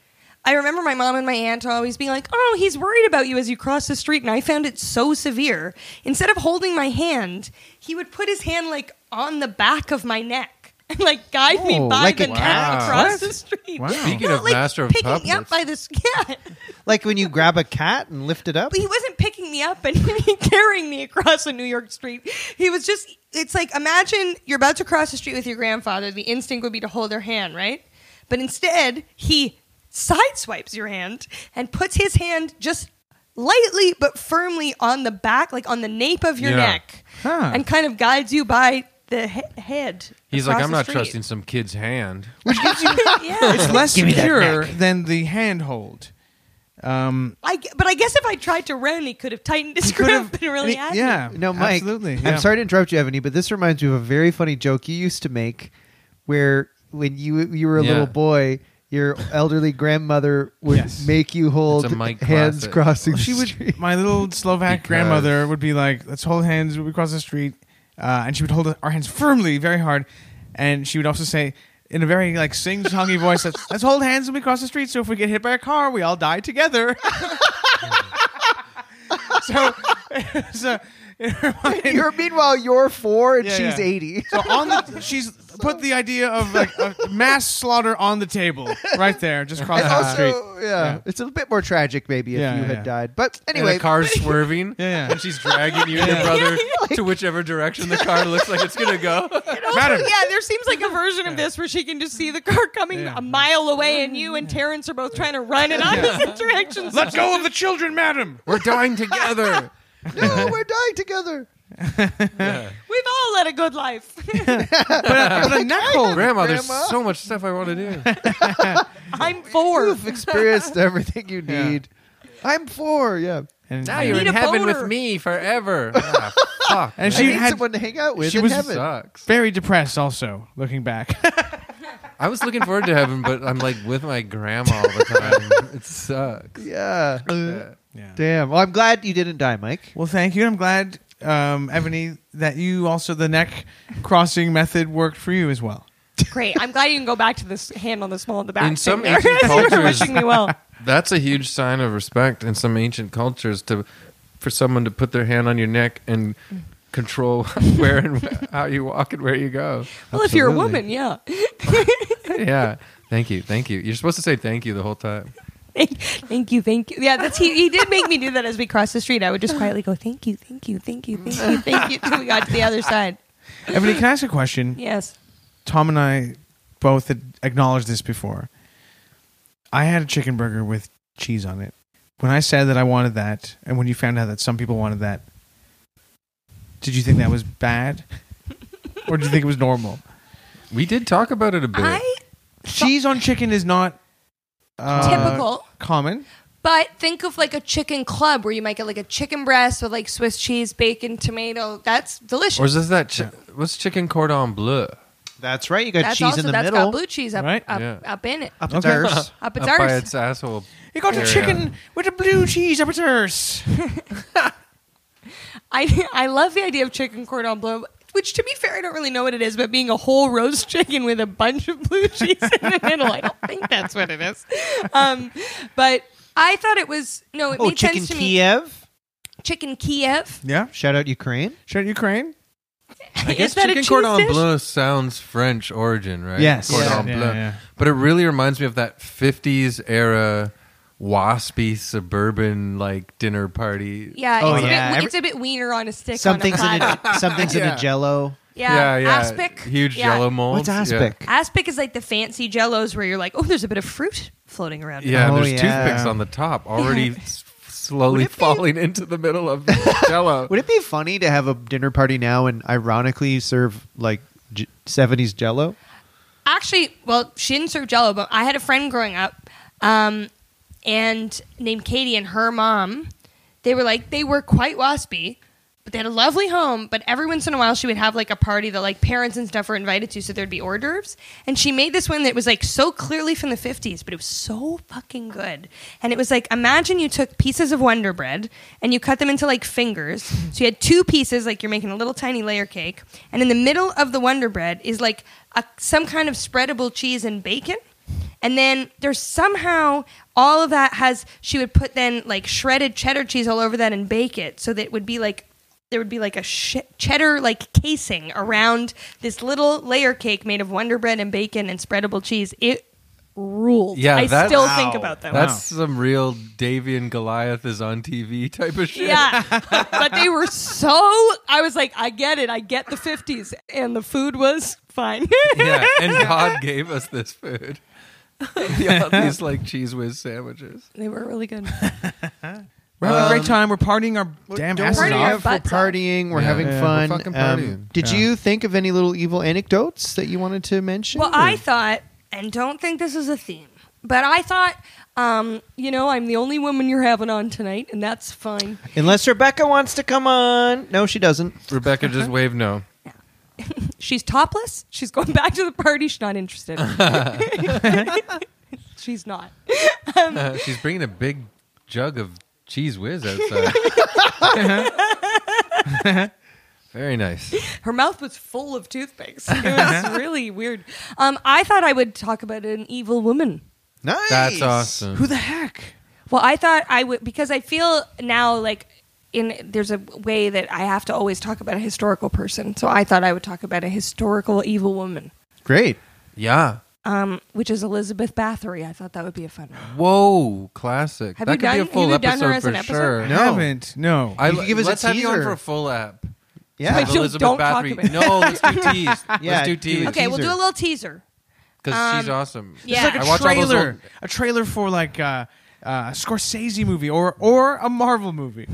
I remember my mom and my aunt always being like, "Oh, he's worried about you as you cross the street," and I found it so severe. Instead of holding my hand, he would put his hand like on the back of my neck and like guide me Oh, by like the a neck cat. across What? the street. Wow. Speaking of master of picking me puppets. up by the s- yeah. Like when you grab a cat and lift it up. But he wasn't picking me up and carrying me across a New York street. He was just, it's like, imagine you're about to cross the street with your grandfather. The instinct would be to hold their hand, right? But instead, he sideswipes your hand and puts his hand just lightly but firmly on the back, like on the nape of your Yeah. neck, Huh. and kind of guides you by the he- head. He's like, across I'm the not street." trusting some kid's hand. yeah. It's less Give me that secure than the handhold. Um, I, g- but I guess if I tried to run, he could have tightened his could have- grip and really and had he- me. yeah. No, Mike. Absolutely. I'm sorry to interrupt you, Ebony, but this reminds me of a very funny joke you used to make, where when you you were a Yeah. little boy, your elderly grandmother would Yes. make you hold It's a Mike hands classic. crossing. she the street. would. My little Slovak Because- grandmother would be like, "Let's hold hands. We cross the street," uh, and she would hold our hands firmly, very hard, and she would also say. In a very like sing-songy voice, let's, let's hold hands when we cross the street. So if we get hit by a car, we all die together. so so, it reminded- You're meanwhile you're four and Yeah, she's yeah. eighty. so on the she's put the idea of like a mass slaughter on the table right there, just across And the street. also, yeah, Yeah. it's a bit more tragic maybe if Yeah, you had yeah. died. But Anyway, anyway, the car's swerving, Yeah, yeah. and she's dragging you and your brother to whichever direction the car looks like it's gonna go. Madam, yeah, there seems like a version of this where she can just see the car coming Yeah. a mile away, and you and Terrence are both trying to run in opposite directions. let go of the children, madam. We're dying together. no, we're dying together. We've all led a good life. But a knuckle. Grandma, there's Grandma. so much stuff I want to do. I'm four. You've experienced everything you Yeah. need. I'm four. Yeah, And, Now you're in need a heaven boner. with me forever. Ah, fuck. and I she need had someone to hang out with she in was- heaven. Sucks. very depressed. Also, looking back, I was looking forward to heaven, but I'm like with my grandma all the time. It sucks. Yeah. yeah. Damn. Well, I'm glad you didn't die, Mike. Well, thank you. I'm glad, um, Ebony, that you also the neck crossing method worked for you as well. Great. I'm glad you can go back to this hand on the small in the back. In some thing there. ancient You were cultures- wishing me well. That's a huge sign of respect in some ancient cultures to for someone to put their hand on your neck and Mm. control where and wh- how you walk and where you go. Well, if you're a Absolutely. woman, yeah. yeah. Thank you. Thank you. You're supposed to say thank you the whole time. Thank, thank you, thank you. Yeah, that's he. He did make me do that as we crossed the street. I would just quietly go, "Thank you, thank you, thank you, thank you, thank you," till we got to the other side. Ebony, can I ask a question? Yes. Tom and I both had acknowledged this before. I had a chicken burger with cheese on it. When I said that I wanted that, and when you found out that some people wanted that, did you think that was bad, or did you think it was normal? We did talk about it a bit. I Cheese on chicken is not uh, typical. common. But think of like a chicken club where you might get like a chicken breast with like Swiss cheese, bacon, tomato. That's delicious. or is this that? Chi- What's chicken cordon bleu? That's right. You got that's cheese also in the that's middle. got blue cheese up Right? up, Yeah. up in it. up Okay. okay. Up its Up by arse. its asshole. You got a Yeah. chicken with a blue cheese up its arse. I I love the idea of chicken cordon bleu, which to be fair, I don't really know what it is, but being a whole roast chicken with a bunch of blue cheese in the middle, I don't think that's what it is. Um, but I thought it was no, it Oh, made chicken sense to Kiev. me. Chicken Kiev. Yeah. Shout out Ukraine. Shout Ukraine. I guess is that a chicken cheese cordon dish? bleu sounds French origin, right? Yes. Cordon Yeah. bleu. Yeah, yeah. But it really reminds me of that 50s era waspy suburban like dinner party. Yeah, Oh, it's, yeah. A bit, Every- it's a bit wiener on a stick. Something's on a in platter. a something's in Yeah. a Jello. yeah, aspic, Huge yeah. yellow mold. What's aspic? Aspic is like the fancy jellos where you're like, oh, there's a bit of fruit floating around. Yeah, and Oh, there's yeah. toothpicks on the top already s- slowly falling into the middle of jello. Would it be funny to have a dinner party now and ironically serve like j- 70s Jello? Actually, well, she didn't serve Jello, but I had a friend growing up, um, and named Katie and her mom. They were like they were quite waspy, but they had a lovely home. But every once in a while, she would have like a party that like parents and stuff were invited to, so there'd be hors d'oeuvres. And she made this one that was like so clearly from the fifties, but it was so fucking good. And it was like imagine you took pieces of Wonder Bread and you cut them into like fingers. So you had two pieces, like you're making a little tiny layer cake, and in the middle of the Wonder Bread is like a, some kind of spreadable cheese and bacon. And then there's somehow all of that has she would put then like shredded cheddar cheese all over that and bake it so that it would be like there would be like a sh- cheddar like casing around this little layer cake made of wonder bread and bacon and spreadable cheese. It ruled. Yeah, I that's- still think about that. That's some real Davy and Goliath is on TV type of shit. Yeah. but they were so I was like I get it. I get the 50s and the food was fine. yeah, and God gave us this food. yeah, these like cheese whiz sandwiches. Um, they were really good. We're having a great time. We're partying our damn Don't asses party worry, our off. Ev, we're butts off. partying. We're Yeah. having Yeah, fun. we're fucking Um, partying. did Yeah. you think of any little evil anecdotes that you wanted to mention? Well, or- I thought, and don't think this is a theme, but I thought, um, you know, I'm the only woman you're having on tonight, and that's fine. unless Rebecca wants to come on. No, she doesn't. Rebecca just waved no. She's topless. She's going back to the party. She's not interested. She's not. Uh, she's bringing a big jug of cheese whiz outside. Very nice. Her mouth was full of toothpicks. It was really weird. Um, I thought I would talk about an evil woman. Nice. That's awesome. Who the heck? Well, I thought I would because I feel now like in there's a way that I have to always talk about a historical person. So I thought I would talk about a historical evil woman, Great. Yeah. um, which is Elizabeth Bathory. I thought that would be a fun one. Whoa, classic. Have that you could done- be a have full you done episode her as for an episode? sure. No. haven't. No. I, You could give us a let's have you on teaser. for a full app. Yeah. But you don't talk Bathory. about it. No, let's do tease. Yeah, let's do do it. tease. Okay, we'll do teaser. a little teaser. Because she's Um, awesome. yeah. It's like I a watch all those trailer, old- a trailer for like uh, uh, a Scorsese movie or or a Marvel movie.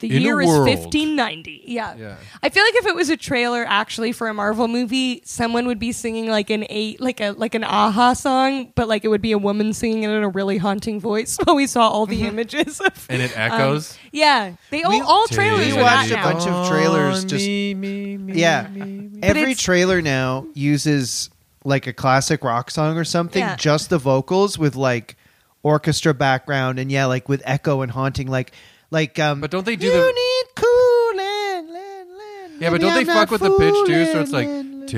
The In a year is world. 1590. Yeah. Yeah. I feel like if it was a trailer actually for a Marvel movie, someone would be singing like an eight, like a like an aha song, but like it would be a woman singing it in a really haunting voice. While we saw all the images of, And it echoes. yeah, they all all trailers Take are it that watched a now. bunch of trailers on just- me, me, me, Yeah. me, me. Every it's- trailer now uses like a classic rock song or something, Yeah. just the vocals with like orchestra background and yeah, like with echo and haunting, like like um. But don't they do you the- need cooling, lin, lin, Yeah, but maybe don't I'm they fuck not with the pitch too? So fooling, it's like lin, lin.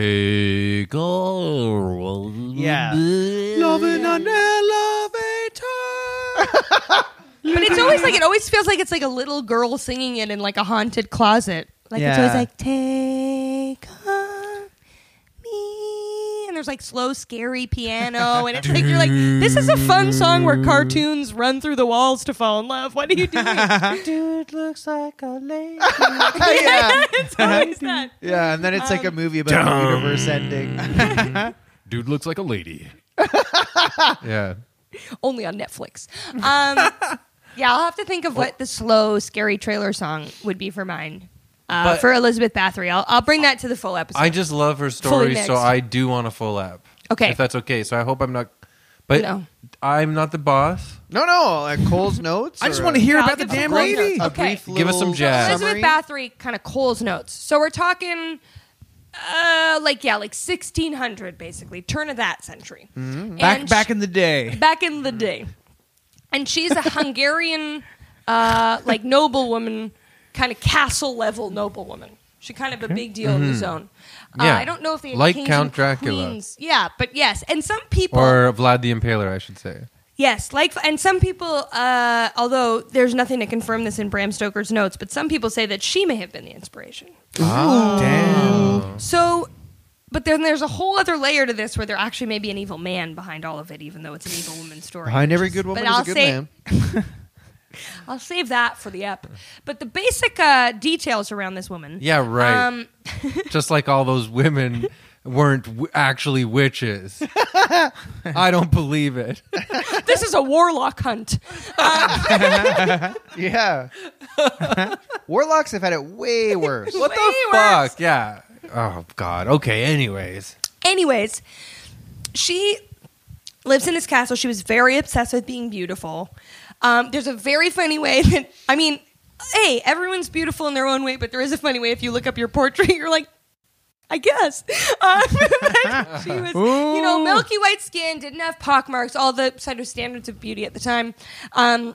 take all Yeah. loving an elevator. But it's always like it always feels like it's like a little girl singing it in like a haunted closet. Like it's always Yeah. like take on me, and there's like slow, scary piano, and it's like you're like, this is a fun song where cartoons run through the walls to fall in love. What are you doing? dude looks like a lady. yeah. it's always that. yeah, and then it's like a Um, movie about the universe ending. Dude looks like a lady. yeah. Only on Netflix. Um, yeah, I'll have to think of what the slow, scary trailer song would be for mine. Uh, But- for Elizabeth Bathory, I'll, I'll bring that to the full episode. I just love her story, mixed. so I do want a full app. Okay. if that's okay. So I hope I'm not, but No. I'm not the boss. No, no, like Cole's notes. I just or want a- to hear Yeah, I'll about the give you damn some lady. notes. A Okay. brief Give us some little uh, jazz. Elizabeth summary. Bathory kind of Cole's notes. So we're talking, uh, like yeah, like 1600 basically, turn of that century. Mm-hmm. Back back in the day. back in Mm. the day, and she's a Hungarian, uh, like noblewoman, kind of castle level noblewoman. She kind of a big deal in the zone. Mm-hmm. Yeah. Uh, I don't know if they had Like kings Count and Dracula. queens. Yeah, but yes, and some people Or Vlad the Impaler, I should say. Yes, like and some people, uh, although there's nothing to confirm this in Bram Stoker's notes, but some people say that she may have been the inspiration. Ah. damn. So, but then there's a whole other layer to this where there actually may be an evil man behind all of it, even though it's an evil woman's story. Behind which every is- good woman but is I'll a good say- man. I'll save that for the app. But the basic uh, details around this woman. Yeah, right. Um, Just like all those women weren't w- actually witches. I don't believe it. this is a warlock hunt. Uh, Yeah. Warlocks have had it way worse. What the Way worse. fuck? Yeah. Oh God. Okay. Anyways, Anyways, she lives in this castle. She was very obsessed with being beautiful. Um, there's a very funny way that, I mean, hey, everyone's beautiful in their own way, but there is a funny way if you look up your portrait, you're like, I guess. Um, like, she was, you know, milky white skin, didn't have pockmarks, all the sort of standards of beauty at the time. Um,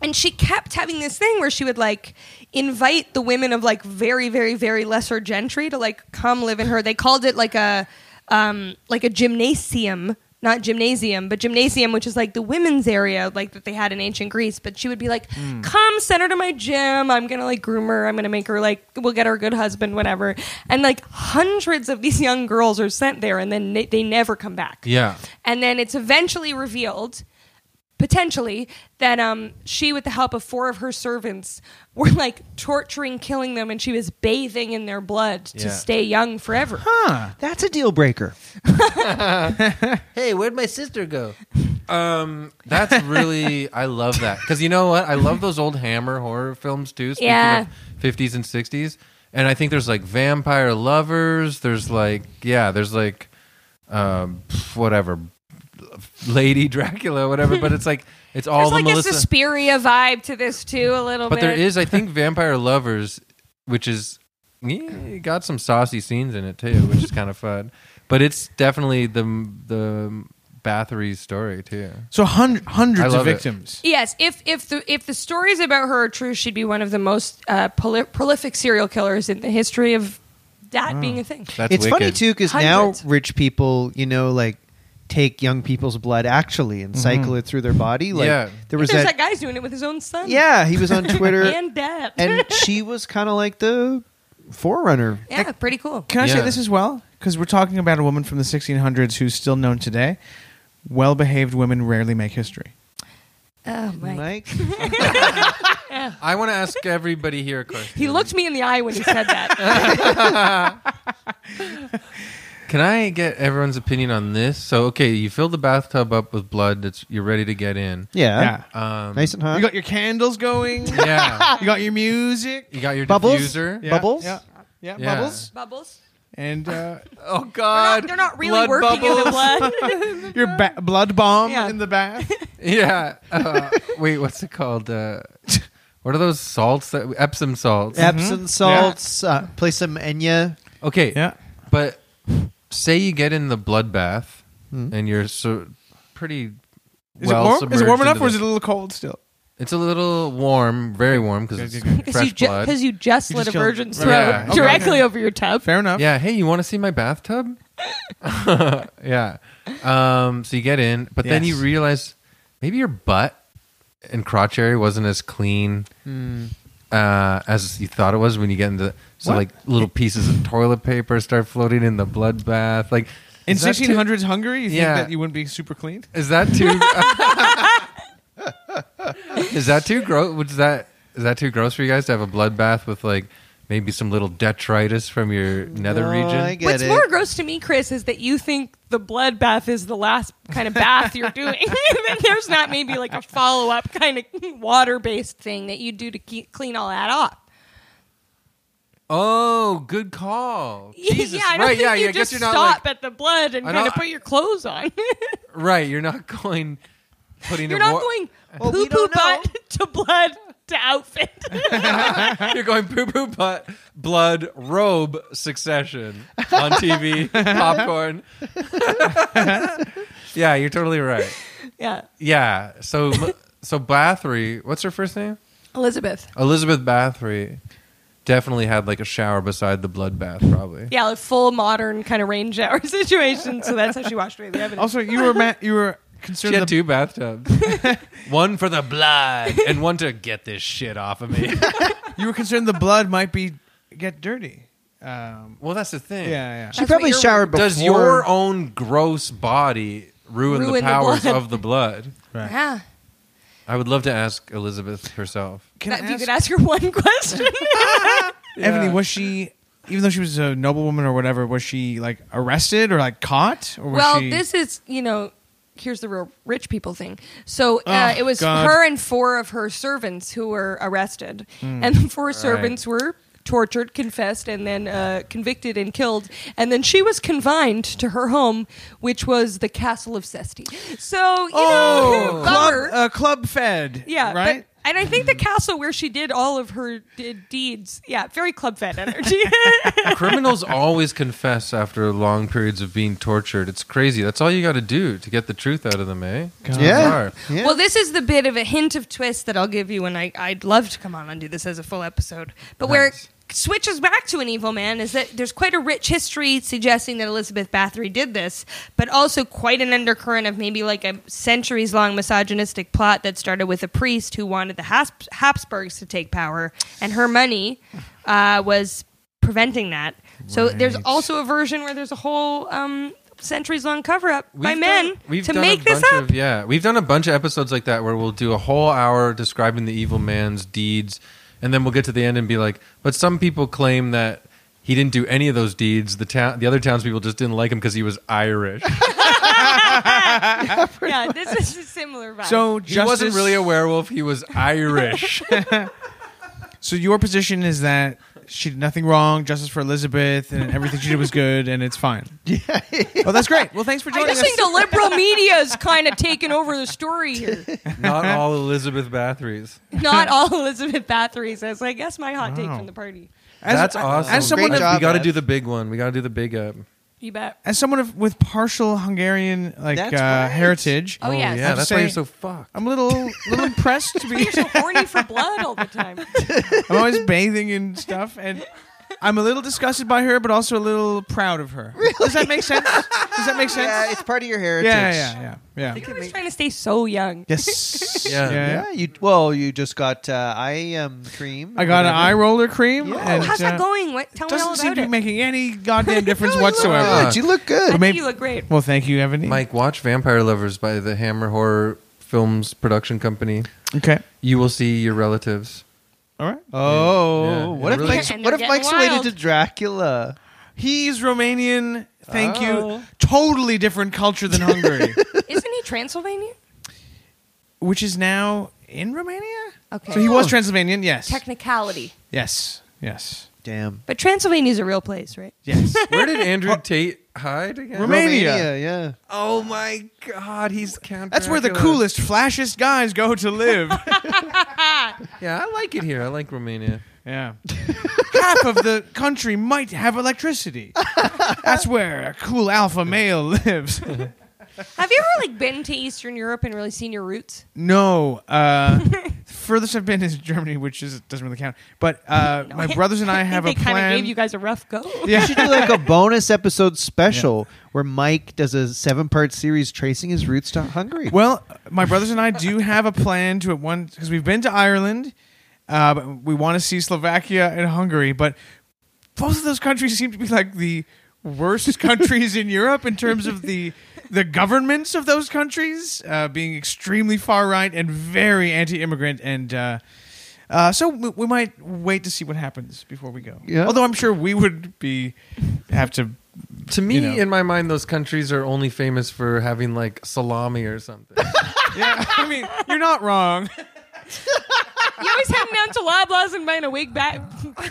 and she kept having this thing where she would like invite the women of like very very very lesser gentry to like come live in her they called it like a um like a gymnasium not gymnasium but gymnasium which is like the women's area like that they had in ancient greece but she would be like come send her to my gym i'm gonna like groom her i'm gonna make her like we'll get her a good husband whatever and like hundreds of these young girls are sent there and then they, they never come back yeah. and then it's eventually revealed potentially that um, she with the help of four of her servants were like torturing killing them and she was bathing in their blood to Yeah. stay young forever That's a deal breaker. Hey, where'd my sister go? Um, that's really I love that because you know what I love those old Hammer horror films too. Speaking Yeah. of fifties and sixties, and I think there's like vampire lovers. There's like yeah, there's like um, pff, whatever, Lady Dracula, whatever. But it's like it's all there's the like a Melissa. Suspiria vibe to this too a little but bit there is, I think, vampire lovers, which is eh, got some saucy scenes in it too, which is kind of fun. But it's definitely the the Bathory story too. So hun- hundreds I of love it. victims. Yes, if if the if the stories about her are true, she'd be one of the most uh, proli- prolific serial killers in the history of that being a thing. That's it's funny wicked. too because now Hundreds. rich people, you know, like take young people's blood actually Mm-hmm. and cycle it through their body. Like Yeah. there was There's that, that, guy's doing it with his own son. Yeah, he was on Twitter, and dad. and she was kind of like the forerunner. yeah, pretty cool. Can I say Yeah. this as well? Because we're talking about a woman from the 1600s who's still known today. Well behaved women rarely make history. Oh my! Mike, I want to ask everybody here a question. He looked me in the eye when he said that. Can I get everyone's opinion on this? So, okay, you fill the bathtub up with blood. That's you're ready to get in. yeah, Yeah. Um, nice and hot. You got your candles going. you yeah, got your music. you got your Bubbles? diffuser. Yeah, Bubbles? Yeah. Yeah, Yeah. bubbles. Bubbles. And uh, Oh They're not, God, they're not really blood working in the bubbles. blood. your ba- blood bomb Yeah. in the bath. Yeah. Uh, wait, what's it called? Uh, what are those salts? That, Epsom salts. Mm-hmm. Epsom salts. Uh, play some Enya. Okay. yeah. But say you get in the bloodbath Hmm. and you're so pretty Is, well it warm? is submerged it warm into enough or is the- it a little cold still? It's a little warm, very warm because Good, it's good, Because fresh you, ju- blood. 'cause you just You slit just a killed- virgin's Right. throat Yeah. Okay. directly over your tub. Fair enough. yeah. Hey, you want to see my bathtub? yeah. Um, so you get in, but then you Yes. realize maybe your butt and crotch area wasn't as clean uh, as you thought it was when you get into. So Hmm. What? like little pieces of toilet paper start floating in the blood bath. Like In is that too- 1600s Hungary, you Yeah. think that you wouldn't be super clean? Is that too? is that too gross? Is that is that too gross for you guys to have a bloodbath with like maybe some little detritus from your nether No, region? Oh, I get What's it. more gross to me, Chris, is that you think the blood bath is the last kind of bath you're doing. and then there's not maybe like a follow up kind of water based thing that you do to keep, clean all that off. oh, good call. Jesus, yeah, I don't right? think Yeah, you yeah. I guess just you're not stop like at the blood and I kind of don't- put your clothes on. right. You're not going putting. you're the not wa- going Well, we poo poo don't know. butt to blood to outfit. You're going poo poo butt blood robe succession on TV popcorn. yeah, you're totally right. yeah, Yeah. So so Bathory, what's her first name? Elizabeth. Elizabeth Bathory definitely had like a shower beside the bloodbath, probably. Yeah, like full modern kind of rain shower situation. So that's how she washed away the evidence. Also, you were ma- you were She concerned. had the- two bathtubs. one for the blood and one to get this shit off of me. You were concerned the blood might be get dirty. Um, well, that's the thing. yeah, yeah. She probably your- showered before. Does your own gross body ruin, Ruin the the powers blood. of the blood? yeah. I would love to ask Elizabeth herself. Can That- I if you ask- could ask her one question. Ebony, was she, even though she was a noblewoman or whatever, was she like arrested or like caught? Or was well, she, this is, you know, here's the real rich people thing. So uh, Oh, it was God. her and four of her servants who were arrested. Hmm. And the four servants were tortured, confessed, and then uh, convicted and killed. And then she was confined to her home, which was the castle of Sesti. So, you know, club, bummer. uh, club fed. yeah. right. But, and I think the castle where she did all of her d- deeds, yeah, very club fed energy. Criminals always confess after long periods of being tortured. It's crazy. That's all you got to do to get the truth out of them, eh? Yeah. yeah. Well, this is the bit of a hint of twist that I'll give you, and I, I'd love to come on and do this as a full episode. But where it switches back to an evil man is that there's quite a rich history suggesting that Elizabeth Bathory did this, but also quite an undercurrent of maybe like a centuries long misogynistic plot that started with a priest who wanted the Habs- Habsburgs to take power, and her money uh, was preventing that. So there's also a version where there's a whole. Um, Centuries long cover up by We've men done- we've to done a make this bunch up. Of, yeah, we've done a bunch of episodes like that where we'll do a whole hour describing the evil man's deeds, and then we'll get to the end and be like, "But some people claim that he didn't do any of those deeds. The town, the other townspeople just didn't like him because he was Irish. yeah, this is a similar vibe. So he justice, wasn't really a werewolf. He was Irish. So your position is that she did nothing wrong, justice for Elizabeth, and everything she did was good, and it's fine. Yeah. well, that's great. Well, thanks for I joining just us. think the liberal media is kind of taking over the story here. Not all Elizabeth Bathory's. Not all Elizabeth Bathory says. I guess my hot take Wow. from the party. As- That's awesome. As someone, Great of- job. we got to Ev. do the big one. We got to do the big up. You bet. as someone of, with partial Hungarian like uh, That's right. heritage, Oh, yes. yeah, I'm just that's why you're saying- so fucked. I'm a little little impressed to be. You're so horny for blood all the time. I'm always bathing in stuff, and I'm a little disgusted by her, but also a little proud of her. Does that make sense? Does that make sense? Yeah, it's part of your heritage. yeah, yeah, yeah, yeah. I was trying to stay so young. Yes. Yeah. Yeah. You well, you just got uh, eye um, cream. I got an eye roller cream. Yeah. and, Oh, How's uh, that going? What? Tell me all Doesn't about seem to be it. making any goddamn difference whatsoever. good. You look I good. think maybe- you look great. Well, thank you, Ebony. Mike, watch Vampire Lovers by the Hammer Horror Films Production Company. Okay. You will see your relatives. All right. Oh, Yeah, what it if really- Mike's, And what they're if Mike's getting related wild. to Dracula? He's Romanian. Thank Oh. you. Totally different culture than Hungary, Isn't he Transylvanian? which is now in Romania. Okay. So he was Transylvanian. Yes. Technicality. yes. Yes. Damn, But Transylvania is a real place, right? Yes. Where did Andrew Tate hide again? Romania. yeah. Oh my God, he's Count. That's where the Dracula. coolest, flashest guys go to live. Yeah, I like it here. I like Romania. yeah. Half of the country might have electricity. That's where a cool alpha male lives. Have you ever like been to Eastern Europe and really seen your roots? No, uh, furthest I've been is Germany, which is doesn't really count. But uh, my brothers and I, think have a they kinda plan. gave you guys a rough go. We should do like a bonus episode special where Mike does a seven-part series tracing his roots to Hungary. well, my brothers and I do have a plan to at one because we've been to Ireland. Uh, but we want to see Slovakia and Hungary, but both of those countries seem to be like the worst countries in Europe in terms of the the governments of those countries uh, being extremely far right and very anti-immigrant and. Uh, uh, so we, we might wait to see what happens before we go. Yeah. Although I'm sure we would be have to. To me, You know. in my mind, those countries are only famous for having like salami or something. Yeah, I mean, you're not wrong. You always heading down to Loblaws and buying a big, back,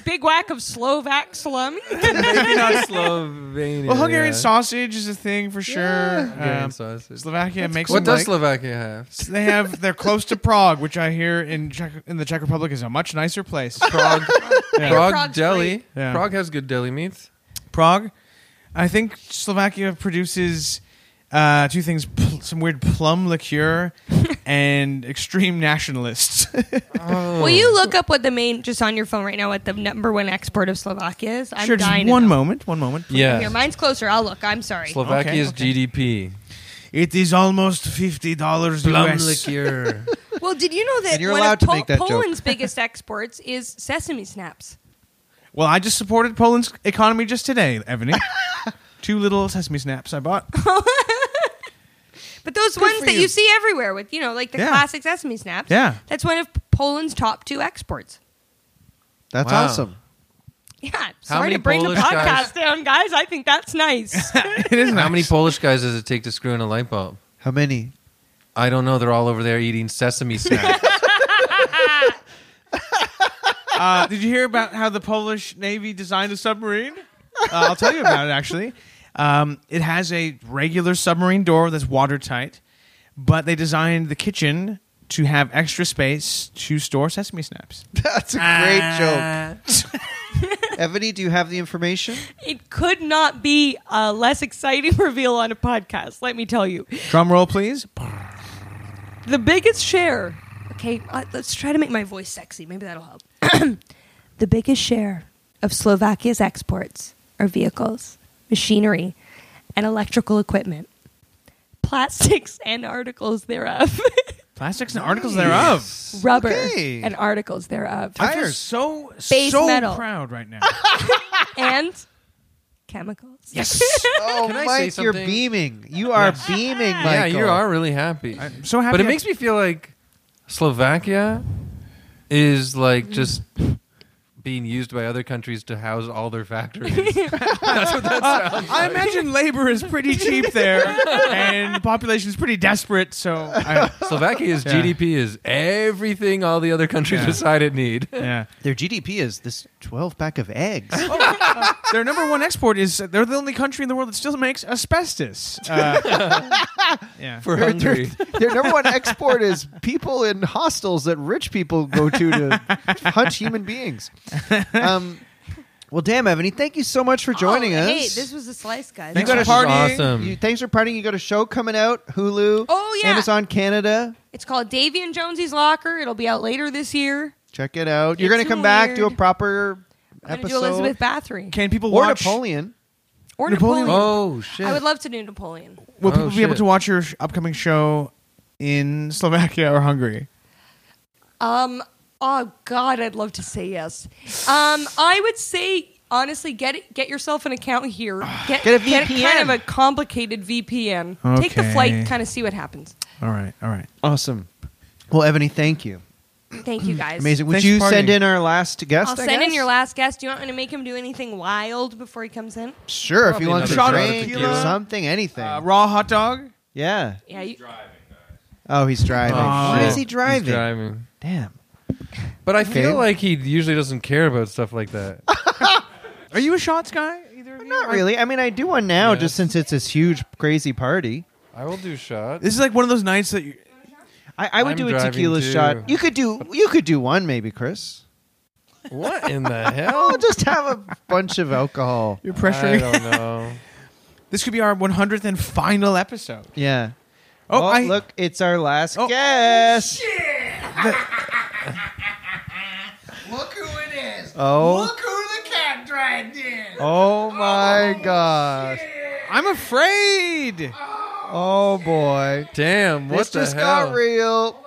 big whack of Slovak salami. Maybe not Slovenia. Well, Hungarian yeah. sausage is a thing for sure. Hungarian Um, sausage. Slovakia makes What them, does like- Slovakia have? They have. They're close to Prague, which I hear in Czech, in the Czech Republic is a much nicer place. Prague, Prague Prague's deli. great. Yeah. Prague has good deli meats. Prague, I think Slovakia produces uh, two things: pl- some weird plum liqueur and extreme nationalists. Will you look up what the main, just on your phone right now, what the number one export of Slovakia is? I'm sure, just dying. one to know. moment. One moment. Here, mine's closer. I'll look. I'm sorry. Slovakia's Okay, GDP. It is almost fifty dollars Plum US. liqueur. well, did you know that And you're one allowed of to Pol- make that joke. Poland's biggest exports is sesame snaps? Well, I just supported Poland's economy just today, Ebony. Two little sesame snaps I bought. But those ones for that you. you. see everywhere with, you know, like the Yeah. classic sesame snaps. Yeah. That's one of Poland's top two exports. That's Wow. awesome. Yeah. Sorry many to bring Polish the guys- podcast down, guys. I think that's nice. it is How nice. many Polish guys does it take to screw in a light bulb? How many? I don't know. They're all over there eating sesame snaps. Uh, did you hear about how the Polish Navy designed a submarine? Uh, I'll tell you about it actually. Um, it has a regular submarine door that's watertight, but they designed the kitchen to have extra space to store sesame snaps. That's a great joke. Ebony, do you have the information? it could not be a less exciting reveal on a podcast, let me tell you. Drum roll, please. The biggest share. Okay, uh, let's try to make my voice sexy. Maybe that'll help. the biggest share of Slovakia's exports are vehicles, machinery, and electrical equipment, plastics and articles thereof, Plastics and articles thereof. rubber Okay. and articles thereof, I feel so Base so metal. proud right now. and chemicals. Yes, Oh, Can I say Mike, you're something? beaming. You are beaming, Michael. yeah, you are really happy. I'm so happy. but it I- makes me feel like Slovakia is like just being used by other countries to house all their factories. I imagine labor is pretty cheap there, and the population is pretty desperate. So, I, Slovakia's Yeah. GDP is everything all the other countries Yeah. beside it need. yeah, Their GDP is this 12 pack of eggs. their number one export is they're the only country in the world that still makes asbestos. Uh, yeah, For Hungary. Their number one export is people in hostels that rich people go to to hunt human beings. Um, well, damn, Ebony, thank you so much for joining Oh, us. Hey, this was a slice, guys. Thanks you for got a partying. Awesome. You, thanks for partying. You got a show coming out, Hulu. Oh, yeah. Amazon Canada. It's called Davy and Jonesy's Locker. It'll be out later this year. Check it out. You're going It's to come back, weird. do a proper I'm gonna do episode. Elizabeth Bathory Can people or watch? Napoleon. or Napoleon- Napoleon. Oh shit! I would love to do Napoleon. Will Oh, people be able shit. to watch your sh- upcoming show in Slovakia or Hungary? Um, oh God, I'd love to say yes. Um, I would say honestly, get it, get yourself an account here. Get a Get, kind of VPN. a complicated VPN. Take the Okay. flight, kind of see what happens. All right, all right. Awesome. Well, Ebony, thank you. Thank you guys. Amazing. Would Thanks you for partying. send in our last guest? I'll I send in guess? your last guest. Do you want me to make him do anything wild before he comes in? Sure, if you want to another shot of drink tequila. something, anything. Uh, raw hot dog. yeah. Yeah. You, Oh, he's driving. Oh, Why shit. is he He's driving? driving. Damn. But I feel Okay. like he usually doesn't care about stuff like that. Are you a shots guy? Either of you? Not really. I mean, I do one now Yes. just since it's this huge, crazy party. I will do shot. This is like one of those nights that you. I, I would I'm do a driving tequila too. shot. You could do. You could do one, maybe, Chris. What in the hell? Oh, just have a bunch of alcohol. You're I pressuring. don't know. This could be our 100th and final episode. Yeah. Oh, Oh, I, look, it's our last Oh. guest. look who it is. Oh. Look who the cat dragged in. Oh my gosh. I'm afraid. Oh boy. Damn, what this the just hell? got real.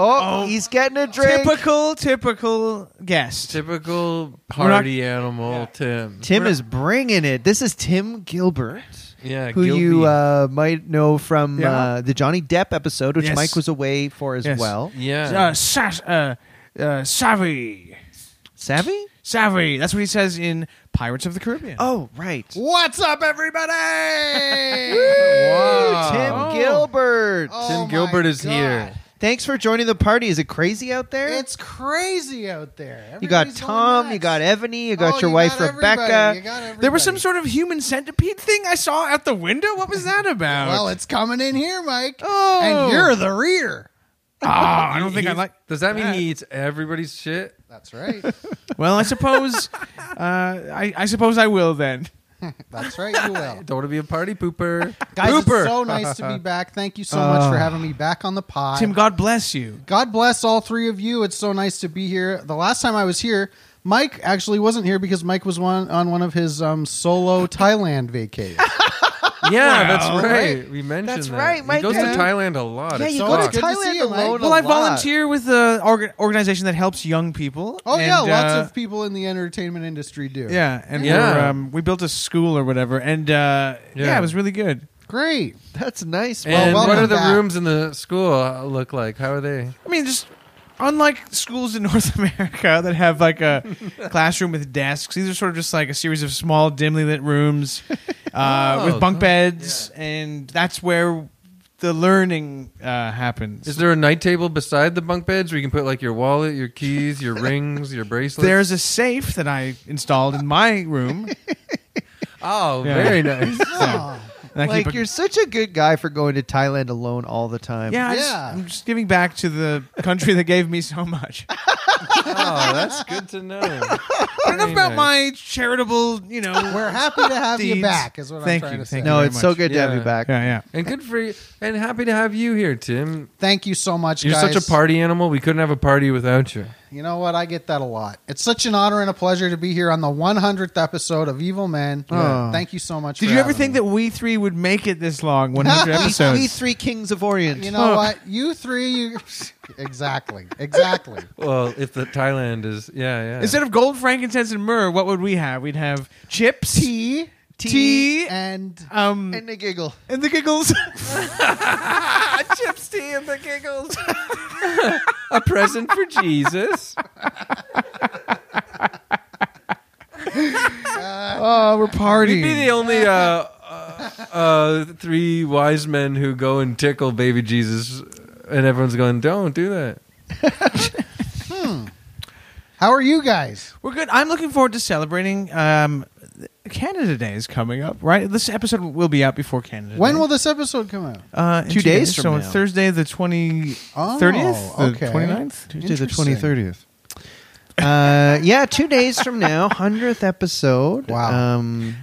Oh, he's getting a drink. Typical, typical guest. Typical party animal, Tim. Tim is bringing it. This is Tim Gilbert, Yeah, who Gilby. you uh, might know from Yeah. uh, the Johnny Depp episode, which Yes. Mike was away for as Yes. well. yeah. Uh, sas- uh, uh, savvy, Savvy? savvy. That's what he says in Pirates of the Caribbean. Oh, right. What's up, everybody? Tim wow. Oh. Gilbert. Tim Gilbert is here. Thanks for joining the party. Is it crazy out there? It's crazy out there. you got Everybody's going Tom, nuts. you got Ebony, you got Oh, your you wife got everybody. You Rebecca. got There was everybody. some sort of human centipede thing I saw out the window. What was that about? Well, it's coming in here, Mike. oh, And you're the rear. Ah, I don't think I like. Does that mean he eats everybody's shit? That's right. Well, I suppose, uh, I, I suppose I will then. That's right. You will. Don't want to be a party pooper. Guys, pooper. it's so nice to be back. Thank you so much Ah. for having me back on the pod. Tim, God bless you. God bless all three of you. It's so nice to be here. The last time I was here, Mike actually wasn't here because Mike was one on one of his um, solo Thailand vacations. yeah, that's right. We mentioned That's that. right, He Mike goes did. to Thailand a lot. Yeah, It you so go sucks. to good to Thailand see you, Mike. alone. Well, a I lot. volunteer with the org- organization that helps young people. Oh yeah, and, lots uh, of people in the entertainment industry do. Yeah, and Yeah. We're, um, we built a school or whatever, and uh, yeah. Yeah. it was really good. great. That's nice. And Well, what welcome are the back. rooms in the school uh, look like? How are they? I mean, just unlike schools in North America that have like a classroom with desks, these are sort of just like a series of small, dimly lit rooms uh, Oh, with bunk cool. beds, and that's where the learning uh, happens. Is there a night table beside the bunk beds where you can put like your wallet, your keys, your rings, your bracelets? There's a safe that I installed in my room. oh, Yeah. very nice. And I keep like a- you're such a good guy for going to Thailand alone all the time. yeah, I just- Yeah. I'm just giving back to the country that gave me so much. oh, that's good to know. Enough Very about my nice. charitable, you know. We're happy to have Deeds. you back. Is what Thank I'm trying you, to say. thank you. No, very it's so much. good to have Yeah. you back. yeah, yeah. And good for you. And happy to have you here, Tim. Thank you so much, You're guys. such a party animal. We couldn't have a party without you. You know what? I get that a lot. It's such an honor and a pleasure to be here on the 100th episode of Evil Men. Oh. Thank you so much. Did for you ever having think me. that we three would make it this long, 100 We episodes? three kings of Orient. You know what? You three, you exactly, exactly. Well, if the Thailand is, yeah, yeah. Instead of gold, frankincense, and myrrh, what would we have? We'd have chips, Tea, tea, and um, And a giggle. and the giggles. chips, tea, and the giggles? a present for Jesus. oh, we're We'd be the partying. only uh, uh, uh, three wise men who go and tickle baby Jesus, and everyone's going, "Don't do that." how are you guys? We're good. I'm looking forward to celebrating. Um, Canada Day is coming up, right? This episode will be out before Canada. When Day. will this episode come out? uh, in Two days So from on now. Thursday, the 20 Oh, 30th, the okay. 29th. Tuesday the Interesting. 2030th. Uh, yeah, two days from now, 100th episode. Wow. Um,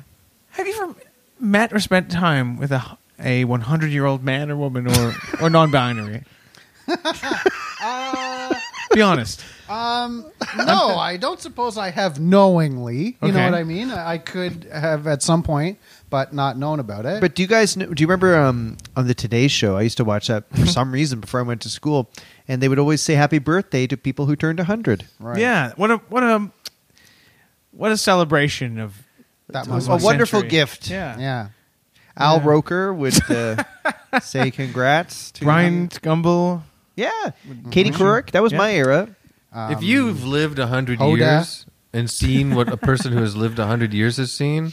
Have you ever met or spent time with a a 100 year old man or woman or or non binary? Be honest. Um, no, I don't suppose I have knowingly. You know Okay. what I mean? I I could have at some point, but not known about it. But do you guys kn- do you remember um, on the Today Show? I used to watch that for some reason before I went to school, and they would always say "Happy Birthday" to people who turned hundred. right. Yeah. What a what a what a celebration of that A must One wonderful century. gift. yeah. Yeah, Al Yeah. Roker would uh, say congrats to Brian Gumble. Yeah, Katie Couric. That was Yeah. my era. if you've lived 100 Hoda. years and seen what a person who has lived 100 years has seen,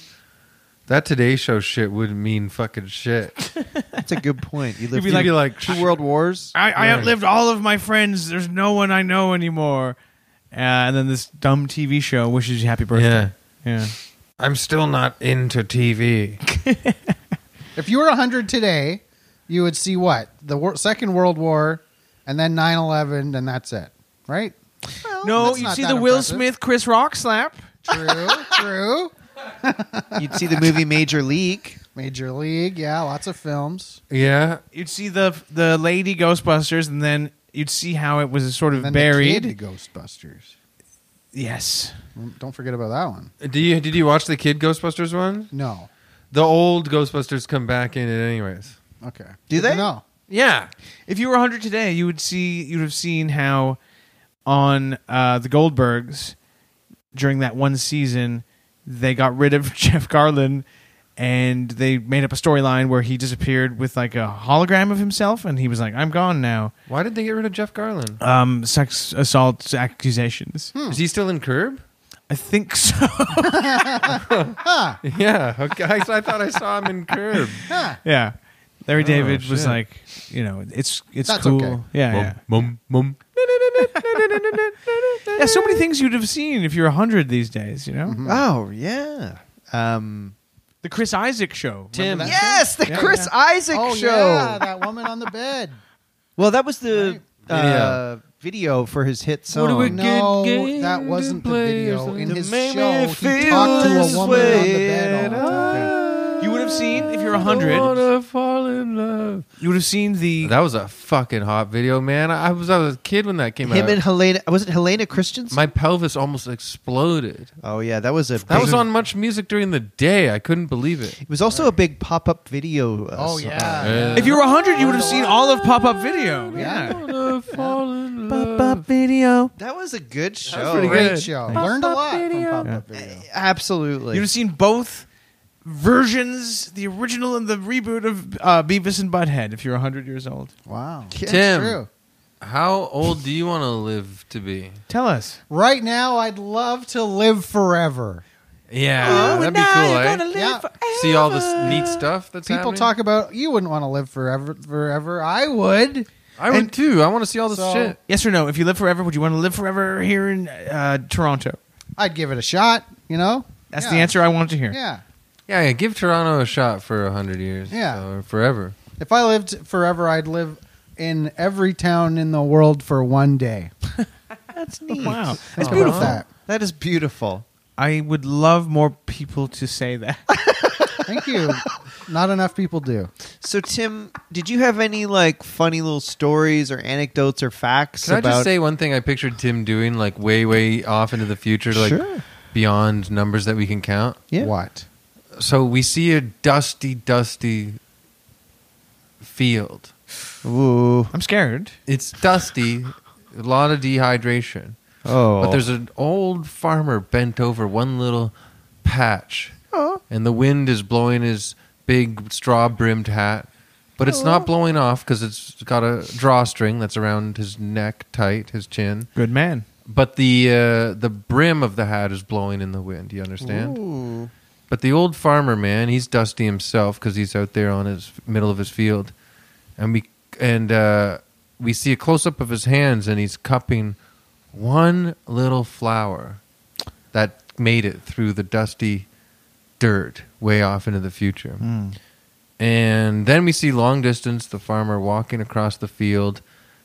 that Today Show shit would mean fucking shit. That's a good point. You You'd lived be like, through two world wars. I, I outlived all of my friends. There's no one I know anymore. Uh, and then this dumb TV show wishes you happy birthday. yeah. Yeah. I'm still not into TV. if you were hundred today, you would see what the wor- Second World War, and then 9-11, and that's it. Right? No, that's you not see that the Will impressive. Smith Chris Rock slap. True. true. You'd see the movie Major League. Major League. Yeah, lots of films. Yeah. You'd see the the lady Ghostbusters, and then you'd see how it was sort of And then buried. The kid Ghostbusters. yes. Don't forget about that one. Do you did you watch the Kid Ghostbusters one? No. The old Ghostbusters come back in it anyways. Okay. Do they? No. Yeah. If you were 100 today, you would see you would have seen how on uh, the Goldbergs during that one season they got rid of Jeff Garlin and they made up a storyline where he disappeared with like a hologram of himself and he was like I'm gone now. Why did they get rid of Jeff Garland? Um sex assault accusations. Is he still in Curb? I think so. Yeah. Okay. I, I thought I saw him in Curb. yeah. Larry David was Oh, shit. like, you know, it's it's That's cool. okay. Yeah, yeah. Mum, mum. Yeah, so many things you'd have seen if you're 100 these days, you know? Mm-hmm. Oh yeah. Um, The Chris Isaac show. Tim. Remember that? yes, the Yeah. Chris Isaac Oh show. yeah, that woman on the bed. Well, that was the uh, video for his hit song. no, that wasn't the video. In his show, he talked to a woman on the bed all the time. You would have seen if you're 100. fall in love. You would have seen the That was a fucking hot video, man. I was I was a kid when that came Him out. and Helena. Was it Helena Christensen? My pelvis almost exploded. oh yeah, that was a. That big- was on Much Music during the day. I couldn't believe it. It was also a big pop-up video. Uh, Oh song. yeah. if you were 100, you would have seen all of Pop Up Video. Yeah. Pop Up Video. that was a good show. pretty Great good. show. Learned a lot from Pop Up Video. Absolutely. You'd have seen both versions, the original and the reboot of uh, Beavis and Butthead if you're 100 years old. Wow. Tim. It's true. How old do you want to live to be? Tell us. Right now, I'd love to live forever. Yeah, Oh, that'd be cool. Eh? Yeah. See all this neat stuff that's People happening? talk about you wouldn't want to live forever. Forever, I would. I would too. I want to see all this So- shit. Yes or no? If you live forever, would you want to live forever here in uh, Toronto? I'd give it a shot. You know. That's Yeah. the answer I wanted to hear. Yeah. Yeah, yeah, give Toronto a shot for hundred years. Yeah. so, or forever. If I lived forever, I'd live in every town in the world for one day. That's neat. Wow. Think about that. That is beautiful. I would love more people to say that. Thank you. Not enough people do. So Tim, did you have any like funny little stories or anecdotes or facts Can I about? just say one thing? I pictured Tim doing like way, way off into the future, like Sure. beyond numbers that we can count. Yeah. What? So we see a dusty, dusty field. Ooh. I'm scared. It's dusty, a lot of dehydration. Oh. But there's an old farmer bent over one little patch, and the wind is blowing his big straw brimmed hat. But it's not blowing off because it's got a drawstring that's around his neck tight, his chin. Good man. But the uh, the brim of the hat is blowing in the wind. You understand? Ooh. But the old farmer man, he's dusty himself because he's out there on his middle of his field, and we and uh, we see a close up of his hands, and he's cupping one little flower that made it through the dusty dirt way off into the future. And then we see long distance the farmer walking across the field.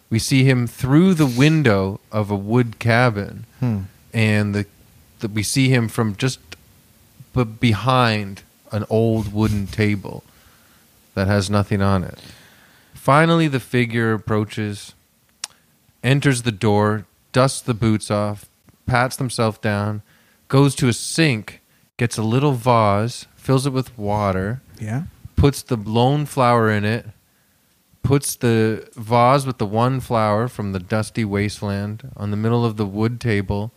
We see him through the window of a wood cabin, and the, the we see him from just but behind an old wooden table that has nothing on it. Finally, the figure approaches, enters the door, dusts the boots off, pats themselves down, goes to a sink, gets a little vase, fills it with water, Yeah. puts the blown flower in it, puts the vase with the one flower from the dusty wasteland on the middle of the wood table,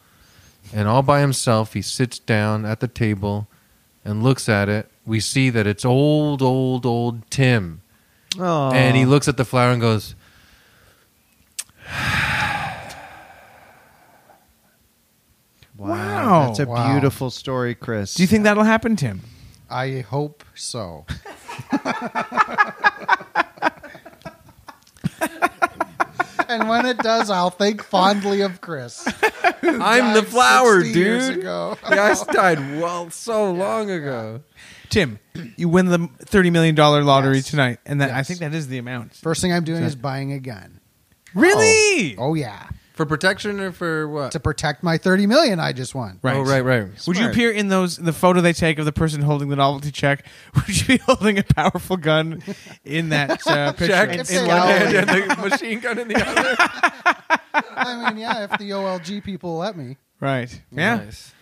and all by himself he sits down at the table and looks at it. We see that it's old, old, old Tim. Oh, And he looks at the flower and goes, Wow. That's a Wow. beautiful story, Chris. Do you think that'll happen, Tim? I hope so. and when it does, I'll think fondly of Chris. who I'm the died flower, 60 years dude. ago. I died well so long ago. Tim, you win the thirty million dollar lottery Yes. tonight, and that I Yes. think that is the amount. First thing I'm doing is buying a gun. Really? Oh yeah, For protection or for what? to protect my 30 million I just won. Right. Oh, right, right. Would you appear in those the photo they take of the person holding the novelty check? Would you be holding a powerful gun in that uh, picture? Jack If in they one all- hand and the machine gun in the other. I mean, yeah, if the OLG people let me, Right. Yeah. Nice.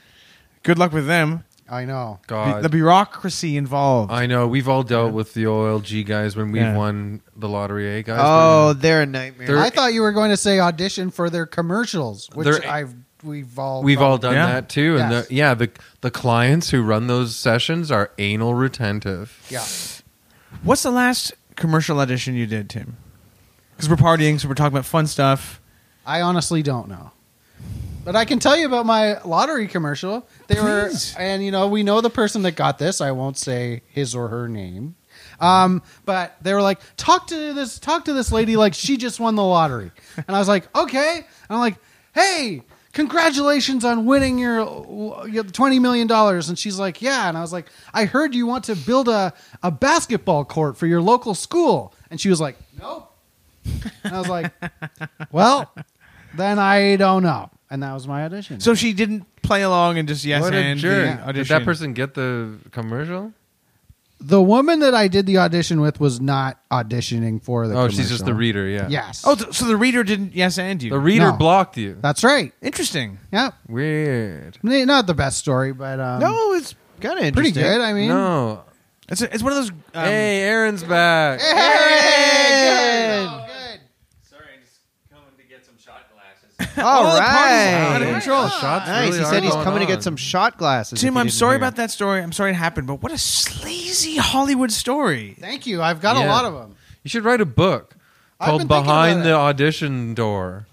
Good luck with them. I know. God. the bureaucracy involved. I know. We've all dealt with the OLG guys when we've Yeah. won the lottery, eh, guys? Oh, they're a nightmare. They're- I thought you were going to say audition for their commercials, which They're- I've we've all We've all done Yeah. that too, and Yes. the, yeah, the the clients who run those sessions are anal retentive. yeah. What's the last commercial audition you did, Tim? Because we're partying, so we're talking about fun stuff. I honestly don't know. But I can tell you about my lottery commercial. They Please. were, and you know, we know the person that got this. I won't say his or her name. Um, but they were like, talk to this, talk to this lady like she just won the lottery. And I was like, okay. And I'm like, hey, congratulations on winning your, your $20 million. And she's like, yeah. And I was like, I heard you want to build a, a basketball court for your local school. And she was like, nope. And I was like, well, then I don't know. And that was my audition. So she didn't play along and just yes Hmm. what a and jerk! the Did audition. that person get the commercial? the woman that I did the audition with was not auditioning for the. oh, she's just the commercial. reader. Yeah. Yes. Oh, th- so the reader didn't yes and you. The reader No. blocked you. that's right. Interesting. Yeah, Weird. N- not the best story, but um, no, it's kind of pretty interesting. good. I mean, No. It's, a, it's one of those. Um, hey, Aaron's back. Hey, good. Oh, Sorry, I'm just coming to get some shot glasses. All Oh, the party's Out out of right. control. Shots Nice. really he are said he's going coming to on. get some shot glasses. Tim, I'm sorry about that story. I'm sorry it happened, but what a sleazy Hollywood story. Thank you. I've got a Yeah. lot of them. You should write a book I've called been thinking Behind about the it. Audition Door.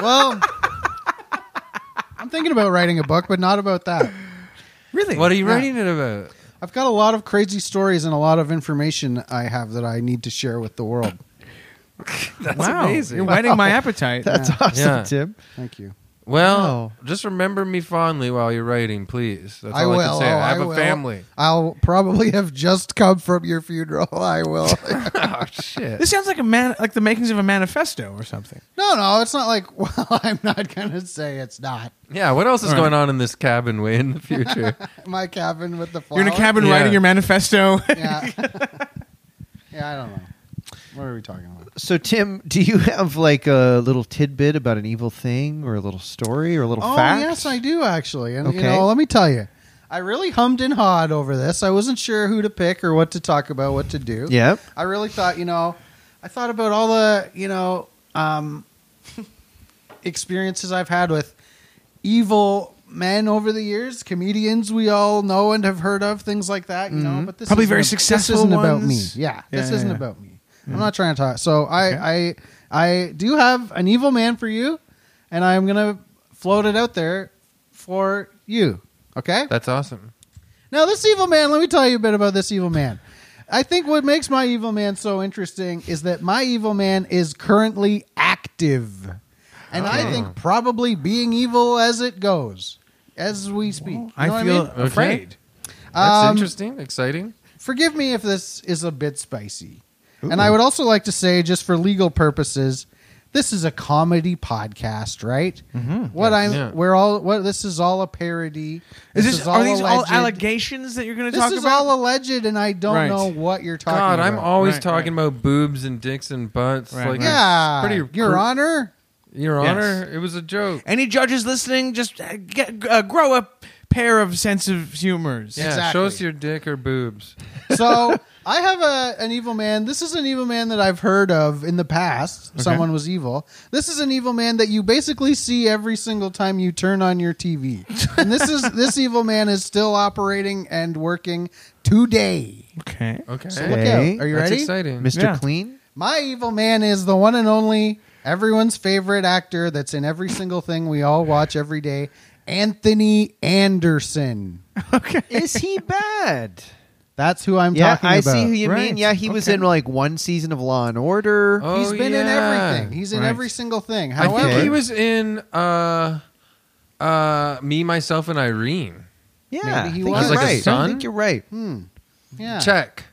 Well, I'm thinking about writing a book, but not about that. Really? What are you Yeah. writing it about? I've got a lot of crazy stories and a lot of information I have that I need to share with the world. That's wow. You're whetting my appetite. That's awesome, Yeah. Tim. Thank you. Well, just remember me fondly while you're writing, please. That's all I, I will. can say. Oh, I have I a will. family. I'll probably have just come from your funeral. I will. Oh shit. This sounds like a man, like the makings of a manifesto or something. no, no, it's not like. Well, I'm not gonna say it's not Yeah, what else is All right. going on in this cabin way in the future? my cabin with the flower. You're in a cabin Yeah. writing your manifesto. Yeah. yeah, I don't know. What are we talking about? So, Tim, do you have like a little tidbit about an evil thing or a little story or a little fact? Oh, yes, I do actually. And you Okay. know, let me tell you, I really hummed and hawed over this. I wasn't sure who to pick or what to talk about, what to do. Yep. I really thought, you know, I thought about all the, you know, um, experiences I've had with evil men over the years, comedians we all know and have heard of, things like that, you Mm-hmm. know. But this Probably isn't very ab- successful This isn't about me. ones. Yeah, Yeah, this yeah, isn't yeah. Mm-hmm. about me. I'm not trying to talk. So I, I, I do have an evil man for you, and I'm gonna float it out there for you. Okay. That's awesome. Now, this evil man, let me tell you a bit about this evil man. I think what makes my evil man so interesting is that my evil man is currently active. And Oh. I think probably being evil as it goes, as we speak. You know I what feel mean? afraid. That's Um, interesting, exciting. Forgive me if this is a bit spicy. And I would also like to say, just for legal purposes, this is a comedy podcast, right? Mm-hmm. What I'm, Yeah. we're all, what this is all a parody. Is this, are these all alleged. allegations that you're going to This talk is about? all alleged, and I don't Right. know what you're talking God, about. I'm always Right, talking about boobs and dicks and butts. Right, like right. it's yeah, pretty Your Honor. Your Yes. Honor, it was a joke. Any judges listening, just uh, get, uh, grow a pair of sense of humors. Yeah, Exactly. show us your dick or boobs. so I have a an evil man. This is an evil man that I've heard of in the past. Someone was evil. This is an evil man that you basically see every single time you turn on your TV. and this is this evil man is still operating and working today. Okay. Okay, So look out. Hey, Are you that's ready? exciting. Mr. Yeah. Clean? My evil man is the one and only everyone's favorite actor that's in every single thing we all watch every day, Anthony Anderson. Is he bad? That's who I'm yeah, talking I about. see who you Right. mean. Yeah, he was in like one season of Law and Order. Oh, He's been in yeah. everything. He's in Right. every single thing. I However, think he was in uh, uh, Me, Myself, and Irene. yeah, maybe he I think was. Hmm. you're Like a right. I son? think you're right. yeah. Check.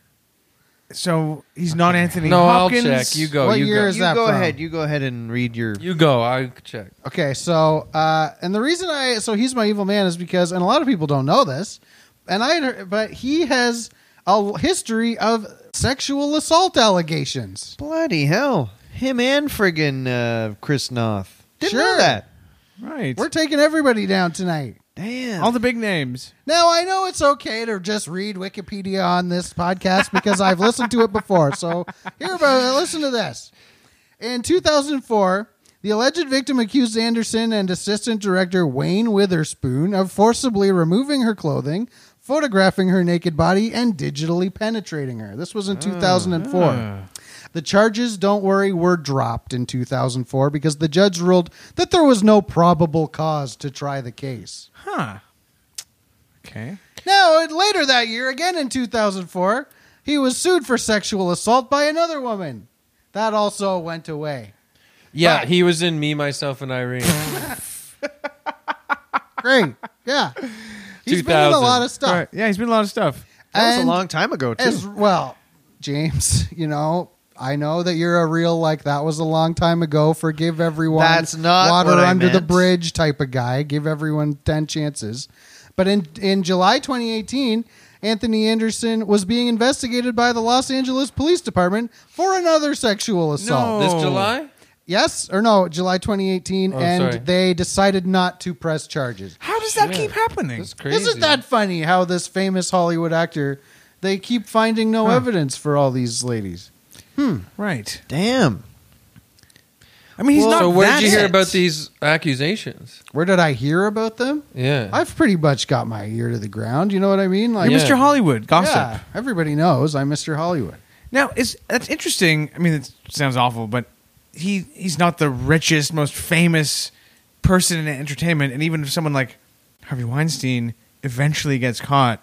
So he's not Anthony No, I'll Hopkins. check. You go. What you year go. is Oh, You that go from? ahead. You go ahead and read your. You go. I check. Okay, so uh, and the reason I so he's my evil man is because and a lot of people don't know this, and I had heard- but he has a history of sexual assault allegations. Bloody hell! Him and friggin' uh, Chris Noth. Didn't Sure. know that. Right. We're taking everybody down tonight. Damn. All the big names. Now I know it's okay to just read Wikipedia on this podcast because I've listened to it before. So here, but listen to this. In 2004, the alleged victim accused Anderson and assistant director Wayne Witherspoon of forcibly removing her clothing, photographing her naked body, and digitally penetrating her. This was in 2004. The charges, don't worry, were dropped in 2004 because the judge ruled that there was no probable cause to try the case. Huh. Okay. Now, later that year, again in 2004, he was sued for sexual assault by another woman. That also went away. Yeah, he was in Me, Myself, and Irene. Great. Yeah. He's been in a 2000. lot of All stuff. right. Yeah, he's been a lot of stuff. that was And a long time ago too. as well, James, you know, I know that you're a real like that was a long time ago. Forgive everyone. That's not water what I under the meant. bridge type of guy. Give everyone ten chances. But in in July 2018, Anthony Anderson was being investigated by the Los Angeles Police Department for another sexual assault. this July? Yes or no? July 2018, Oh, and sorry. they decided not to press charges. How does that keep happening? That's crazy. Isn't that funny how this famous Hollywood actor they keep finding no evidence for all these ladies? Right. Damn. I mean, he's so not. where that did you hear it. about these accusations? Where did I hear about them? Yeah. I've pretty much got my ear to the ground. You know what I mean? Like You're Yeah. Mr. Hollywood gossip. Yeah, everybody knows I'm Mr. Hollywood. Now, is that's interesting. I mean, it sounds awful, but he he's not the richest, most famous person in entertainment. And even if someone like Harvey Weinstein eventually gets caught,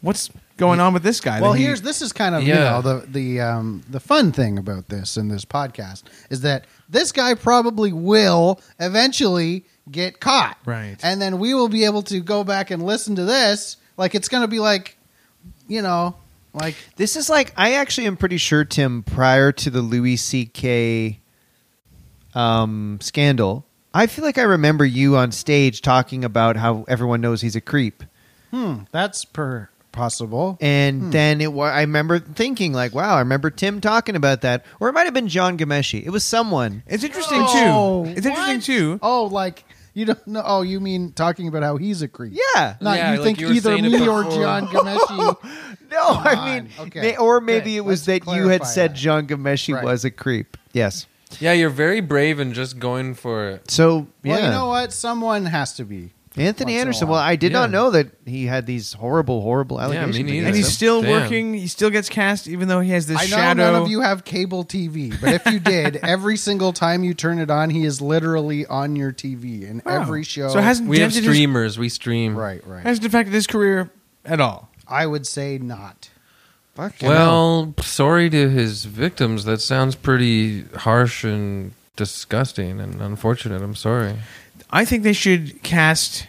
what's going on with this guy? Well, that he- here's this is kind of Yeah. you know the the um, the fun thing about this in this podcast is that this guy probably will eventually get caught, Right. And then we will be able to go back and listen to this. Like it's going to be like, you know, like This is like I actually am pretty sure Tim prior to the Louis C.K. um, scandal. I feel like I remember you on stage talking about how everyone knows he's a creep, hmm, that's per possible. and then it. wa- I remember thinking like, "Wow!" I remember Tim talking about that, or it might have been John Gameshi. It was someone. it's interesting Oh, too. It's interesting what? too. Oh, like you don't know? Oh, you mean talking about how he's a creep? Yeah, Not Yeah, you like think you were either saying it me or before. John Gameshi? no, on. I mean, Okay. may- or maybe Okay, it was let's that you had clarify said that. John Gameshi Right. was a creep. Yes. yeah, you're very brave and just going for it. So yeah, Well, you know what? Someone has to be. Once Anthony in a Anderson. while. Well, I did not Yeah. know that he had these horrible, horrible me allegations. neither. against Yeah, And he's so- him. still Damn. working. He still gets cast, even though he has this I know shadow. none of you have cable TV, but if you did, every single time you turn it on, he is literally on your TV in Wow. every show. So it hasn't We have dented his, streamers. we stream. right, right. hasn't affected his career at all. I would say not. Fucking hell. Well, sorry to his victims. That sounds pretty harsh and disgusting and unfortunate. I'm sorry. I think they should cast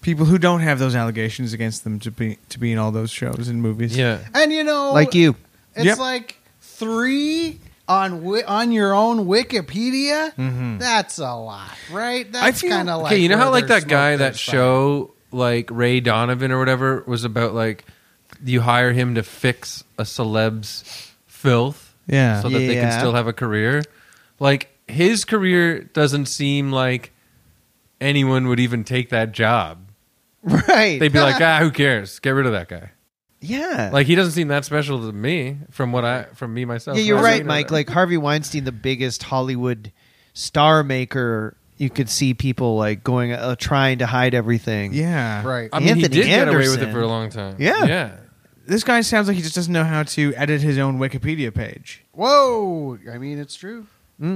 people who don't have those allegations against them to be to be in all those shows and movies. Yeah. And you know, like you. it's Yep. like three on wi- on your own Wikipedia. Mm-hmm. That's a lot, right? That's feel- kind of like okay, you know where how like there's that guy smoke, that there's fire. show like Ray Donovan or whatever was about like you hire him to fix a celeb's filth Yeah. so that they can Yeah. still have a career. Like his career doesn't seem like anyone would even take that job. Right. They'd be like, ah, who cares? Get rid of that guy. yeah. Like he doesn't seem that special to me from what I from me myself. yeah, you're I've right, seen Mike. it. Like Harvey Weinstein, the biggest Hollywood star maker, you could see people like going uh, trying to hide everything. Yeah. Right. I mean, he Anthony did get away with it Anderson. for a long time. Yeah. yeah. This guy sounds like he just doesn't know how to edit his own Wikipedia page. Whoa. I mean, it's true. I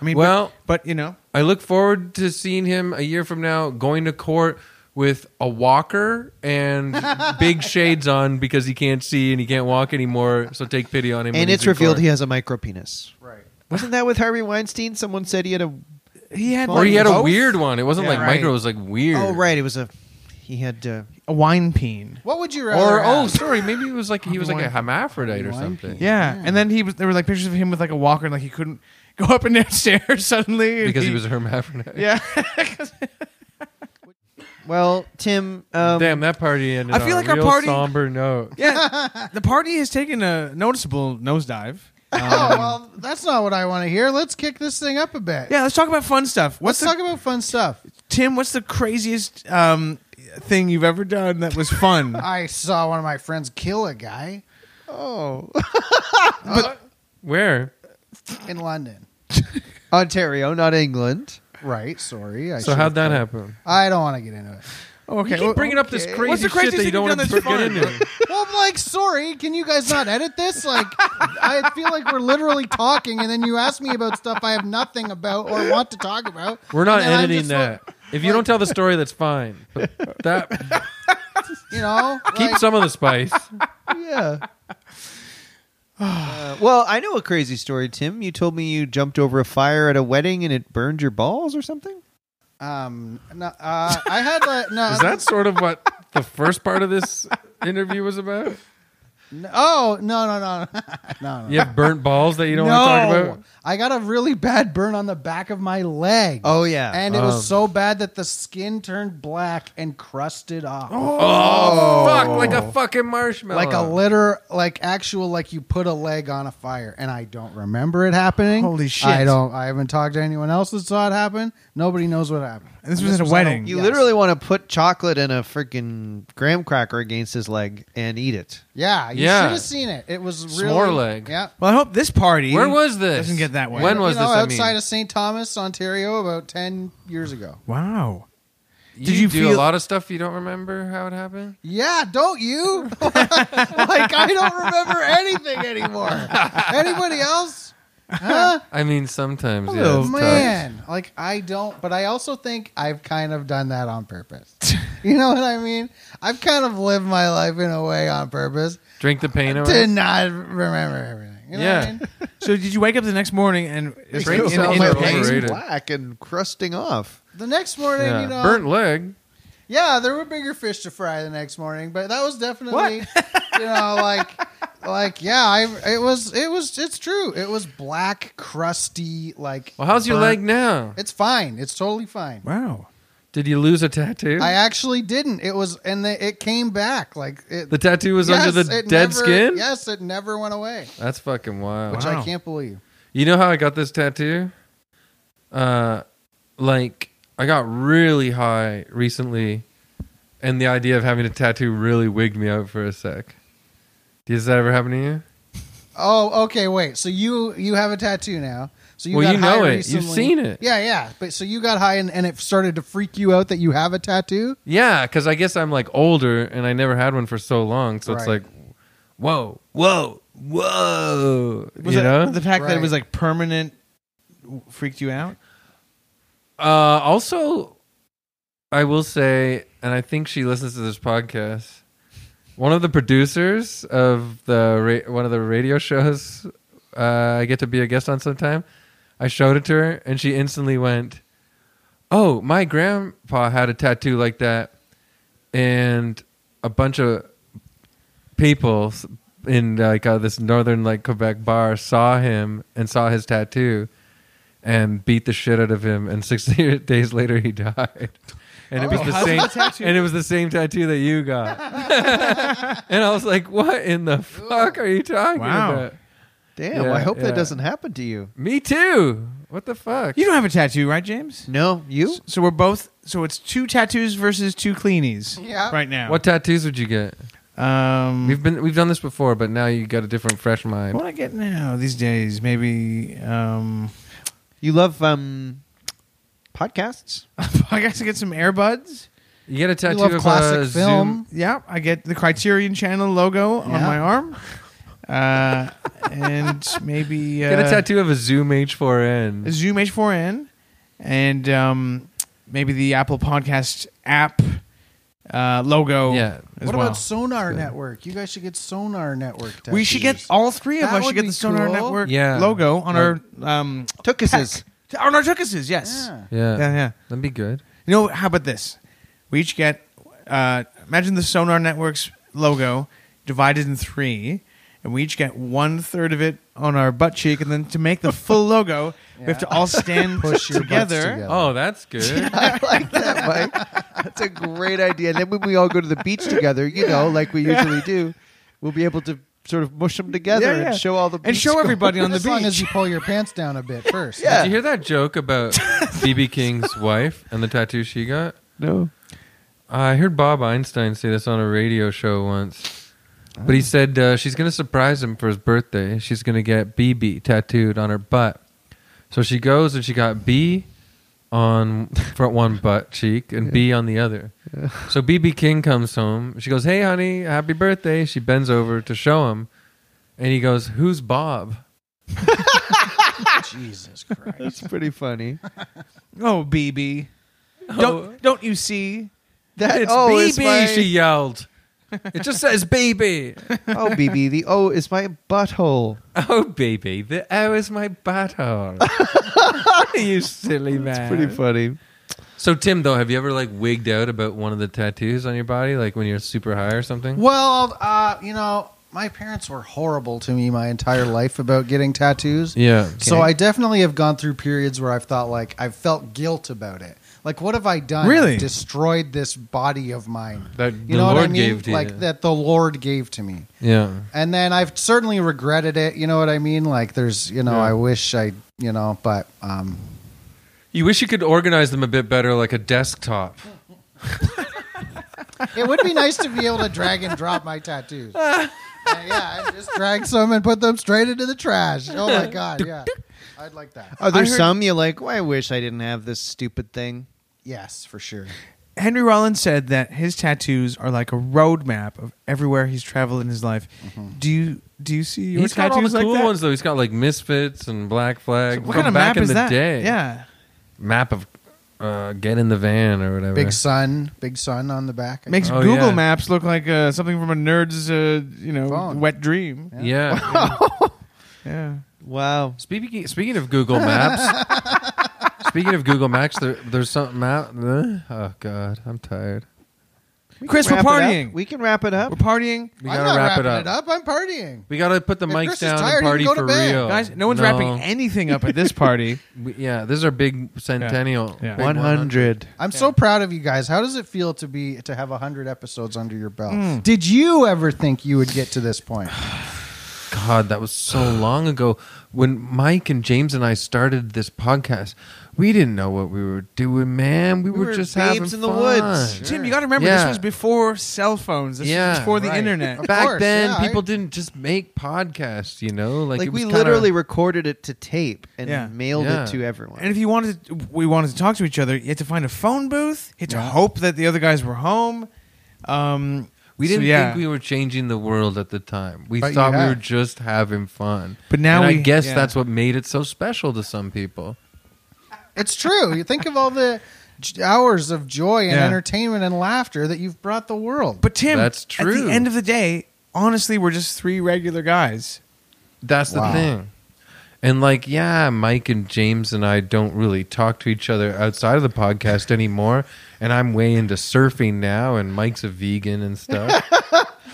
mean, Well- but, but you know, I look forward to seeing him a year from now going to court with a walker and big shades on because he can't see and he can't walk anymore. So take pity on him. when And he's it's in revealed court. he has a micro penis. Right. Wasn't that with Harvey Weinstein? Someone said he had a. he had or he had a both- weird one. It wasn't Yeah, like right. micro. It was like weird. Oh, right. It was a. He had. Uh, a wine peen. What would you rather? Or oh, have? sorry, maybe it was like he was like a Wine- hermaphrodite or wine something. Yeah. hmm. and then he was. There were like pictures of him with like a walker, and like he couldn't go up and down stairs suddenly and because he was a hermaphrodite. Yeah, well, Tim. Um, Damn, that party ended. I feel on like a our real party- somber note. yeah. The party has taken a noticeable nosedive. oh, well, that's not what I want to hear. Let's kick this thing up a bit. Yeah, let's talk about fun stuff. Let's What's the, talk about fun stuff. Tim? What's the craziest um, thing you've ever done that was fun? I saw one of my friends kill a guy Oh, Where? in London. Ontario, not England. Right. Sorry. I So should've how'd that thought- happen? I don't want to get into it. okay, You keep bringing up this crazy What's the shit craziest that you thing don't you've want done that's to get fun? into. well, I'm like, sorry, can you guys not edit this? Like, I feel like we're literally talking, and then you ask me about stuff I have nothing about or want to talk about. We're not And then I'm editing just like, that. if you don't tell the story, that's fine. But that you know, keep like, some of the spice. Yeah. Uh, well, I know a crazy story, Tim. You told me you jumped over a fire at a wedding and it burned your balls or something. um, no, uh, I had a, no, Is that sort of what the first part of this interview was about? no- oh, no, no, no, no, no, no. You have burnt balls that you don't no, want to talk about? I got a really bad burn on the back of my leg. Oh yeah. And it was so bad that the skin turned black and crusted off. Oh, fuck, like a fucking marshmallow. like a litter, like actual, like you put a leg on a fire, and I don't remember it happening. Holy shit. I don't. I haven't talked to anyone else that saw it happen. Nobody knows what happened. And this was at a wedding. You Yes. literally want to put chocolate and a freaking graham cracker against his leg and eat it. Yeah, you Yeah. should have seen it. It was really S'more leg. Yeah, Well, I hope this party. Where was this? Doesn't get that way. When was you know, this? outside I mean, of St. Thomas, Ontario, about ten years ago. Wow. you, Did you do feel- a lot of stuff you don't remember how it happened? Yeah, don't you? like I don't remember anything anymore. Anybody else? Huh? I mean, sometimes. yeah, Oh it's tough. man, like I don't, but I also think I've kind of done that on purpose. you know what I mean? I've kind of lived my life in a way on purpose Drink the pain away. to not remember everything. You know yeah. what I mean? So did you wake up the next morning and it's Brain in- cells in- are in- overrated. black and crusting off. The next morning, Yeah. you know, Burnt leg. yeah, there were bigger fish to fry the next morning, but that was definitely, you know, like, like yeah, I it was it was it's true. It was black, crusty, like. Well, how's your burnt- leg now? It's fine. It's totally fine. Wow. Did you lose a tattoo? I actually didn't. It was, and they, it came back. Like it, the tattoo was Yes, under the it dead never- skin? Yes, it never went away, That's fucking wild. which Wow. I can't believe. You know how I got this tattoo? Uh, like I got really high recently, and the idea of having a tattoo really wigged me out for a sec. Does that ever happen to you? Oh, okay. Wait. So you you have a tattoo now. So you Well, got you high know it. You've Recently. seen it. Yeah, yeah. But so you got high and, and it started to freak you out that you have a tattoo. Yeah, because I guess I'm like older, and I never had one for so long, so it's Right. like, whoa, whoa, whoa. Was you it know? the fact that it was Right. like permanent w- freaked you out? uh, also, I will say, and I think she listens to this podcast. One of the producers of the ra- one of the radio shows uh, I get to be a guest on sometime. I showed it to her, and she instantly went, "Oh, my grandpa had a tattoo like that, and a bunch of people s- in like uh, this northern like Quebec bar saw him and saw his tattoo, and beat the shit out of him. And six days later, he died." And it was the same, and it was the same tattoo that you got. and I was like, "What in the fuck are you talking Wow. about?" Damn. Yeah, I hope yeah. that doesn't happen to you. Me too. What the fuck? You don't have a tattoo, right, James? No, you? So we're both. So it's two tattoos versus two cleanies. Yeah. Right now. What Mm. tattoos would you get? Um. We've been we've done this before, but now you got a different fresh mind. what I get now these days? Maybe. Um. You love um podcasts? I guess I get some Airbuds. You get a tattoo love of classic a film. Zoom. Yeah, I get the Criterion Channel logo on Yeah. my arm. Uh, and maybe uh, Get a tattoo of a Zoom H4n. a Zoom H4n, and um, maybe the Apple Podcast app uh, logo. Yeah. as what well. about Sonar Network? You guys should get Sonar Network. Tattoos. we should get all three of That us would should get be the Sonar cool. Network Yeah. logo on our um Tookuses. t- on our tuckuses. Yes. Yeah. Yeah. yeah, yeah. That'd be good. You know, how about this? We each get, uh, imagine the Sonar Network's logo divided in three, and we each get one third of it on our butt cheek. And then to make the full logo, we have to all stand Push your butts together. together. Oh, that's good. I like that, Mike. That's a great idea. And then when we all go to the beach together, you know, like we usually do, we'll be able to sort of mush them together Yeah, yeah. and show all the And beach show goers. everybody on the as long as beach. you pull your pants down a bit first. Did Yeah. you hear that joke about BB King's wife and the tattoo she got? No. I heard Bob Einstein say this on a radio show once. But he said uh, she's going to surprise him for his birthday. She's going to get BB tattooed on her butt. So she goes and she got B on front one butt cheek and B on the other. So BB King comes home. She goes, "Hey honey, happy birthday." She bends over to show him and he goes, "Who's Bob?" Jesus Christ. That's pretty funny. Oh, BB. Oh. Don't, don't you see? That It's Oh, O is BB, my- she yelled. It just says BB. oh, BB, the O is my butthole. Oh, baby, the O is my butthole. you silly man. uh, Pretty funny. So, Tim, though, have you ever like wigged out about one of the tattoos on your body, like when you're super high or something? Well, uh, you know, my parents were horrible to me my entire life about getting tattoos. Yeah. So I definitely have gone through periods where I've thought like I've felt guilt about it. Like what have I done? Really? I've destroyed this body of mine. That You the know Lord what I mean? gave to like you. that the Lord gave to me. Yeah. And then I've certainly regretted it, you know what I mean? Like there's you know, Yeah. I wish I you know, but um You wish you could organize them a bit better, like a desktop. it would be nice to be able to drag and drop my tattoos. Uh, yeah, I just drag some and put them straight into the trash. Oh my god, yeah. I'd like that. Are there I heard- some you like? Well, I wish I didn't have this stupid thing. Yes, for sure. Henry Rollins said that his tattoos are like a roadmap of everywhere he's traveled in his life. Do you do you see your Mm-hmm. He's got tattoos all like the cool that? ones though. He's got like misfits and black flag. What from kind of back map in is the that? day? Yeah. Map of uh, get in the van or whatever. Big sun, big sun on the back. I Makes Oh, Google yeah. Maps look like uh, something from a nerd's, uh, you know, Phone. wet dream. yeah. yeah. Yeah. Wow. Speaking speaking of Google Maps, speaking of Google Maps, there, there's something out. oh God, I'm tired. Chris, we're Wrap it up. partying. We can wrap it We're up. partying. We I'm gotta not wrap it wrapping up. it up. I'm partying. We gotta put the If mics Chris is down tired, he and can party go to for bed. real, Guys, no one's wrapping anything up at this party. We- yeah, this is our big centennial. Yeah. Big 100. I'm so proud of you guys. How does it feel to be to have 100 episodes under your belt? Did you ever think you would get to this point? God, that was so long ago. When Mike and James and I started this podcast, we didn't know what we were doing, man. We, were, were just babes having in the fun. woods. Tim, you got to remember Yeah. this was before cell phones. This Yeah, was before the right. internet. Of Back course, then, yeah, I- people didn't just make podcasts, you know. Like, Like, it was we kinda- literally recorded it to tape and Yeah. mailed Yeah. it to everyone. And if you wanted, to, we wanted to talk to each other. You had to find a phone booth. You had to hope that the other guys were home. Um, we so, didn't yeah. think we were changing the world at the time. We But you thought we have. were just having fun. But now And we- I guess yeah. that's what made it so special to some people. It's true. You think of all the j- hours of joy and Yeah. entertainment and laughter that you've brought the world. But Tim, That's At true. the end of the day, honestly, we're just three regular guys. That's the Wow. thing. And like, yeah, Mike and James and I don't really talk to each other outside of the podcast anymore. And I'm way into surfing now, and Mike's a vegan and stuff.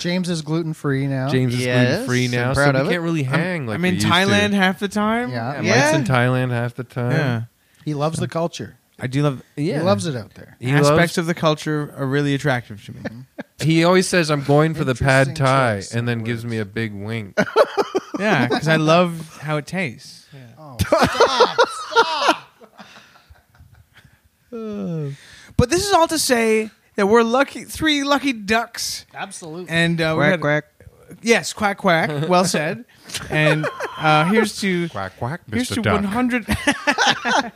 James is gluten free now. James is Yes, gluten free I'm now, so proud we of it. can't really hang. like I'm in we used to. Thailand half the time. Yeah. Yeah, Yeah. Mike's in Thailand half the time. Yeah. He loves the culture. I do love Yeah. He loves it out there. He aspects loves- Mm-hmm. of the culture are really attractive to me. He always says, "I'm going for the pad Interesting thai," choice and of then gives words. me a big wink. yeah, because I love how it tastes. Oh, stop! But this is all to say that we're lucky, three lucky ducks, Absolutely. and uh, we Quack, had- quack. Yes, quack quack. Well said. and uh, here's to Quack quack, here's to Mr. Duck. 100.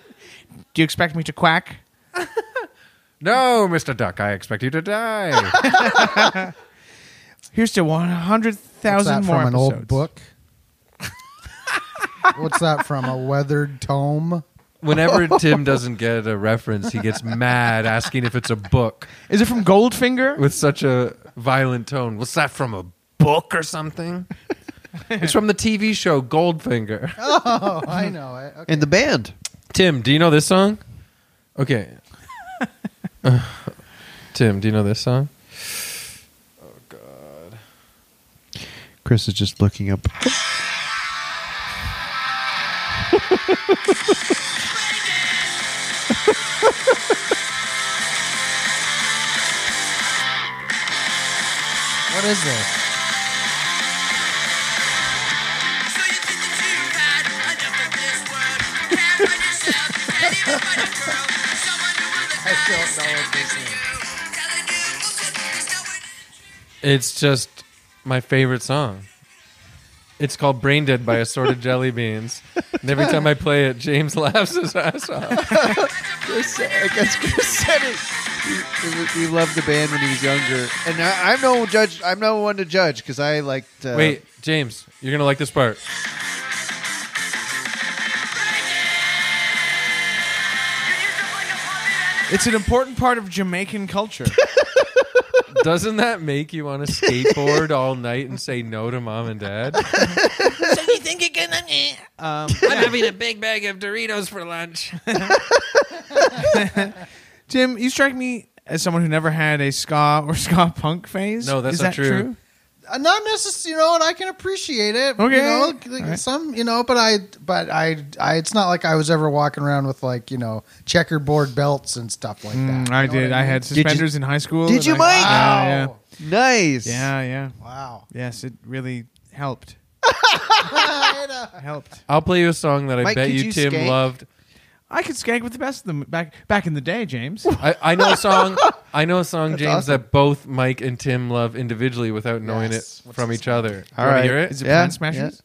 Do you expect me to quack? No, Mr. Duck, I expect you to die. Here's to one hundred What's that thousand more from episodes. an old book? What's that from? A weathered tome? Whenever Tim doesn't get a reference, he gets mad asking if it's a book Is it from Goldfinger? with such a violent tone. What's that from a book or something? It's from the TV show Goldfinger. Oh, I know it. Okay. in the band. Tim, do you know this song? Okay. Tim, do you know this song? Chris is just looking up. What is this? It's just my favorite song. It's called Brain Dead by Assorted Jelly Beans. And every time I play it, James laughs his ass off. I guess Chris said it. He, he loved the band when he was younger, and I, I'm no judge. I'm no one to judge because I liked. Uh, Wait, James, you're going to like this part. It's an important part of Jamaican culture. Doesn't that make you on a skateboard all night and say no to mom and dad? Um, I'm having a big bag of Doritos for lunch. Tim, you strike me as someone who never had a ska or ska punk phase. No, that's Is not that true. Uh, Not necessarily, you know, and I can appreciate it. Okay. you know, like, All right. some, you know, but I, but I, I, it's not like I was ever walking around with like you know checkerboard belts and stuff like Mm, that. I You know what did. I had you- suspenders in high school. Did and you, I- Mike? Yeah, Wow. nice. yeah, yeah, yeah. Wow. Yes, it really helped. helped. I'll play you a song that I Mike, bet could you, you Tim skate? loved. I could skank with the best of them back back in the day, James. I, I know a song. I know a song, James, awesome. that both Mike and Tim love individually without knowing Yes. it What's from this each other. All you wanna right. hear it? Is it Yeah, Plan Smashers?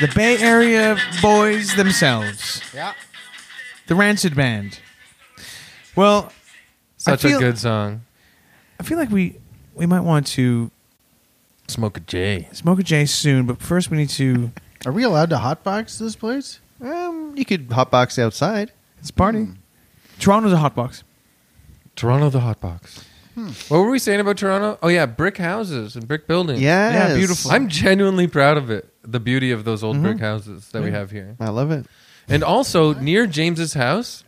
The Bay Area boys themselves. Yeah. The Rancid Band. Well, Such I feel- a good song. I feel like we we might want to Smoke a J. smoke a J soon, but first we need to Are we allowed to hotbox this place? Um, you could hotbox outside. it's a party. Hmm. Toronto's a hot box. Toronto the Hot Box. Hmm. What were we saying about Toronto? Oh yeah, brick houses and brick buildings. Yes. Yeah, beautiful. I'm genuinely proud of it. The beauty of those Mm-hmm. old brick houses that we have here. I love it. And also near James's house,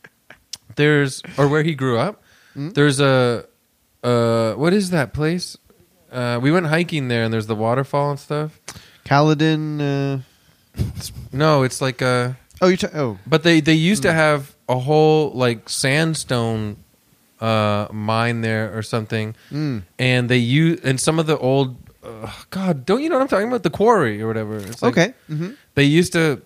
there's or where he grew up, there's a uh what is that place? Uh, we went hiking there and there's the waterfall and stuff. Caledon. Uh, No, it's like a oh, you're. T- oh, But they they used to have a whole like sandstone uh, mine there or something, Hmm. and they use and some of the old uh, God, don't you know what I'm talking about? The quarry or whatever. It's like, okay. hmm They used to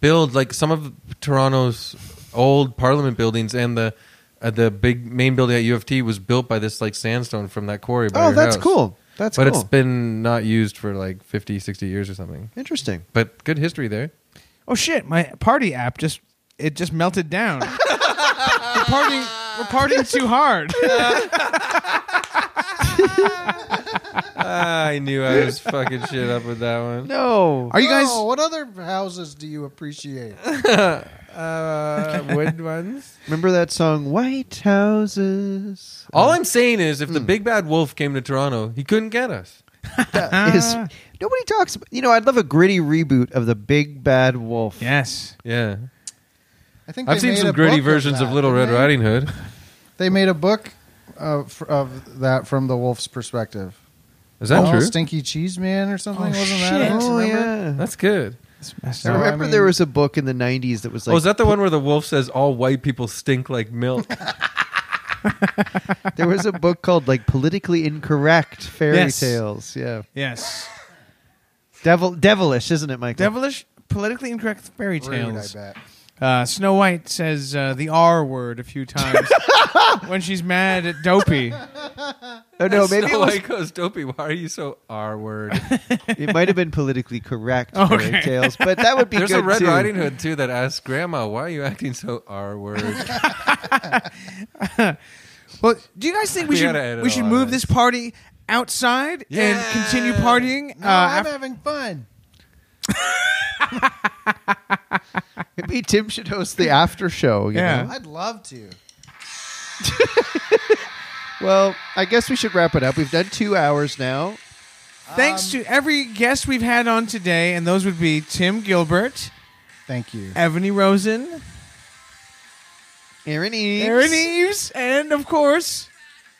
build like some of Toronto's old Parliament buildings and the. Uh, the big main building at U of T was built by this like sandstone from that quarry. By Oh, your that's house. cool. That's but cool. it's been not used for like 50, 60 years or something. Interesting. But good history there. Oh shit, my party app just it just melted down. we're partying we're partying too hard. I knew I was fucking shit up with that one. No. Are you guys Oh, what other houses do you appreciate? Uh, wood ones. Remember that song, White Houses? All I'm saying is, if the big bad wolf came to Toronto, he couldn't get us. Uh-huh. That Uh, is- nobody talks. About, you know, I'd love a gritty reboot of The Big Bad Wolf. Yes. Yeah, I think I've they seen made some a gritty book of versions that, of Little Red didn't they? Riding Hood. They made a book of, of that from the wolf's perspective. Is that Oh, true? Stinky Cheese Man or something? Oh, Wasn't that? shit. it? Oh, Remember? yeah. That's good. It's messed So, I I up. remember mean- there was a book in the 90s that was like. oh, is that the one where the wolf says all white people stink like milk? there was a book called like Politically Incorrect Fairy Yes. Tales. Yeah. Yes. Devil, devilish, isn't it, Michael? Devilish, politically incorrect fairy Rude, I tales. bet. Uh, Snow White says uh, the R word a few times when she's mad at Dopey. Oh, no, maybe it, Snow was- White goes, Dopey, why are you so R word? it might have been politically correct Okay. fairy tales, but that would be There's good a Red too. Riding Hood too that asks Grandma, "Why are you acting so R word?" Well, do you guys think we We should gotta edit we all should of move this. this party outside and continue partying? No, uh, I'm af- having fun. Maybe Tim should host the after show. you Yeah. know? I'd love to. Well, I guess we should wrap it up. We've done two hours now. thanks to every guest we've had on today, and those would be Tim Gilbert, Thank you. Ebony Rosen, Aaron Eaves, Aaron Eves, and of course,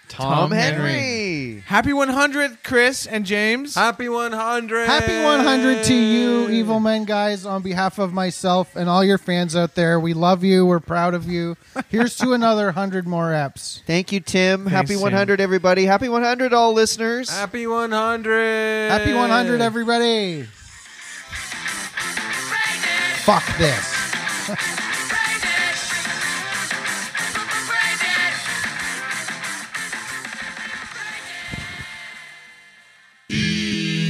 Tom, Tom Henry. Henry. Happy 100, Chris and James. Happy 100! Happy 100 to you, evil men guys, on behalf of myself and all your fans out there. We love you. We're proud of you. Here's to another 100 more eps. Thank you, Tim. Happy Tim. 100, everybody. Happy 100, all listeners. Ah, Happy 100! Happy 100, everybody. Fuck this.